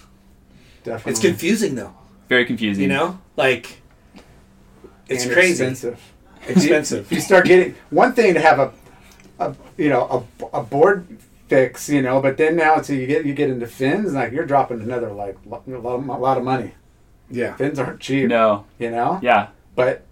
[SPEAKER 3] Definitely.
[SPEAKER 4] Mm.
[SPEAKER 1] it's confusing though.
[SPEAKER 4] Very confusing.
[SPEAKER 1] You know, like it's
[SPEAKER 3] And
[SPEAKER 1] crazy,
[SPEAKER 3] Expensive.
[SPEAKER 1] expensive.
[SPEAKER 3] You start getting one thing to have a, a you know, a, a board fix, you know, but then now it's you get you get into fins, like you're dropping another like lo- a lot, of, a lot of money.
[SPEAKER 1] yeah,
[SPEAKER 3] Fins aren't cheap.
[SPEAKER 4] No.
[SPEAKER 3] You know.
[SPEAKER 4] Yeah.
[SPEAKER 3] But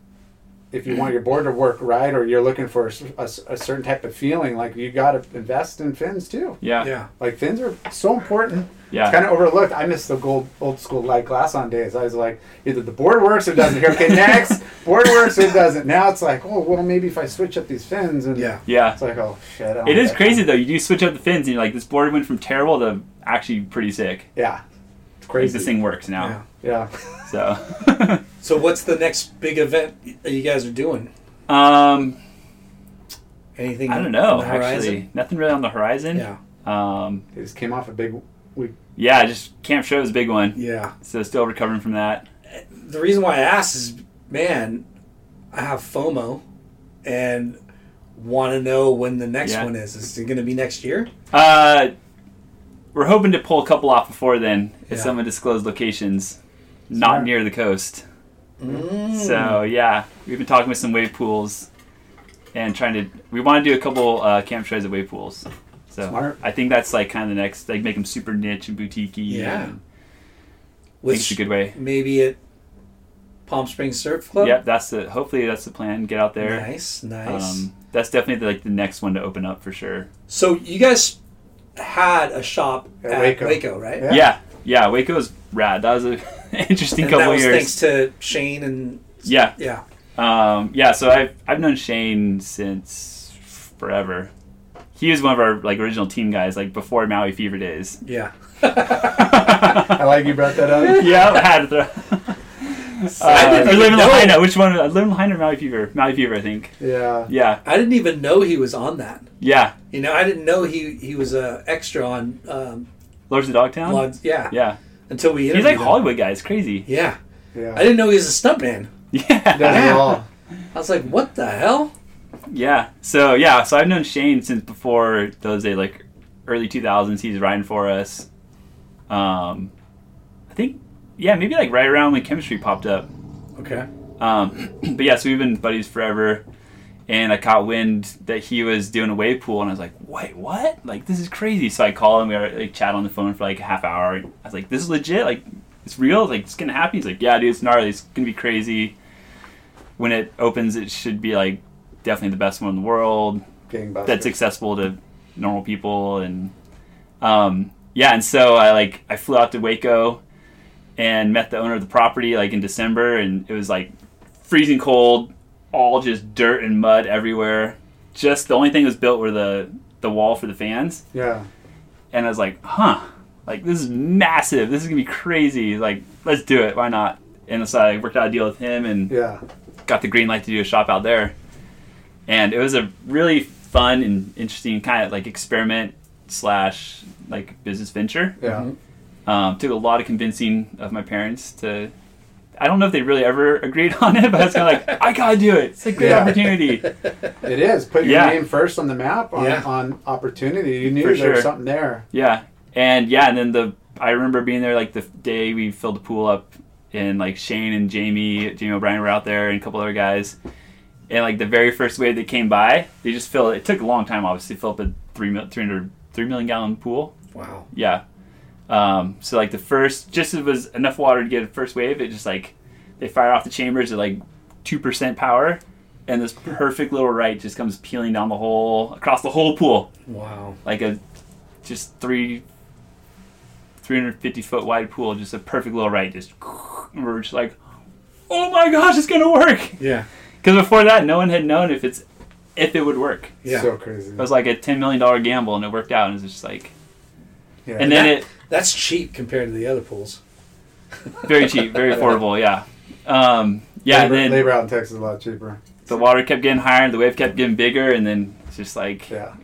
[SPEAKER 3] if you want your board to work right, or you're looking for a, cer- a c- a certain type of feeling, like you got to invest in fins too.
[SPEAKER 4] Yeah.
[SPEAKER 1] yeah.
[SPEAKER 3] Like fins are so important.
[SPEAKER 4] Yeah.
[SPEAKER 3] It's kind of overlooked. I miss the gold, old school light glass on days. I was like, either the board works or doesn't. Here, okay, next board works or doesn't. Now it's like, oh well, maybe if I switch up these fins and
[SPEAKER 1] Yeah.
[SPEAKER 4] Yeah.
[SPEAKER 3] it's like, oh shit. I don't
[SPEAKER 4] It
[SPEAKER 3] have
[SPEAKER 4] is
[SPEAKER 3] that
[SPEAKER 4] crazy
[SPEAKER 3] time.
[SPEAKER 4] though. You do switch up the fins, and you're like, this board went from terrible to actually pretty sick.
[SPEAKER 3] Yeah, it's
[SPEAKER 4] Like,
[SPEAKER 3] crazy.
[SPEAKER 4] this thing works now.
[SPEAKER 3] Yeah,
[SPEAKER 4] So,
[SPEAKER 1] So what's the next big event that you guys are doing?
[SPEAKER 4] um,
[SPEAKER 1] Anything?
[SPEAKER 4] I don't know.
[SPEAKER 1] on the horizon?
[SPEAKER 4] Actually, nothing really on the horizon.
[SPEAKER 1] Yeah.
[SPEAKER 4] Um,
[SPEAKER 3] it just came off a big week.
[SPEAKER 4] yeah. Just camp show is a big one.
[SPEAKER 1] Yeah.
[SPEAKER 4] So still recovering from that.
[SPEAKER 1] The reason why I asked is, man, I have FOMO, and want to know when the next
[SPEAKER 4] Yeah.
[SPEAKER 1] one is. Is it going to be next year?
[SPEAKER 4] Uh, we're hoping to pull a couple off before then, at
[SPEAKER 1] Yeah.
[SPEAKER 4] some undisclosed locations, not near the coast.
[SPEAKER 1] Mm.
[SPEAKER 4] So yeah, we've been talking with some wave pools, and trying to we want to do a couple uh, camp shows at wave pools. So
[SPEAKER 3] Smart.
[SPEAKER 4] I think that's like kind of the next, like make them super niche and boutique.
[SPEAKER 1] Yeah.
[SPEAKER 4] I think it's a good way.
[SPEAKER 1] maybe at Palm Springs Surf Club.
[SPEAKER 4] Yep, that's the hopefully that's the plan. Get out there.
[SPEAKER 1] Nice, nice.
[SPEAKER 4] Um, that's definitely the, like the next one to open up for sure.
[SPEAKER 1] so you guys had a shop at,
[SPEAKER 3] At
[SPEAKER 1] Uh, Waco.
[SPEAKER 3] Waco.
[SPEAKER 1] right?
[SPEAKER 3] Yeah.
[SPEAKER 4] Yeah, yeah, Waco's rad. That was an interesting
[SPEAKER 1] And
[SPEAKER 4] couple
[SPEAKER 1] that was
[SPEAKER 4] years.
[SPEAKER 1] thanks to Shane and
[SPEAKER 4] yeah,
[SPEAKER 1] yeah,
[SPEAKER 4] Um, yeah, so I've I've known Shane since forever. He was one of our like original team guys, like before Maui Fever days.
[SPEAKER 1] yeah.
[SPEAKER 3] I like you brought that up.
[SPEAKER 4] Yeah, I had to throw. Uh, or Living Lahaina, which one? Uh, Living Lahaina or Maui Fever? Maui Fever, I think.
[SPEAKER 3] Yeah,
[SPEAKER 4] Yeah,
[SPEAKER 1] I didn't even know he was on that.
[SPEAKER 4] yeah.
[SPEAKER 1] You know, I didn't know he he was a extra on um,
[SPEAKER 4] Lords of Dogtown.
[SPEAKER 1] Bloods. Yeah,
[SPEAKER 4] Yeah,
[SPEAKER 1] Until we
[SPEAKER 4] he's
[SPEAKER 1] interviewed
[SPEAKER 4] like
[SPEAKER 1] him.
[SPEAKER 4] Hollywood guy. It's crazy.
[SPEAKER 1] Yeah,
[SPEAKER 3] yeah.
[SPEAKER 1] I didn't know he was a stuntman.
[SPEAKER 4] Yeah,
[SPEAKER 3] Does it all.
[SPEAKER 1] I was like, what the hell?
[SPEAKER 4] yeah. So yeah, so I've known Shane since before those days, like early two thousands. He's riding for us. Um, I think yeah, maybe like right around when chemistry popped up.
[SPEAKER 1] Okay.
[SPEAKER 4] Um, but yeah, so we've been buddies forever. And I caught wind that he was doing a wave pool, and I was like, "Wait, what? Like this is crazy!" So I call him. We were, like chat on the phone for like a half hour. I was like, "This is legit. Like it's real. Like it's gonna happen." He's like, "Yeah, dude, it's gnarly. It's gonna be crazy. When it opens, it should be like definitely the best one in the world
[SPEAKER 3] Gangbusters.
[SPEAKER 4] that's accessible to normal people and um, yeah and so i like i flew out to waco and met the owner of the property like in december and it was like freezing cold all just dirt and mud everywhere just the only thing that was built were the the wall for the fans
[SPEAKER 3] Yeah.
[SPEAKER 4] and i was like huh like this is massive this is gonna be crazy like let's do it why not and so i worked out a deal with him and
[SPEAKER 3] Yeah.
[SPEAKER 4] got the green light to do a shop out there. And it was a really fun and interesting kind of like experiment slash like business venture.
[SPEAKER 3] Yeah.
[SPEAKER 1] Mm-hmm.
[SPEAKER 4] Um, took a lot of convincing of my parents to. I don't know if they really ever agreed on it, but I was kind of like, I gotta do it. It's a great
[SPEAKER 3] Yeah.
[SPEAKER 4] opportunity.
[SPEAKER 3] It is. Put your
[SPEAKER 4] Yeah.
[SPEAKER 3] name first on the map on,
[SPEAKER 1] Yeah.
[SPEAKER 3] on opportunity. You knew
[SPEAKER 4] For
[SPEAKER 3] there
[SPEAKER 4] sure.
[SPEAKER 3] was something there.
[SPEAKER 4] Yeah, and yeah, and then the I remember being there like the day we filled the pool up, and like Shane and Jamie, Jamie O'Brien were out there, and a couple other guys, and like the very first wave that came by, they just filled. It took a long time, obviously, to fill up a three mil, 300, 3 million gallon pool.
[SPEAKER 1] Wow.
[SPEAKER 4] Yeah, um, so like the first, just it was enough water to get a first wave. It just like they fire off the chambers at like two percent power. And this perfect little right just comes peeling down the whole across the whole pool
[SPEAKER 1] Wow.
[SPEAKER 4] like a just three 350 foot wide pool just a perfect little right just and we're just like oh my gosh it's gonna work
[SPEAKER 1] Yeah.
[SPEAKER 4] because before that no one had known if it's if it would work
[SPEAKER 1] Yeah.
[SPEAKER 3] So crazy.
[SPEAKER 4] it was like a 10 million dollar gamble and it worked out and it was just like
[SPEAKER 3] Yeah.
[SPEAKER 4] and then it
[SPEAKER 1] That's cheap compared to the other pools.
[SPEAKER 4] very cheap very affordable yeah um yeah
[SPEAKER 3] labor,
[SPEAKER 4] and then
[SPEAKER 3] labor out in Texas is a lot cheaper.
[SPEAKER 4] the water kept getting higher the wave kept getting bigger and then it's just like
[SPEAKER 3] Yeah.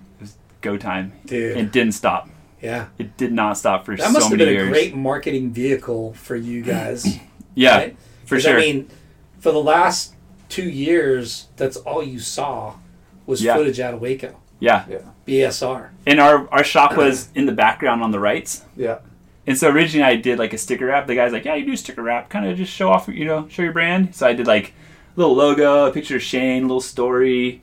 [SPEAKER 4] go time
[SPEAKER 1] Dude.
[SPEAKER 4] it didn't stop
[SPEAKER 1] Yeah.
[SPEAKER 4] it did not stop for
[SPEAKER 1] That
[SPEAKER 4] so
[SPEAKER 1] must have
[SPEAKER 4] many
[SPEAKER 1] been a
[SPEAKER 4] years
[SPEAKER 1] great marketing vehicle for you guys.
[SPEAKER 4] yeah
[SPEAKER 1] right?
[SPEAKER 4] for
[SPEAKER 1] 'Cause,
[SPEAKER 4] sure
[SPEAKER 1] I mean, for the last two years, that's all you saw was
[SPEAKER 4] Yeah.
[SPEAKER 1] footage out of Waco.
[SPEAKER 4] yeah
[SPEAKER 1] BSR.
[SPEAKER 4] and our our shop was in the background on the rights.
[SPEAKER 3] Yeah.
[SPEAKER 4] And so originally I did like a sticker wrap. The guy's like, "Yeah, you do sticker wrap, kind of just show off, you know, show your brand." So I did like a little logo, a picture of Shane, a little story,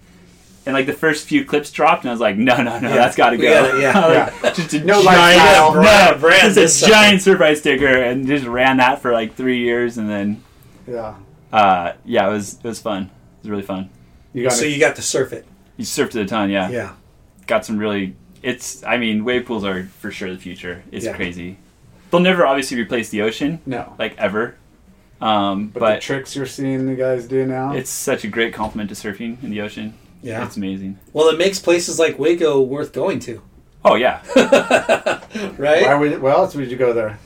[SPEAKER 4] and like the first few clips dropped, and I was like, "No, no, no, that's got to
[SPEAKER 1] We
[SPEAKER 4] go."
[SPEAKER 1] gotta- yeah.
[SPEAKER 4] Like, just a
[SPEAKER 3] No lifestyle.
[SPEAKER 4] giant
[SPEAKER 1] Brand- brand
[SPEAKER 4] brand,
[SPEAKER 1] this
[SPEAKER 4] brand just a
[SPEAKER 1] sucker.
[SPEAKER 4] giant surprise sticker, and just ran that for like three years, and then
[SPEAKER 3] Yeah.
[SPEAKER 4] uh, yeah, it was it was fun. It was really fun.
[SPEAKER 3] You got
[SPEAKER 1] So
[SPEAKER 3] it.
[SPEAKER 1] you got to surf it.
[SPEAKER 4] You surfed it a ton, yeah.
[SPEAKER 1] Yeah.
[SPEAKER 4] got some really it's i mean wave pools are for sure the future it's
[SPEAKER 1] Yeah.
[SPEAKER 4] crazy they'll never obviously replace the ocean
[SPEAKER 3] no.
[SPEAKER 4] like ever um,
[SPEAKER 3] but,
[SPEAKER 4] but,
[SPEAKER 3] the tricks you're seeing the guys do now.
[SPEAKER 4] it's such a great compliment to surfing in the ocean
[SPEAKER 1] Yeah.
[SPEAKER 4] it's amazing
[SPEAKER 1] Well, it makes places like Waco worth going to,
[SPEAKER 4] oh yeah have
[SPEAKER 1] right?
[SPEAKER 3] Why would, where else would you go there?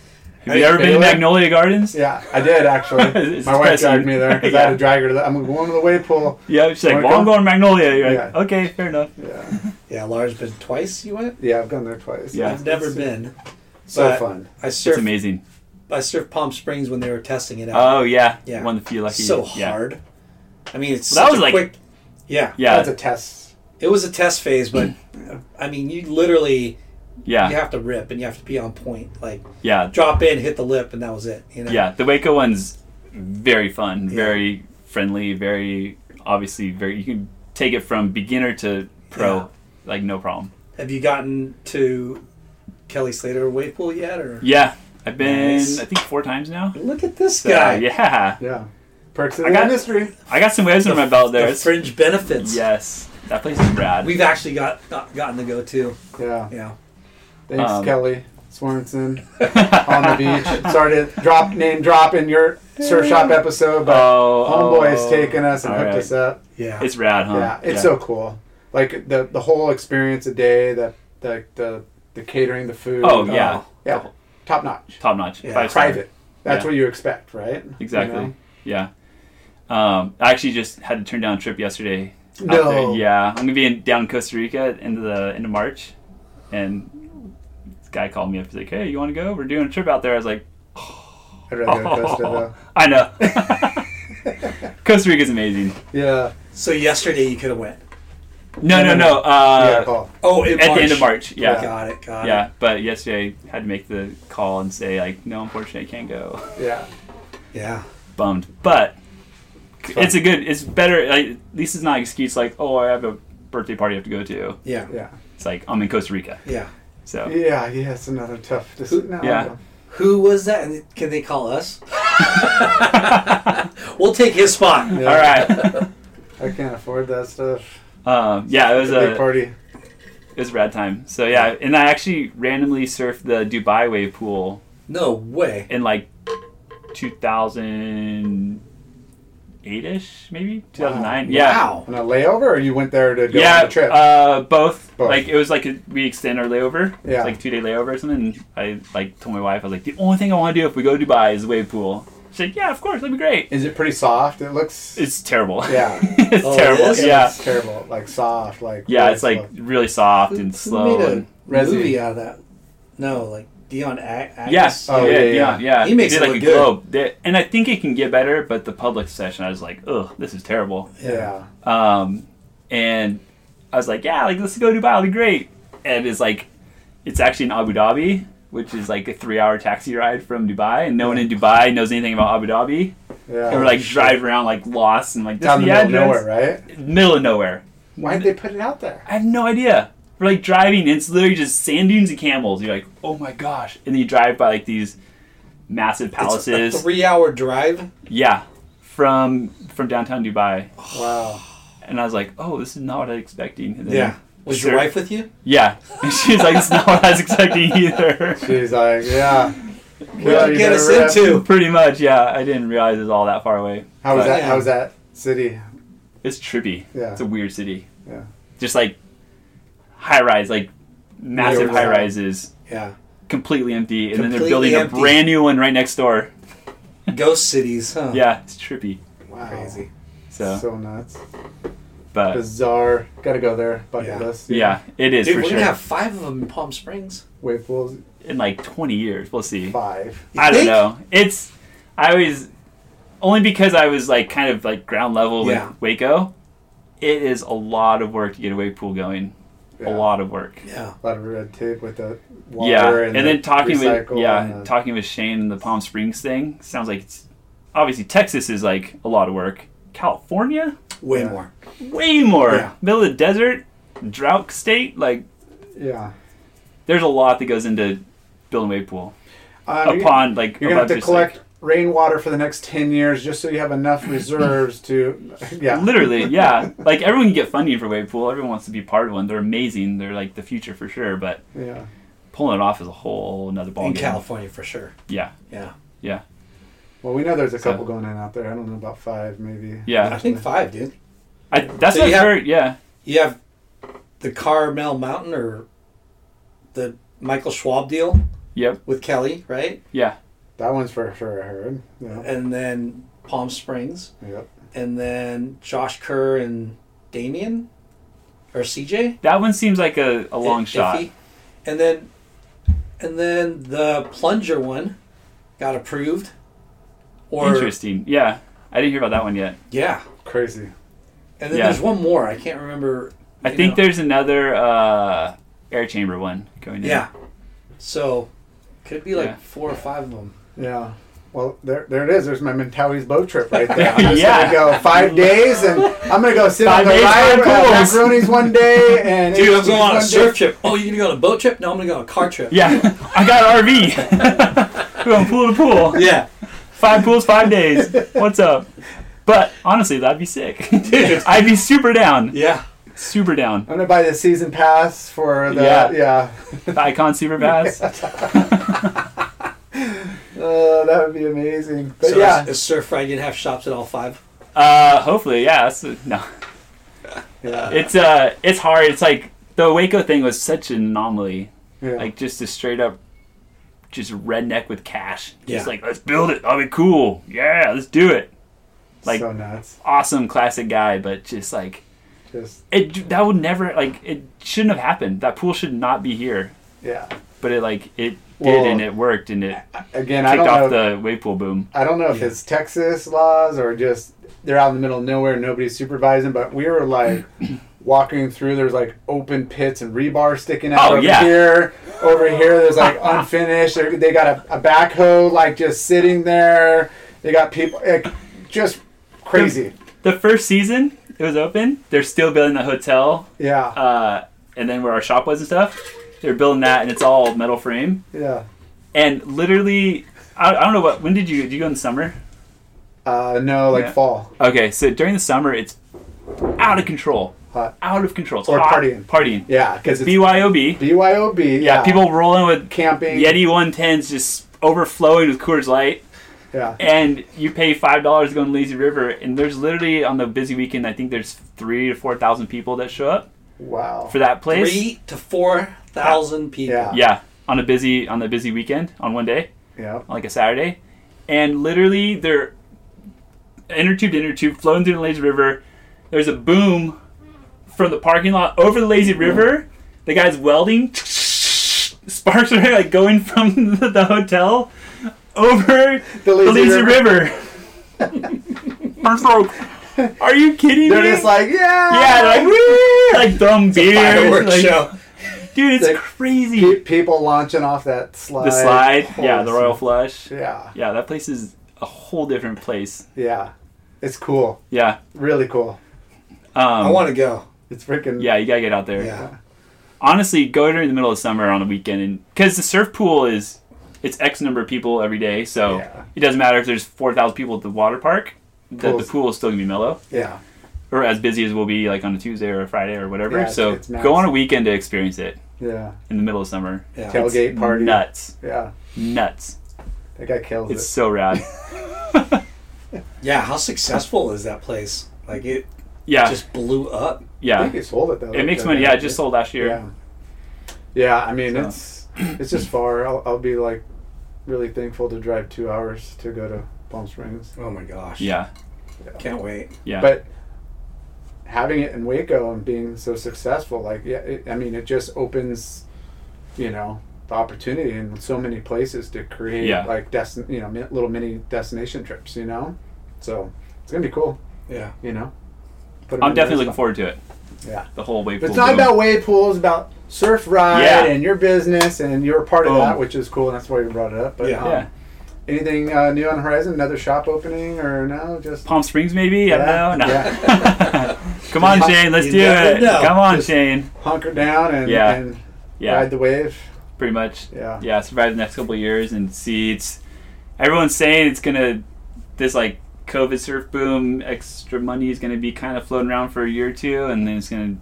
[SPEAKER 4] you ever been to
[SPEAKER 3] Baylor?
[SPEAKER 4] magnolia gardens
[SPEAKER 3] Yeah, I did actually.
[SPEAKER 4] It's
[SPEAKER 3] My wife
[SPEAKER 4] depressing.
[SPEAKER 3] dragged me there because I had to drag her to the. I'm going to the wave pool.
[SPEAKER 4] yeah she's like
[SPEAKER 3] Wanna
[SPEAKER 4] well i'm
[SPEAKER 3] go?
[SPEAKER 4] going to magnolia you're like
[SPEAKER 3] Yeah.
[SPEAKER 4] okay fair enough
[SPEAKER 3] Yeah,
[SPEAKER 1] Yeah, Lars been twice. You went?
[SPEAKER 3] yeah, I've gone there twice.
[SPEAKER 4] Yeah.
[SPEAKER 1] I've never been.
[SPEAKER 3] so
[SPEAKER 1] but
[SPEAKER 3] fun.
[SPEAKER 1] I
[SPEAKER 4] it's
[SPEAKER 1] surfed.
[SPEAKER 4] amazing
[SPEAKER 1] I surfed Palm Springs when they were testing it out.
[SPEAKER 4] oh yeah
[SPEAKER 1] Yeah.
[SPEAKER 4] one of the few lucky
[SPEAKER 1] so
[SPEAKER 4] Oh, yeah.
[SPEAKER 1] hard. I mean, it's
[SPEAKER 4] Well,
[SPEAKER 1] such
[SPEAKER 4] that was
[SPEAKER 1] a
[SPEAKER 4] like-
[SPEAKER 1] quick. Yeah,
[SPEAKER 4] yeah
[SPEAKER 3] That's a test.
[SPEAKER 1] it was a test phase, but uh, I mean, you literally
[SPEAKER 4] yeah
[SPEAKER 1] you
[SPEAKER 4] yeah
[SPEAKER 1] have to rip and you have to be on point. Like
[SPEAKER 4] yeah
[SPEAKER 1] drop in, hit the lip, and that was it. You know?
[SPEAKER 4] yeah the waco one's very fun very friendly very obviously very you can take it from beginner to pro
[SPEAKER 1] Yeah.
[SPEAKER 4] like no problem
[SPEAKER 1] Have you gotten to Kelly Slater wave pool yet? Or
[SPEAKER 4] yeah i've been
[SPEAKER 1] Nice.
[SPEAKER 4] i think four times now
[SPEAKER 1] look at this
[SPEAKER 4] So,
[SPEAKER 1] guy.
[SPEAKER 4] Uh, yeah
[SPEAKER 3] Yeah, perks of
[SPEAKER 4] I
[SPEAKER 3] the
[SPEAKER 4] got-
[SPEAKER 3] industry.
[SPEAKER 4] i got some waves under my belt there
[SPEAKER 1] The
[SPEAKER 4] It's-
[SPEAKER 1] fringe benefits.
[SPEAKER 4] yes that place is rad
[SPEAKER 1] We've actually got not gotten to go to.
[SPEAKER 3] Yeah,
[SPEAKER 1] Yeah.
[SPEAKER 3] thanks
[SPEAKER 4] Um,
[SPEAKER 3] Kelly Swanson on the beach. Sorry to drop name drop in your surf shop episode, but
[SPEAKER 4] oh
[SPEAKER 3] homeboy's
[SPEAKER 4] oh.
[SPEAKER 3] taken us and
[SPEAKER 4] All
[SPEAKER 3] hooked
[SPEAKER 4] right.
[SPEAKER 3] us up.
[SPEAKER 1] Yeah.
[SPEAKER 4] it's rad huh
[SPEAKER 3] yeah, it's so cool. Like the the whole experience a day, the the the, the catering, the food. uh,
[SPEAKER 4] oh yeah
[SPEAKER 3] yeah, top notch.
[SPEAKER 4] top notch
[SPEAKER 1] Yeah.
[SPEAKER 4] five star.
[SPEAKER 3] private. That's
[SPEAKER 4] Yeah.
[SPEAKER 3] what you expect, right?
[SPEAKER 4] exactly
[SPEAKER 3] You know?
[SPEAKER 4] yeah um, I actually just had to turn down a trip yesterday out
[SPEAKER 3] No.
[SPEAKER 4] there. Yeah, I'm gonna be in, down in Costa Rica at the end of the end of March, and this guy called me up. He's like, "Hey, you want to go? We're doing a trip out there." I was like, "Oh,
[SPEAKER 3] I'd rather go to Costa though.
[SPEAKER 4] "I know." Costa Rica's amazing.
[SPEAKER 3] Yeah.
[SPEAKER 1] so yesterday you could have went.
[SPEAKER 4] No, no, no.
[SPEAKER 3] yeah.
[SPEAKER 4] Uh,
[SPEAKER 3] Call.
[SPEAKER 1] Oh, in
[SPEAKER 4] at the end of March. Yeah, yeah.
[SPEAKER 1] Got it. Got
[SPEAKER 4] But yesterday, I had to make the call and say like, "No, unfortunately, I can't go."
[SPEAKER 3] Yeah.
[SPEAKER 1] it. Yeah.
[SPEAKER 4] Bummed, but it's a good. It's better. Like, at least it's not an excuse like, oh, I have a birthday party I have to go to.
[SPEAKER 1] Yeah. Yeah.
[SPEAKER 3] Yeah.
[SPEAKER 4] It's like I'm in Costa Rica, so
[SPEAKER 3] Yeah, yeah, it's another tough decision. No,
[SPEAKER 4] Yeah.
[SPEAKER 1] Who was that? And Can they call us? we'll take his spot.
[SPEAKER 3] Yeah,
[SPEAKER 4] all right.
[SPEAKER 3] I can't afford that stuff.
[SPEAKER 4] um, yeah, it was
[SPEAKER 3] Big
[SPEAKER 4] a
[SPEAKER 3] party.
[SPEAKER 4] it was a rad time. So yeah, and I actually randomly surfed the Dubai wave pool
[SPEAKER 1] No way.
[SPEAKER 4] in like 2008 ish, maybe 2009. Yeah.
[SPEAKER 1] Wow.
[SPEAKER 3] On a layover, or you went there to go
[SPEAKER 4] yeah,
[SPEAKER 3] on a trip?
[SPEAKER 4] Uh, both.
[SPEAKER 3] Both.
[SPEAKER 4] Like it was like a, we extend our layover. It's
[SPEAKER 3] Yeah.
[SPEAKER 4] like a two day layover or something. And I like told my wife I was like the only thing I want to do if we go to Dubai is wave pool. She said yeah, of course that'd be great.
[SPEAKER 3] Is it pretty soft? It looks.
[SPEAKER 4] It's terrible.
[SPEAKER 3] yeah.
[SPEAKER 4] it's
[SPEAKER 1] Oh, it
[SPEAKER 4] terrible.
[SPEAKER 1] is?
[SPEAKER 4] yeah.
[SPEAKER 3] It's terrible. Like soft. Like
[SPEAKER 4] Yeah,
[SPEAKER 3] really
[SPEAKER 4] it's like
[SPEAKER 3] soft.
[SPEAKER 4] really soft and
[SPEAKER 1] Who
[SPEAKER 4] slow.
[SPEAKER 1] made a
[SPEAKER 4] and-
[SPEAKER 3] Resi.
[SPEAKER 1] movie out of that? No, like Dion Ag-
[SPEAKER 4] Yes.
[SPEAKER 3] Oh, yeah,
[SPEAKER 4] yeah, yeah,
[SPEAKER 3] yeah.
[SPEAKER 4] yeah,
[SPEAKER 1] He makes
[SPEAKER 4] did
[SPEAKER 1] it
[SPEAKER 4] like
[SPEAKER 1] look
[SPEAKER 4] a
[SPEAKER 1] good.
[SPEAKER 4] globe, They- and I think it can get better. But the public session, I was like, ugh, this is terrible.
[SPEAKER 3] Yeah.
[SPEAKER 4] Um, and I was like, yeah, like let's go to Dubai, it'll be great. And it's like, it's actually in Abu Dhabi, which is like a three-hour taxi ride from Dubai, and no one in Dubai knows anything about Abu Dhabi.
[SPEAKER 3] Yeah.
[SPEAKER 4] And we're like driving around like lost and like this
[SPEAKER 3] down
[SPEAKER 4] is
[SPEAKER 3] the
[SPEAKER 4] the
[SPEAKER 3] middle of
[SPEAKER 4] address.
[SPEAKER 3] nowhere, right?
[SPEAKER 4] Middle of nowhere.
[SPEAKER 3] Why did they put it out there?
[SPEAKER 4] I have no idea. We're like driving, and it's literally just sand dunes and camels. You're like, oh my gosh! And then you drive by like these massive
[SPEAKER 1] It's a
[SPEAKER 4] palaces.
[SPEAKER 1] three-hour drive.
[SPEAKER 4] Yeah, from from downtown Dubai,
[SPEAKER 3] Wow.
[SPEAKER 4] and I was like, "Oh, this is not what I was expecting." And then-
[SPEAKER 1] Was
[SPEAKER 4] Sure.
[SPEAKER 1] your wife with you?
[SPEAKER 4] Yeah, and she was like, "It's not what I was expecting either."
[SPEAKER 3] She's like, yeah.
[SPEAKER 1] What'd
[SPEAKER 3] Killer,
[SPEAKER 1] you
[SPEAKER 3] you
[SPEAKER 1] get
[SPEAKER 3] better
[SPEAKER 1] us
[SPEAKER 3] rip.
[SPEAKER 1] into?
[SPEAKER 4] Pretty much, yeah. I didn't realize it was all that far away.
[SPEAKER 3] How was
[SPEAKER 4] But
[SPEAKER 3] that? How was that city?
[SPEAKER 4] It's trippy.
[SPEAKER 3] Yeah.
[SPEAKER 4] It's a weird city.
[SPEAKER 3] Yeah.
[SPEAKER 4] Just like high rise, like massive
[SPEAKER 3] Weird.
[SPEAKER 4] high rises,
[SPEAKER 1] Yeah.
[SPEAKER 4] completely empty, and then they're
[SPEAKER 1] Completely
[SPEAKER 4] building
[SPEAKER 1] empty.
[SPEAKER 4] a brand new one right next door.
[SPEAKER 1] Ghost cities, huh?
[SPEAKER 4] Yeah, it's trippy.
[SPEAKER 3] Wow.
[SPEAKER 1] Crazy.
[SPEAKER 4] So,
[SPEAKER 3] So nuts.
[SPEAKER 4] but
[SPEAKER 3] Bizarre. Gotta go there. Bucket
[SPEAKER 1] Yeah.
[SPEAKER 3] list.
[SPEAKER 4] yeah, it is
[SPEAKER 1] Dude,
[SPEAKER 4] for
[SPEAKER 1] we're
[SPEAKER 4] sure.
[SPEAKER 1] gonna have five of them in Palm Springs.
[SPEAKER 3] Wave pools
[SPEAKER 4] In like 20 years, we'll see.
[SPEAKER 3] five.
[SPEAKER 1] You
[SPEAKER 4] I don't
[SPEAKER 1] think?
[SPEAKER 4] know. It's I always only because I was like kind of like ground level with
[SPEAKER 1] Yeah.
[SPEAKER 4] Waco. It is a lot of work to get a wave pool going.
[SPEAKER 3] Yeah.
[SPEAKER 4] A lot of work.
[SPEAKER 1] Yeah.
[SPEAKER 3] A lot of red tape with the water
[SPEAKER 4] yeah,
[SPEAKER 3] and,
[SPEAKER 4] and,
[SPEAKER 3] the
[SPEAKER 4] then talking with
[SPEAKER 3] recycle
[SPEAKER 4] yeah,
[SPEAKER 3] and the-
[SPEAKER 4] talking with Shane and the Palm Springs thing sounds like it's obviously Texas is like a lot of work. California,
[SPEAKER 1] Way
[SPEAKER 3] Yeah.
[SPEAKER 1] more.
[SPEAKER 4] way more
[SPEAKER 1] Yeah.
[SPEAKER 4] middle of the desert, drought state. Like
[SPEAKER 3] yeah.
[SPEAKER 4] there's a lot that goes into building a wave pool.
[SPEAKER 3] Um, you-
[SPEAKER 4] Upon like
[SPEAKER 3] you're gonna have to
[SPEAKER 4] above just, like-
[SPEAKER 3] collect rainwater for the next ten years just so you have enough reserves to yeah.
[SPEAKER 4] Literally, yeah. Like everyone can get funding for wave pool. Everyone wants to be part of one. They're amazing. They're like the future for sure. But
[SPEAKER 3] Yeah.
[SPEAKER 4] pulling it off is a whole another ballgame.
[SPEAKER 1] In California for sure.
[SPEAKER 4] Yeah,
[SPEAKER 1] Yeah.
[SPEAKER 4] yeah,
[SPEAKER 3] Well, we know there's a couple
[SPEAKER 4] So-
[SPEAKER 3] going in out there. I don't know about five, maybe.
[SPEAKER 1] I
[SPEAKER 4] yeah.
[SPEAKER 1] think five, dude.
[SPEAKER 4] I, that's
[SPEAKER 1] So
[SPEAKER 4] what
[SPEAKER 1] you
[SPEAKER 4] I
[SPEAKER 1] have-
[SPEAKER 4] heard. Yeah,
[SPEAKER 1] You have the Carmel Mountain or the Michael Schwab deal
[SPEAKER 4] yep,
[SPEAKER 1] with Kelly, right?
[SPEAKER 4] yeah,
[SPEAKER 3] That one's for sure. I heard. Yeah.
[SPEAKER 1] And then Palm Springs,
[SPEAKER 4] Eh.
[SPEAKER 3] Yep.
[SPEAKER 1] and then Josh Kerr and Damien or CJ.
[SPEAKER 4] that one seems like a, a long
[SPEAKER 1] Iffy.
[SPEAKER 4] shot.
[SPEAKER 1] And then, and then the plunger one got approved. Or
[SPEAKER 4] Interesting. Yeah, I didn't hear about that one yet.
[SPEAKER 1] yeah,
[SPEAKER 3] Crazy.
[SPEAKER 1] and then
[SPEAKER 4] Yeah.
[SPEAKER 1] there's one more. I can't remember.
[SPEAKER 4] I
[SPEAKER 1] you
[SPEAKER 4] think
[SPEAKER 1] know.
[SPEAKER 4] there's another uh, air chamber one going in.
[SPEAKER 1] yeah. So could be like
[SPEAKER 4] Yeah.
[SPEAKER 1] four or five of them.
[SPEAKER 3] Yeah. Well, there, there it is. There's my Mentawai's boat trip right there. I'm just
[SPEAKER 4] Yeah.
[SPEAKER 3] gonna go five days, and I'm gonna go sit
[SPEAKER 4] Five
[SPEAKER 3] on the
[SPEAKER 4] days,
[SPEAKER 3] ride
[SPEAKER 4] five
[SPEAKER 3] with uh,
[SPEAKER 4] pools.
[SPEAKER 3] macaronis one day, and
[SPEAKER 1] Dude, I'm going on a
[SPEAKER 3] one
[SPEAKER 1] surf
[SPEAKER 3] day.
[SPEAKER 1] trip. Oh, you're gonna go on a boat trip? No, I'm gonna go on a car trip.
[SPEAKER 4] yeah. I got an RV. We're going pool to pool.
[SPEAKER 1] Yeah.
[SPEAKER 4] Five pools, five days. What's up? But honestly, that'd be sick.
[SPEAKER 1] Dude.
[SPEAKER 4] I'd be super down.
[SPEAKER 1] Yeah.
[SPEAKER 4] Super down.
[SPEAKER 3] I'm gonna buy the season pass for the
[SPEAKER 4] Yeah.
[SPEAKER 3] yeah.
[SPEAKER 4] Icon Super Bass.
[SPEAKER 3] Uh, that would be amazing. But
[SPEAKER 1] So
[SPEAKER 3] yeah,
[SPEAKER 1] is, is Surf Ride gonna have shops at all five?
[SPEAKER 4] Uh, hopefully, yeah. That's, no,
[SPEAKER 3] yeah,
[SPEAKER 4] it's uh, it's hard. It's like the Waco thing was such an anomaly.
[SPEAKER 3] yeah.
[SPEAKER 4] Like just a straight up, just redneck with cash.
[SPEAKER 1] Yeah.
[SPEAKER 4] Just like let's build it. That'll be cool. Yeah, let's do it. Like
[SPEAKER 3] so nuts.
[SPEAKER 4] awesome classic guy, but just like
[SPEAKER 3] Just
[SPEAKER 4] it. That would never like it shouldn't have happened. That pool should not be here.
[SPEAKER 3] yeah.
[SPEAKER 4] But it like it
[SPEAKER 3] Well,
[SPEAKER 4] did and it worked and it
[SPEAKER 3] Again, I don't
[SPEAKER 4] kicked
[SPEAKER 3] know.
[SPEAKER 4] off the wave pool boom.
[SPEAKER 3] I don't know if it's Texas laws or just they're out in the middle of nowhere, nobody's supervising, but we were like walking through, there's like open pits and rebar sticking out
[SPEAKER 4] Oh,
[SPEAKER 3] over
[SPEAKER 4] yeah.
[SPEAKER 3] here. Over here, there's like unfinished. They're- They got a, a backhoe like just sitting there. They got people like, just Crazy.
[SPEAKER 4] The first season it was open, they're still building the hotel,
[SPEAKER 3] Yeah.
[SPEAKER 4] uh, and then where our shop was and stuff. They're building that, and it's all metal frame.
[SPEAKER 3] yeah.
[SPEAKER 4] And literally, I, I don't know what. When did you did you go in the summer?
[SPEAKER 3] Uh, no, like
[SPEAKER 4] Yeah.
[SPEAKER 3] fall.
[SPEAKER 4] Okay, so during the summer, it's out of control.
[SPEAKER 3] Hot.
[SPEAKER 4] Out of control. It's
[SPEAKER 3] Or
[SPEAKER 4] hot.
[SPEAKER 3] partying.
[SPEAKER 4] Partying.
[SPEAKER 3] Yeah, because it's
[SPEAKER 4] BYOB.
[SPEAKER 3] BYOB.
[SPEAKER 4] Yeah, people rolling with
[SPEAKER 3] camping.
[SPEAKER 4] Yeti 110s just overflowing with Coors Light.
[SPEAKER 3] Yeah.
[SPEAKER 4] And you pay five dollars to go in Lazy River, and there's literally on the busy weekend, I think there's three to four thousand people that show up
[SPEAKER 3] Wow.
[SPEAKER 4] for that place.
[SPEAKER 1] Three to four thousand people.
[SPEAKER 3] Yeah.
[SPEAKER 4] Yeah, on a busy on the busy weekend on one day,
[SPEAKER 3] Yeah.
[SPEAKER 4] on like a Saturday, and literally they're inner tube to inner tube flowing through the Lazy River. There's a boom from the parking lot over the Lazy River. The guy's welding. Sparks are like going from the hotel over
[SPEAKER 3] The
[SPEAKER 4] the
[SPEAKER 3] lazy,
[SPEAKER 4] Lazy
[SPEAKER 3] river.
[SPEAKER 4] River. I'm so- Are you kidding
[SPEAKER 3] They're
[SPEAKER 4] me?
[SPEAKER 3] just like,
[SPEAKER 4] yeah,
[SPEAKER 3] yeah.
[SPEAKER 4] like woo, like throwing beer,
[SPEAKER 1] Fireworks
[SPEAKER 4] like,
[SPEAKER 1] show.
[SPEAKER 4] dude, it's
[SPEAKER 3] Like,
[SPEAKER 4] crazy.
[SPEAKER 3] Pe- people launching off that slide.
[SPEAKER 4] the slide, yeah,
[SPEAKER 3] Holy
[SPEAKER 4] the Royal
[SPEAKER 3] smokes.
[SPEAKER 4] Flush,
[SPEAKER 3] Yeah.
[SPEAKER 4] yeah, that place is a whole different place.
[SPEAKER 3] Yeah. It's cool.
[SPEAKER 4] Yeah,
[SPEAKER 3] Really cool.
[SPEAKER 4] um,
[SPEAKER 1] I want to go.
[SPEAKER 3] It's freaking.
[SPEAKER 4] yeah, you gotta get out there.
[SPEAKER 1] Yeah.
[SPEAKER 4] Honestly, go during the middle of summer on a weekend, and because the surf pool is, it's X number of people every day, so
[SPEAKER 3] Yeah.
[SPEAKER 4] it doesn't matter if there's four thousand people at the water park. The, the
[SPEAKER 3] Pools.
[SPEAKER 4] pool is still gonna be mellow,
[SPEAKER 3] Yeah.
[SPEAKER 4] or as busy as we'll be like on a Tuesday or a Friday or whatever.
[SPEAKER 3] Yeah, it's-
[SPEAKER 4] so
[SPEAKER 3] it's nuts.
[SPEAKER 4] go on a weekend to experience it
[SPEAKER 3] Yeah.
[SPEAKER 4] in the middle of summer.
[SPEAKER 1] Yeah.
[SPEAKER 3] Tailgate party.
[SPEAKER 4] Nuts,
[SPEAKER 3] Yeah.
[SPEAKER 4] nuts.
[SPEAKER 3] That guy kills
[SPEAKER 4] It's so rad.
[SPEAKER 1] Yeah, how successful is that place? Like it
[SPEAKER 4] Yeah,
[SPEAKER 1] just blew up.
[SPEAKER 3] it. I think
[SPEAKER 4] yeah.
[SPEAKER 3] he sold it though.
[SPEAKER 4] It makes money. Yeah, it just sold last year.
[SPEAKER 3] Yeah. Yeah. I mean,
[SPEAKER 4] So.
[SPEAKER 3] it's it's just far. I'll, I'll be like really thankful to drive two hours to go to Palm Springs.
[SPEAKER 1] Oh my gosh.
[SPEAKER 4] yeah.
[SPEAKER 1] Can't wait.
[SPEAKER 4] Yeah.
[SPEAKER 3] but having it in Waco and being so successful, like yeah, it, I mean, it just opens, you know, the opportunity in so many places to create
[SPEAKER 4] Yeah.
[SPEAKER 3] like destin, you know, mi- little mini destination trips, you know. So it's gonna be cool,
[SPEAKER 1] Yeah.
[SPEAKER 3] you know. Put 'em
[SPEAKER 4] I'm
[SPEAKER 3] in there,
[SPEAKER 4] definitely looking
[SPEAKER 3] it's
[SPEAKER 4] forward to it.
[SPEAKER 3] Yeah.
[SPEAKER 4] The whole wave
[SPEAKER 3] fun. But
[SPEAKER 4] pool.
[SPEAKER 3] it's not
[SPEAKER 4] boom.
[SPEAKER 3] about wave pools, about surf ride
[SPEAKER 4] Yeah.
[SPEAKER 3] and your business, and you're a part of
[SPEAKER 4] Boom.
[SPEAKER 3] that, which is cool, and that's why you brought it up. But
[SPEAKER 1] Yeah.
[SPEAKER 3] um,
[SPEAKER 4] Yeah.
[SPEAKER 3] anything uh, new on the horizon? Another shop opening or no? Just
[SPEAKER 4] Palm Springs, maybe? I
[SPEAKER 3] Yeah,
[SPEAKER 4] don't know. No.
[SPEAKER 3] yeah.
[SPEAKER 4] Come on, Shane. Let's
[SPEAKER 1] You
[SPEAKER 4] do
[SPEAKER 1] never
[SPEAKER 4] it.
[SPEAKER 1] know.
[SPEAKER 4] Come on,
[SPEAKER 3] Just-
[SPEAKER 4] Shane.
[SPEAKER 3] hunker down and,
[SPEAKER 4] Yeah.
[SPEAKER 3] and
[SPEAKER 4] Yeah,
[SPEAKER 3] ride the wave.
[SPEAKER 4] pretty much.
[SPEAKER 3] Yeah.
[SPEAKER 4] Yeah, survive the next couple of years and see. It's everyone's saying it's gonna this like COVID surf boom, extra money is gonna be kind of floating around for a year or two, and then it's gonna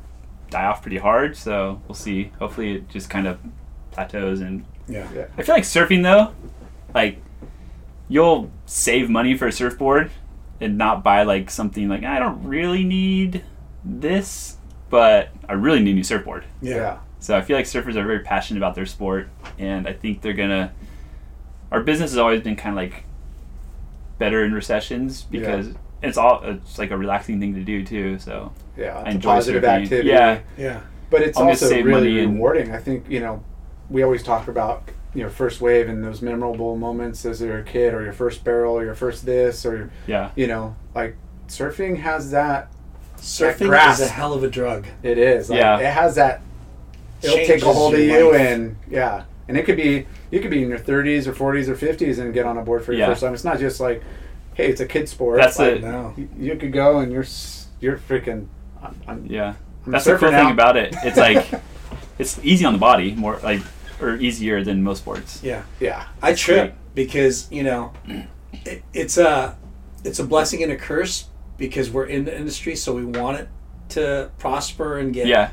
[SPEAKER 4] die off pretty hard. So we'll see. Hopefully, it just kind of plateaus and
[SPEAKER 1] Yeah.
[SPEAKER 4] I feel like surfing though, like you'll save money for a surfboard and not buy like something like I don't really need this, but I really need a new surfboard.
[SPEAKER 1] Yeah.
[SPEAKER 3] Yeah.
[SPEAKER 4] So I feel like surfers are very passionate about their sport, and I think they're gonna. Our business has always been kind of like better in recessions because it's all it's like a relaxing thing to do too. So
[SPEAKER 3] Yeah.
[SPEAKER 4] I
[SPEAKER 3] It's a
[SPEAKER 4] enjoy
[SPEAKER 3] positive
[SPEAKER 4] surfing.
[SPEAKER 3] activity.
[SPEAKER 4] Yeah,
[SPEAKER 1] Yeah.
[SPEAKER 3] But it's
[SPEAKER 4] I'm gonna
[SPEAKER 3] also
[SPEAKER 4] save
[SPEAKER 3] really
[SPEAKER 4] money and-
[SPEAKER 3] rewarding. I think, you know, we always talk about, you know, first wave and those memorable moments as you're a kid or your first barrel or your first this or,
[SPEAKER 4] yeah,
[SPEAKER 3] you know, like surfing has that.
[SPEAKER 1] Surfing
[SPEAKER 3] grass.
[SPEAKER 1] is a hell of a drug.
[SPEAKER 3] It is. Like,
[SPEAKER 4] Yeah.
[SPEAKER 3] It has that. It'll take
[SPEAKER 1] Changes
[SPEAKER 3] a hold of
[SPEAKER 1] your
[SPEAKER 3] you
[SPEAKER 1] life.
[SPEAKER 3] and, yeah. And it could be, you could be in your 30s or 40s or 50s and get on a board for your
[SPEAKER 4] Yeah.
[SPEAKER 3] first time. It's not just like, hey, it's a kid sport.
[SPEAKER 4] That's
[SPEAKER 3] like,
[SPEAKER 4] it.
[SPEAKER 1] No.
[SPEAKER 3] y- You could go and you're, s- you're freaking. I'm, I'm
[SPEAKER 4] yeah.
[SPEAKER 3] I'm
[SPEAKER 4] That's the
[SPEAKER 3] surfing
[SPEAKER 4] cool
[SPEAKER 3] now.
[SPEAKER 4] thing about it. It's like it's easy on the body, more like or easier than most sports.
[SPEAKER 1] Yeah.
[SPEAKER 3] Yeah.
[SPEAKER 1] I trip because you know, it, it's a it's a blessing and a curse because we're in the industry, so we want it to prosper and get.
[SPEAKER 4] Yeah,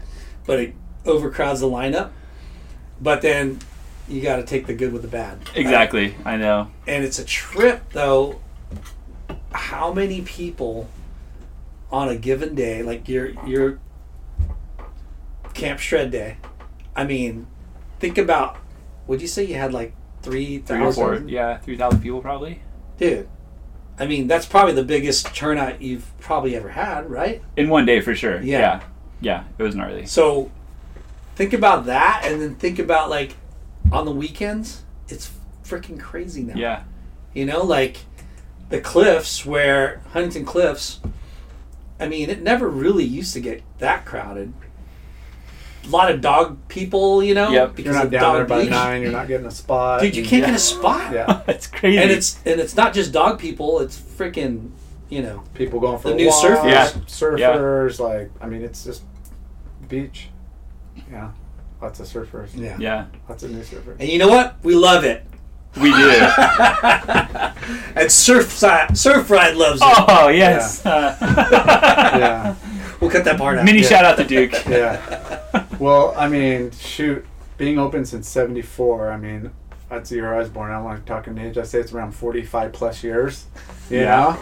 [SPEAKER 1] But it overcrowds the lineup. But then you got to take the good with the bad.
[SPEAKER 4] exactly. I know.
[SPEAKER 1] and it's a trip though how many people on a given day like your your camp shred day i mean think about would you say you had like
[SPEAKER 4] Three or four,
[SPEAKER 1] 3000
[SPEAKER 4] yeah, three thousand people probably
[SPEAKER 1] dude i mean that's probably the biggest turnout you've probably ever had right
[SPEAKER 4] in one day for sure.
[SPEAKER 1] Yeah.
[SPEAKER 4] Yeah, yeah, it was gnarly.
[SPEAKER 1] so think about that and then think about like on the weekends it's freaking crazy now
[SPEAKER 4] Yeah,
[SPEAKER 1] You know, like the cliffs where Huntington Cliffs, I mean, it never really used to get that crowded. A lot of dog people, you know,
[SPEAKER 4] Yep.
[SPEAKER 3] You're
[SPEAKER 1] because
[SPEAKER 3] not
[SPEAKER 1] of
[SPEAKER 3] down
[SPEAKER 1] dog
[SPEAKER 3] there by
[SPEAKER 1] beach.
[SPEAKER 3] nine. You're not getting a spot.
[SPEAKER 1] Dude, you
[SPEAKER 3] and-
[SPEAKER 1] can't get a spot.
[SPEAKER 3] Yeah.
[SPEAKER 4] it's crazy.
[SPEAKER 1] And it's and it's not just dog people, it's freaking, you know,
[SPEAKER 3] People going for
[SPEAKER 1] The new
[SPEAKER 3] walks,
[SPEAKER 1] surfers.
[SPEAKER 4] Yeah.
[SPEAKER 3] surfers. Like I mean, it's just beach. Yeah, lots of surfers.
[SPEAKER 1] yeah.
[SPEAKER 4] Yeah,
[SPEAKER 3] lots of new surfers.
[SPEAKER 1] And you know what? We love it.
[SPEAKER 4] we do.
[SPEAKER 1] And Surfside, Surf Ride loves it.
[SPEAKER 4] oh yes. Uh,
[SPEAKER 3] yeah,
[SPEAKER 1] We'll cut that part out.
[SPEAKER 4] Mini shout out to Duke.
[SPEAKER 3] yeah. well, I mean, shoot, being open since '74. I mean, I'd see where I was born. I don't like talking age. I say it's around 45 plus years. You
[SPEAKER 4] Yeah.
[SPEAKER 3] know,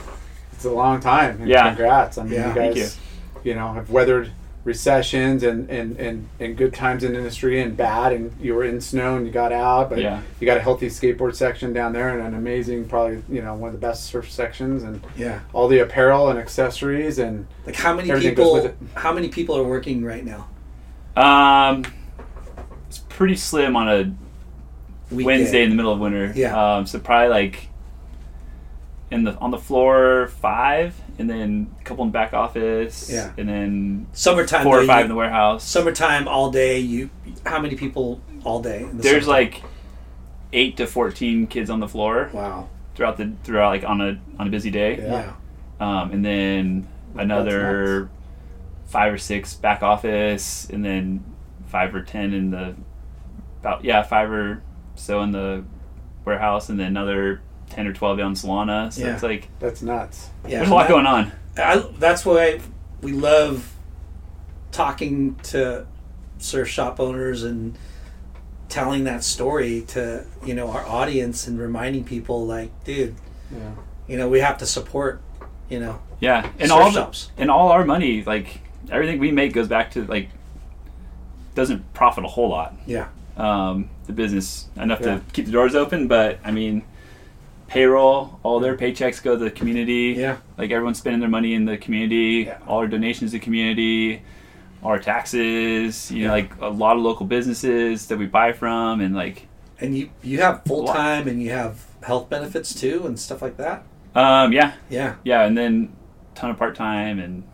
[SPEAKER 3] it's a long time. and
[SPEAKER 4] Yeah.
[SPEAKER 3] congrats. I mean,
[SPEAKER 1] Yeah.
[SPEAKER 3] you
[SPEAKER 4] Thank
[SPEAKER 3] guys, you. know, have weathered recessions and, and, and, and good times in industry and bad and you were in snow and you got out but
[SPEAKER 4] Yeah.
[SPEAKER 3] you got a healthy skateboard section down there and an amazing probably you know one of the best surf sections and
[SPEAKER 1] Yeah.
[SPEAKER 3] all the apparel and accessories and
[SPEAKER 1] Like how many
[SPEAKER 3] Everything goes
[SPEAKER 1] people?
[SPEAKER 3] with
[SPEAKER 1] How many people are working right now?
[SPEAKER 4] Um, it's pretty slim on a
[SPEAKER 1] Weekday.
[SPEAKER 4] Wednesday in the middle of winter.
[SPEAKER 1] Yeah.
[SPEAKER 4] Um, so probably like in the on the floor five, and then a couple in back office.
[SPEAKER 1] Yeah.
[SPEAKER 4] And then
[SPEAKER 1] Summertime.
[SPEAKER 4] four
[SPEAKER 1] though,
[SPEAKER 4] or five
[SPEAKER 1] you-
[SPEAKER 4] in the warehouse.
[SPEAKER 1] Summertime all day. You. How many people all day? In the
[SPEAKER 4] There's
[SPEAKER 1] summer?
[SPEAKER 4] like eight to fourteen kids on the floor
[SPEAKER 1] Wow.
[SPEAKER 4] throughout the throughout like on a on a busy day.
[SPEAKER 3] Yeah.
[SPEAKER 1] Yeah.
[SPEAKER 4] um, and then another five or six back office, and then five or ten in the about yeah five or so in the warehouse, and then another ten or twelve down Solana. So
[SPEAKER 1] Yeah.
[SPEAKER 4] it's like
[SPEAKER 3] that's nuts
[SPEAKER 1] Yeah.
[SPEAKER 4] there's a lot going on.
[SPEAKER 1] I, that's why we love talking to surf shop owners and telling that story to you know our audience and reminding people like dude
[SPEAKER 3] yeah
[SPEAKER 1] you know we have to support you know
[SPEAKER 4] Yeah, and
[SPEAKER 1] surf
[SPEAKER 4] all the-
[SPEAKER 1] shops
[SPEAKER 4] and all our money, like everything we make, goes back to like doesn't profit a whole lot.
[SPEAKER 1] yeah
[SPEAKER 4] um, the business enough
[SPEAKER 3] Yeah.
[SPEAKER 4] to keep the doors open. But I mean, payroll, all their paychecks go to the community.
[SPEAKER 1] Yeah.
[SPEAKER 4] like everyone's spending their money in the community.
[SPEAKER 1] Yeah.
[SPEAKER 4] All our donations to the community, our taxes. You know, like a lot of local businesses that we buy from, and like,
[SPEAKER 1] and you you have full-time and you have health benefits too and stuff like that
[SPEAKER 4] um, yeah,
[SPEAKER 1] yeah
[SPEAKER 4] yeah, and then ton of part time, and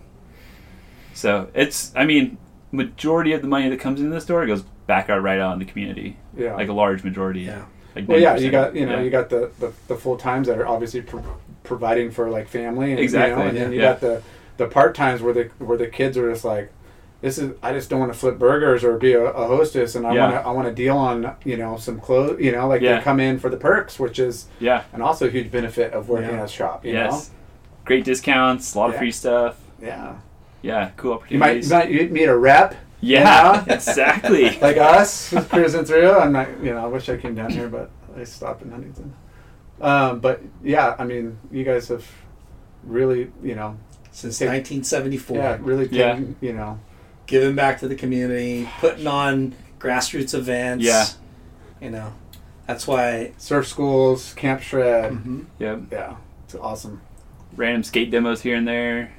[SPEAKER 4] so it's. I mean, majority of the money that comes into the store goes back out right out in the community.
[SPEAKER 3] Yeah.
[SPEAKER 4] like a large majority.
[SPEAKER 1] Yeah.
[SPEAKER 4] Like
[SPEAKER 3] Well, yeah,
[SPEAKER 4] 90%.
[SPEAKER 3] you got you know
[SPEAKER 4] Yeah.
[SPEAKER 3] you got the, the, the full times that are obviously pro- providing for like family and,
[SPEAKER 4] Exactly,
[SPEAKER 3] you know, and then
[SPEAKER 4] yeah.
[SPEAKER 3] you
[SPEAKER 4] Yeah.
[SPEAKER 3] got the the part times where the where the kids are just like, this is I just don't want to flip burgers or be a, a hostess and I
[SPEAKER 4] Yeah.
[SPEAKER 3] want to I want to deal on you know some clothes you know like
[SPEAKER 4] Yeah.
[SPEAKER 3] they come in for the perks which is
[SPEAKER 4] yeah.
[SPEAKER 3] an also huge benefit of working
[SPEAKER 1] Yeah.
[SPEAKER 3] at a shop you
[SPEAKER 4] Yes. Great discounts, a lot of
[SPEAKER 3] Yeah.
[SPEAKER 4] free stuff.
[SPEAKER 3] know yeah
[SPEAKER 4] Yeah, cool
[SPEAKER 3] you might
[SPEAKER 4] opportunities.
[SPEAKER 3] you might meet a rep
[SPEAKER 4] yeah,
[SPEAKER 3] Yeah.
[SPEAKER 4] exactly.
[SPEAKER 3] like us who's cruising through. I'm not, you know, I wish I came down here, but I stopped in Huntington. Um, but yeah, I mean, you guys have really, you know,
[SPEAKER 1] since
[SPEAKER 3] Take-
[SPEAKER 1] 1974
[SPEAKER 3] yeah, really,
[SPEAKER 4] Yeah.
[SPEAKER 3] taken, you know,
[SPEAKER 1] giving back to the community putting on grassroots events
[SPEAKER 4] Yeah.
[SPEAKER 1] you know that's why
[SPEAKER 3] surf schools, camp shred.
[SPEAKER 4] Mm-hmm. yeah,
[SPEAKER 3] Yeah, it's awesome.
[SPEAKER 4] random skate demos here and there,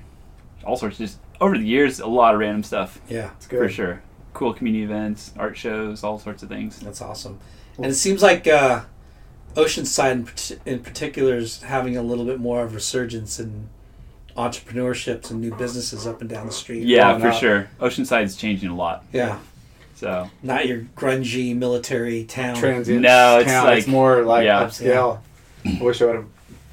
[SPEAKER 4] all sorts. Just over the years, a lot of random stuff
[SPEAKER 1] yeah
[SPEAKER 3] It's
[SPEAKER 4] for
[SPEAKER 3] good.
[SPEAKER 4] sure. Cool community events, art shows, all sorts of things.
[SPEAKER 1] That's awesome. And it seems like uh, Oceanside in, parti- in particular is having a little bit more of resurgence in entrepreneurships and new businesses up and down the street.
[SPEAKER 4] Yeah,
[SPEAKER 3] Why
[SPEAKER 4] for
[SPEAKER 3] not?
[SPEAKER 4] sure. Oceanside's changing a lot.
[SPEAKER 1] Yeah.
[SPEAKER 4] So
[SPEAKER 1] Not your grungy military town.
[SPEAKER 3] Transient
[SPEAKER 4] No, it's
[SPEAKER 3] town.
[SPEAKER 4] like-
[SPEAKER 3] it's more like
[SPEAKER 4] yeah.
[SPEAKER 3] upscale. I wish I would have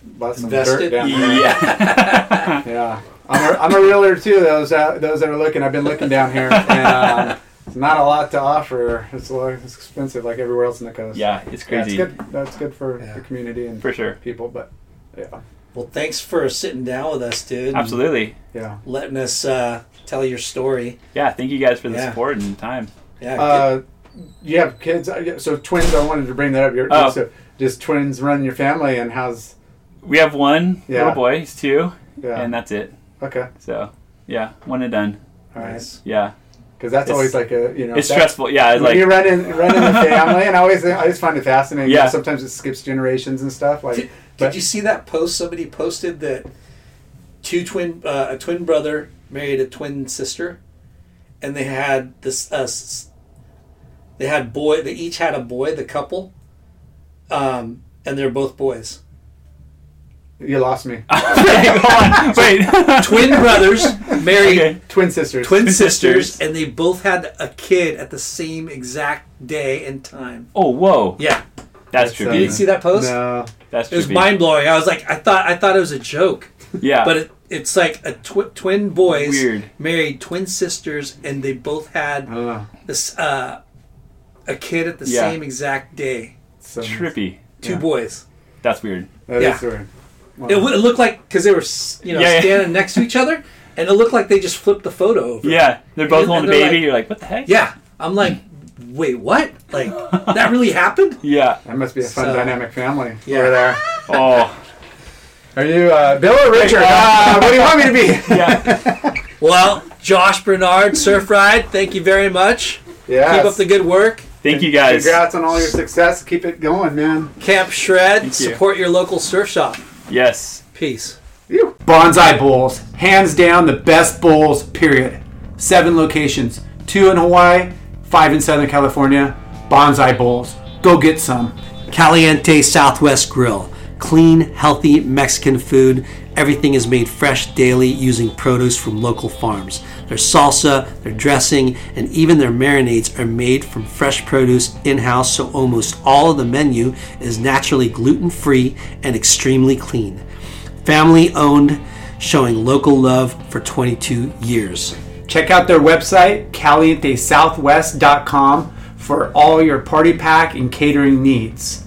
[SPEAKER 3] bought some
[SPEAKER 1] Invested?
[SPEAKER 3] dirt down there.
[SPEAKER 4] yeah,
[SPEAKER 3] Yeah, I'm a, I'm a realtor too. Those uh, those that are looking, I've been looking down here, and um, it's not a lot to offer. It's a lot, it's expensive, like everywhere else in the coast.
[SPEAKER 4] yeah, it's crazy
[SPEAKER 3] That's good. That's good for
[SPEAKER 1] Yeah.
[SPEAKER 3] the community and
[SPEAKER 4] for sure.
[SPEAKER 3] people. But yeah,
[SPEAKER 1] Well, thanks for sitting down with us, dude. and
[SPEAKER 4] Absolutely.
[SPEAKER 3] yeah.
[SPEAKER 1] Letting us uh, tell your story.
[SPEAKER 4] Yeah, thank you guys for the
[SPEAKER 1] Yeah.
[SPEAKER 4] support and time.
[SPEAKER 1] Yeah.
[SPEAKER 3] Uh, you have kids, Uh, yeah, so twins. I wanted to bring that up. You're,
[SPEAKER 4] Oh.
[SPEAKER 3] so just twins run your family, and how's
[SPEAKER 4] We have one
[SPEAKER 3] Yeah.
[SPEAKER 4] little boy, he's two,
[SPEAKER 3] yeah?
[SPEAKER 4] and that's it.
[SPEAKER 3] okay,
[SPEAKER 4] So yeah, one and done.
[SPEAKER 3] all right.
[SPEAKER 1] nice.
[SPEAKER 4] Yeah,
[SPEAKER 3] Because that's
[SPEAKER 4] It's-
[SPEAKER 3] always like a you know
[SPEAKER 4] it's
[SPEAKER 3] that-
[SPEAKER 4] stressful. Yeah, it's
[SPEAKER 3] When
[SPEAKER 4] like
[SPEAKER 3] you run in, run in the family, and I always, I always find it fascinating.
[SPEAKER 4] Yeah.
[SPEAKER 3] Sometimes it skips generations and stuff. Like,
[SPEAKER 1] Did,
[SPEAKER 3] but-
[SPEAKER 1] did you see that post somebody posted that two twin uh, a twin brother married a twin sister, and they had this uh, s- they had boy they each had a boy the couple, um, and they're both boys
[SPEAKER 3] You lost me.
[SPEAKER 4] Uh, Wait.
[SPEAKER 1] twin brothers married
[SPEAKER 4] okay.
[SPEAKER 3] Twin sisters.
[SPEAKER 1] twin sisters,
[SPEAKER 4] sisters.
[SPEAKER 1] and they both had a kid at the same exact day and time.
[SPEAKER 4] Oh, whoa.
[SPEAKER 1] Yeah,
[SPEAKER 4] That's
[SPEAKER 3] uh,
[SPEAKER 4] true.
[SPEAKER 1] you didn't see that post?
[SPEAKER 3] No.
[SPEAKER 4] That's
[SPEAKER 1] It was
[SPEAKER 4] trippy.
[SPEAKER 1] mind blowing. I was like, I thought I thought it was a joke.
[SPEAKER 4] Yeah.
[SPEAKER 1] but it, it's like a tw- twin boys
[SPEAKER 4] Weird.
[SPEAKER 1] married twin sisters, and they both had this uh, a kid at the
[SPEAKER 4] Yeah.
[SPEAKER 1] same exact day.
[SPEAKER 3] so,
[SPEAKER 4] trippy.
[SPEAKER 1] Two boys.
[SPEAKER 4] That's weird.
[SPEAKER 3] that is
[SPEAKER 1] yeah.
[SPEAKER 3] weird.
[SPEAKER 1] It, w- it looked like because they were s- you know
[SPEAKER 4] Yeah, yeah.
[SPEAKER 1] standing next to each other, and it looked like they just flipped the photo over.
[SPEAKER 4] Yeah, they're both
[SPEAKER 1] And
[SPEAKER 4] holding a
[SPEAKER 1] they're
[SPEAKER 4] baby.
[SPEAKER 1] like-
[SPEAKER 4] You're like, what the heck?
[SPEAKER 1] Yeah, I'm like, wait, what? Like that really happened?
[SPEAKER 4] Yeah.
[SPEAKER 3] That must be a fun
[SPEAKER 1] So-
[SPEAKER 3] dynamic family
[SPEAKER 1] Yeah.
[SPEAKER 3] over there.
[SPEAKER 4] Oh.
[SPEAKER 3] Are you uh, Bill or Richard? uh, what do you want me to be?
[SPEAKER 4] Yeah.
[SPEAKER 1] Well, Josh Bernard, Surf Ride, thank you very much.
[SPEAKER 3] Yes.
[SPEAKER 1] Keep up the good work.
[SPEAKER 4] Thank you guys.
[SPEAKER 3] Congrats on all your success. Keep it going, man.
[SPEAKER 1] Camp Shred,
[SPEAKER 4] you.
[SPEAKER 1] support your local surf shop.
[SPEAKER 4] Yes.
[SPEAKER 1] Peace.
[SPEAKER 3] Bonsai Bowls, hands down the best bowls, period. Seven locations, two in Hawaii, five in Southern California. Bonsai Bowls. Go get some.
[SPEAKER 7] Caliente Southwest Grill. Clean, healthy Mexican food. Everything is made fresh daily using produce from local farms. Their salsa, their dressing, and even their marinades are made from fresh produce in house, so almost all of the menu is naturally gluten free and extremely clean. Family owned, showing local love for 22 years.
[SPEAKER 3] Check out their website, calientesouthwest.com, for all your party pack and catering needs.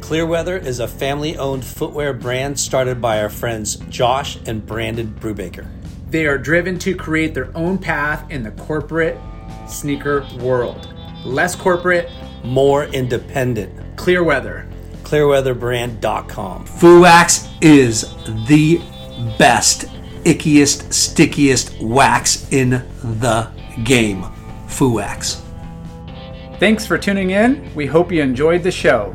[SPEAKER 7] Clearweather is a family owned footwear brand started by our friends Josh and Brandon Brubaker.
[SPEAKER 3] They are driven to create their own path in the corporate sneaker world. Less corporate,
[SPEAKER 7] More independent.
[SPEAKER 3] clear weather.
[SPEAKER 7] clearweatherbrand.com. Fuwax is the best, ickiest, stickiest wax in the game. Fuwax.
[SPEAKER 3] Thanks for tuning in. We hope you enjoyed the show.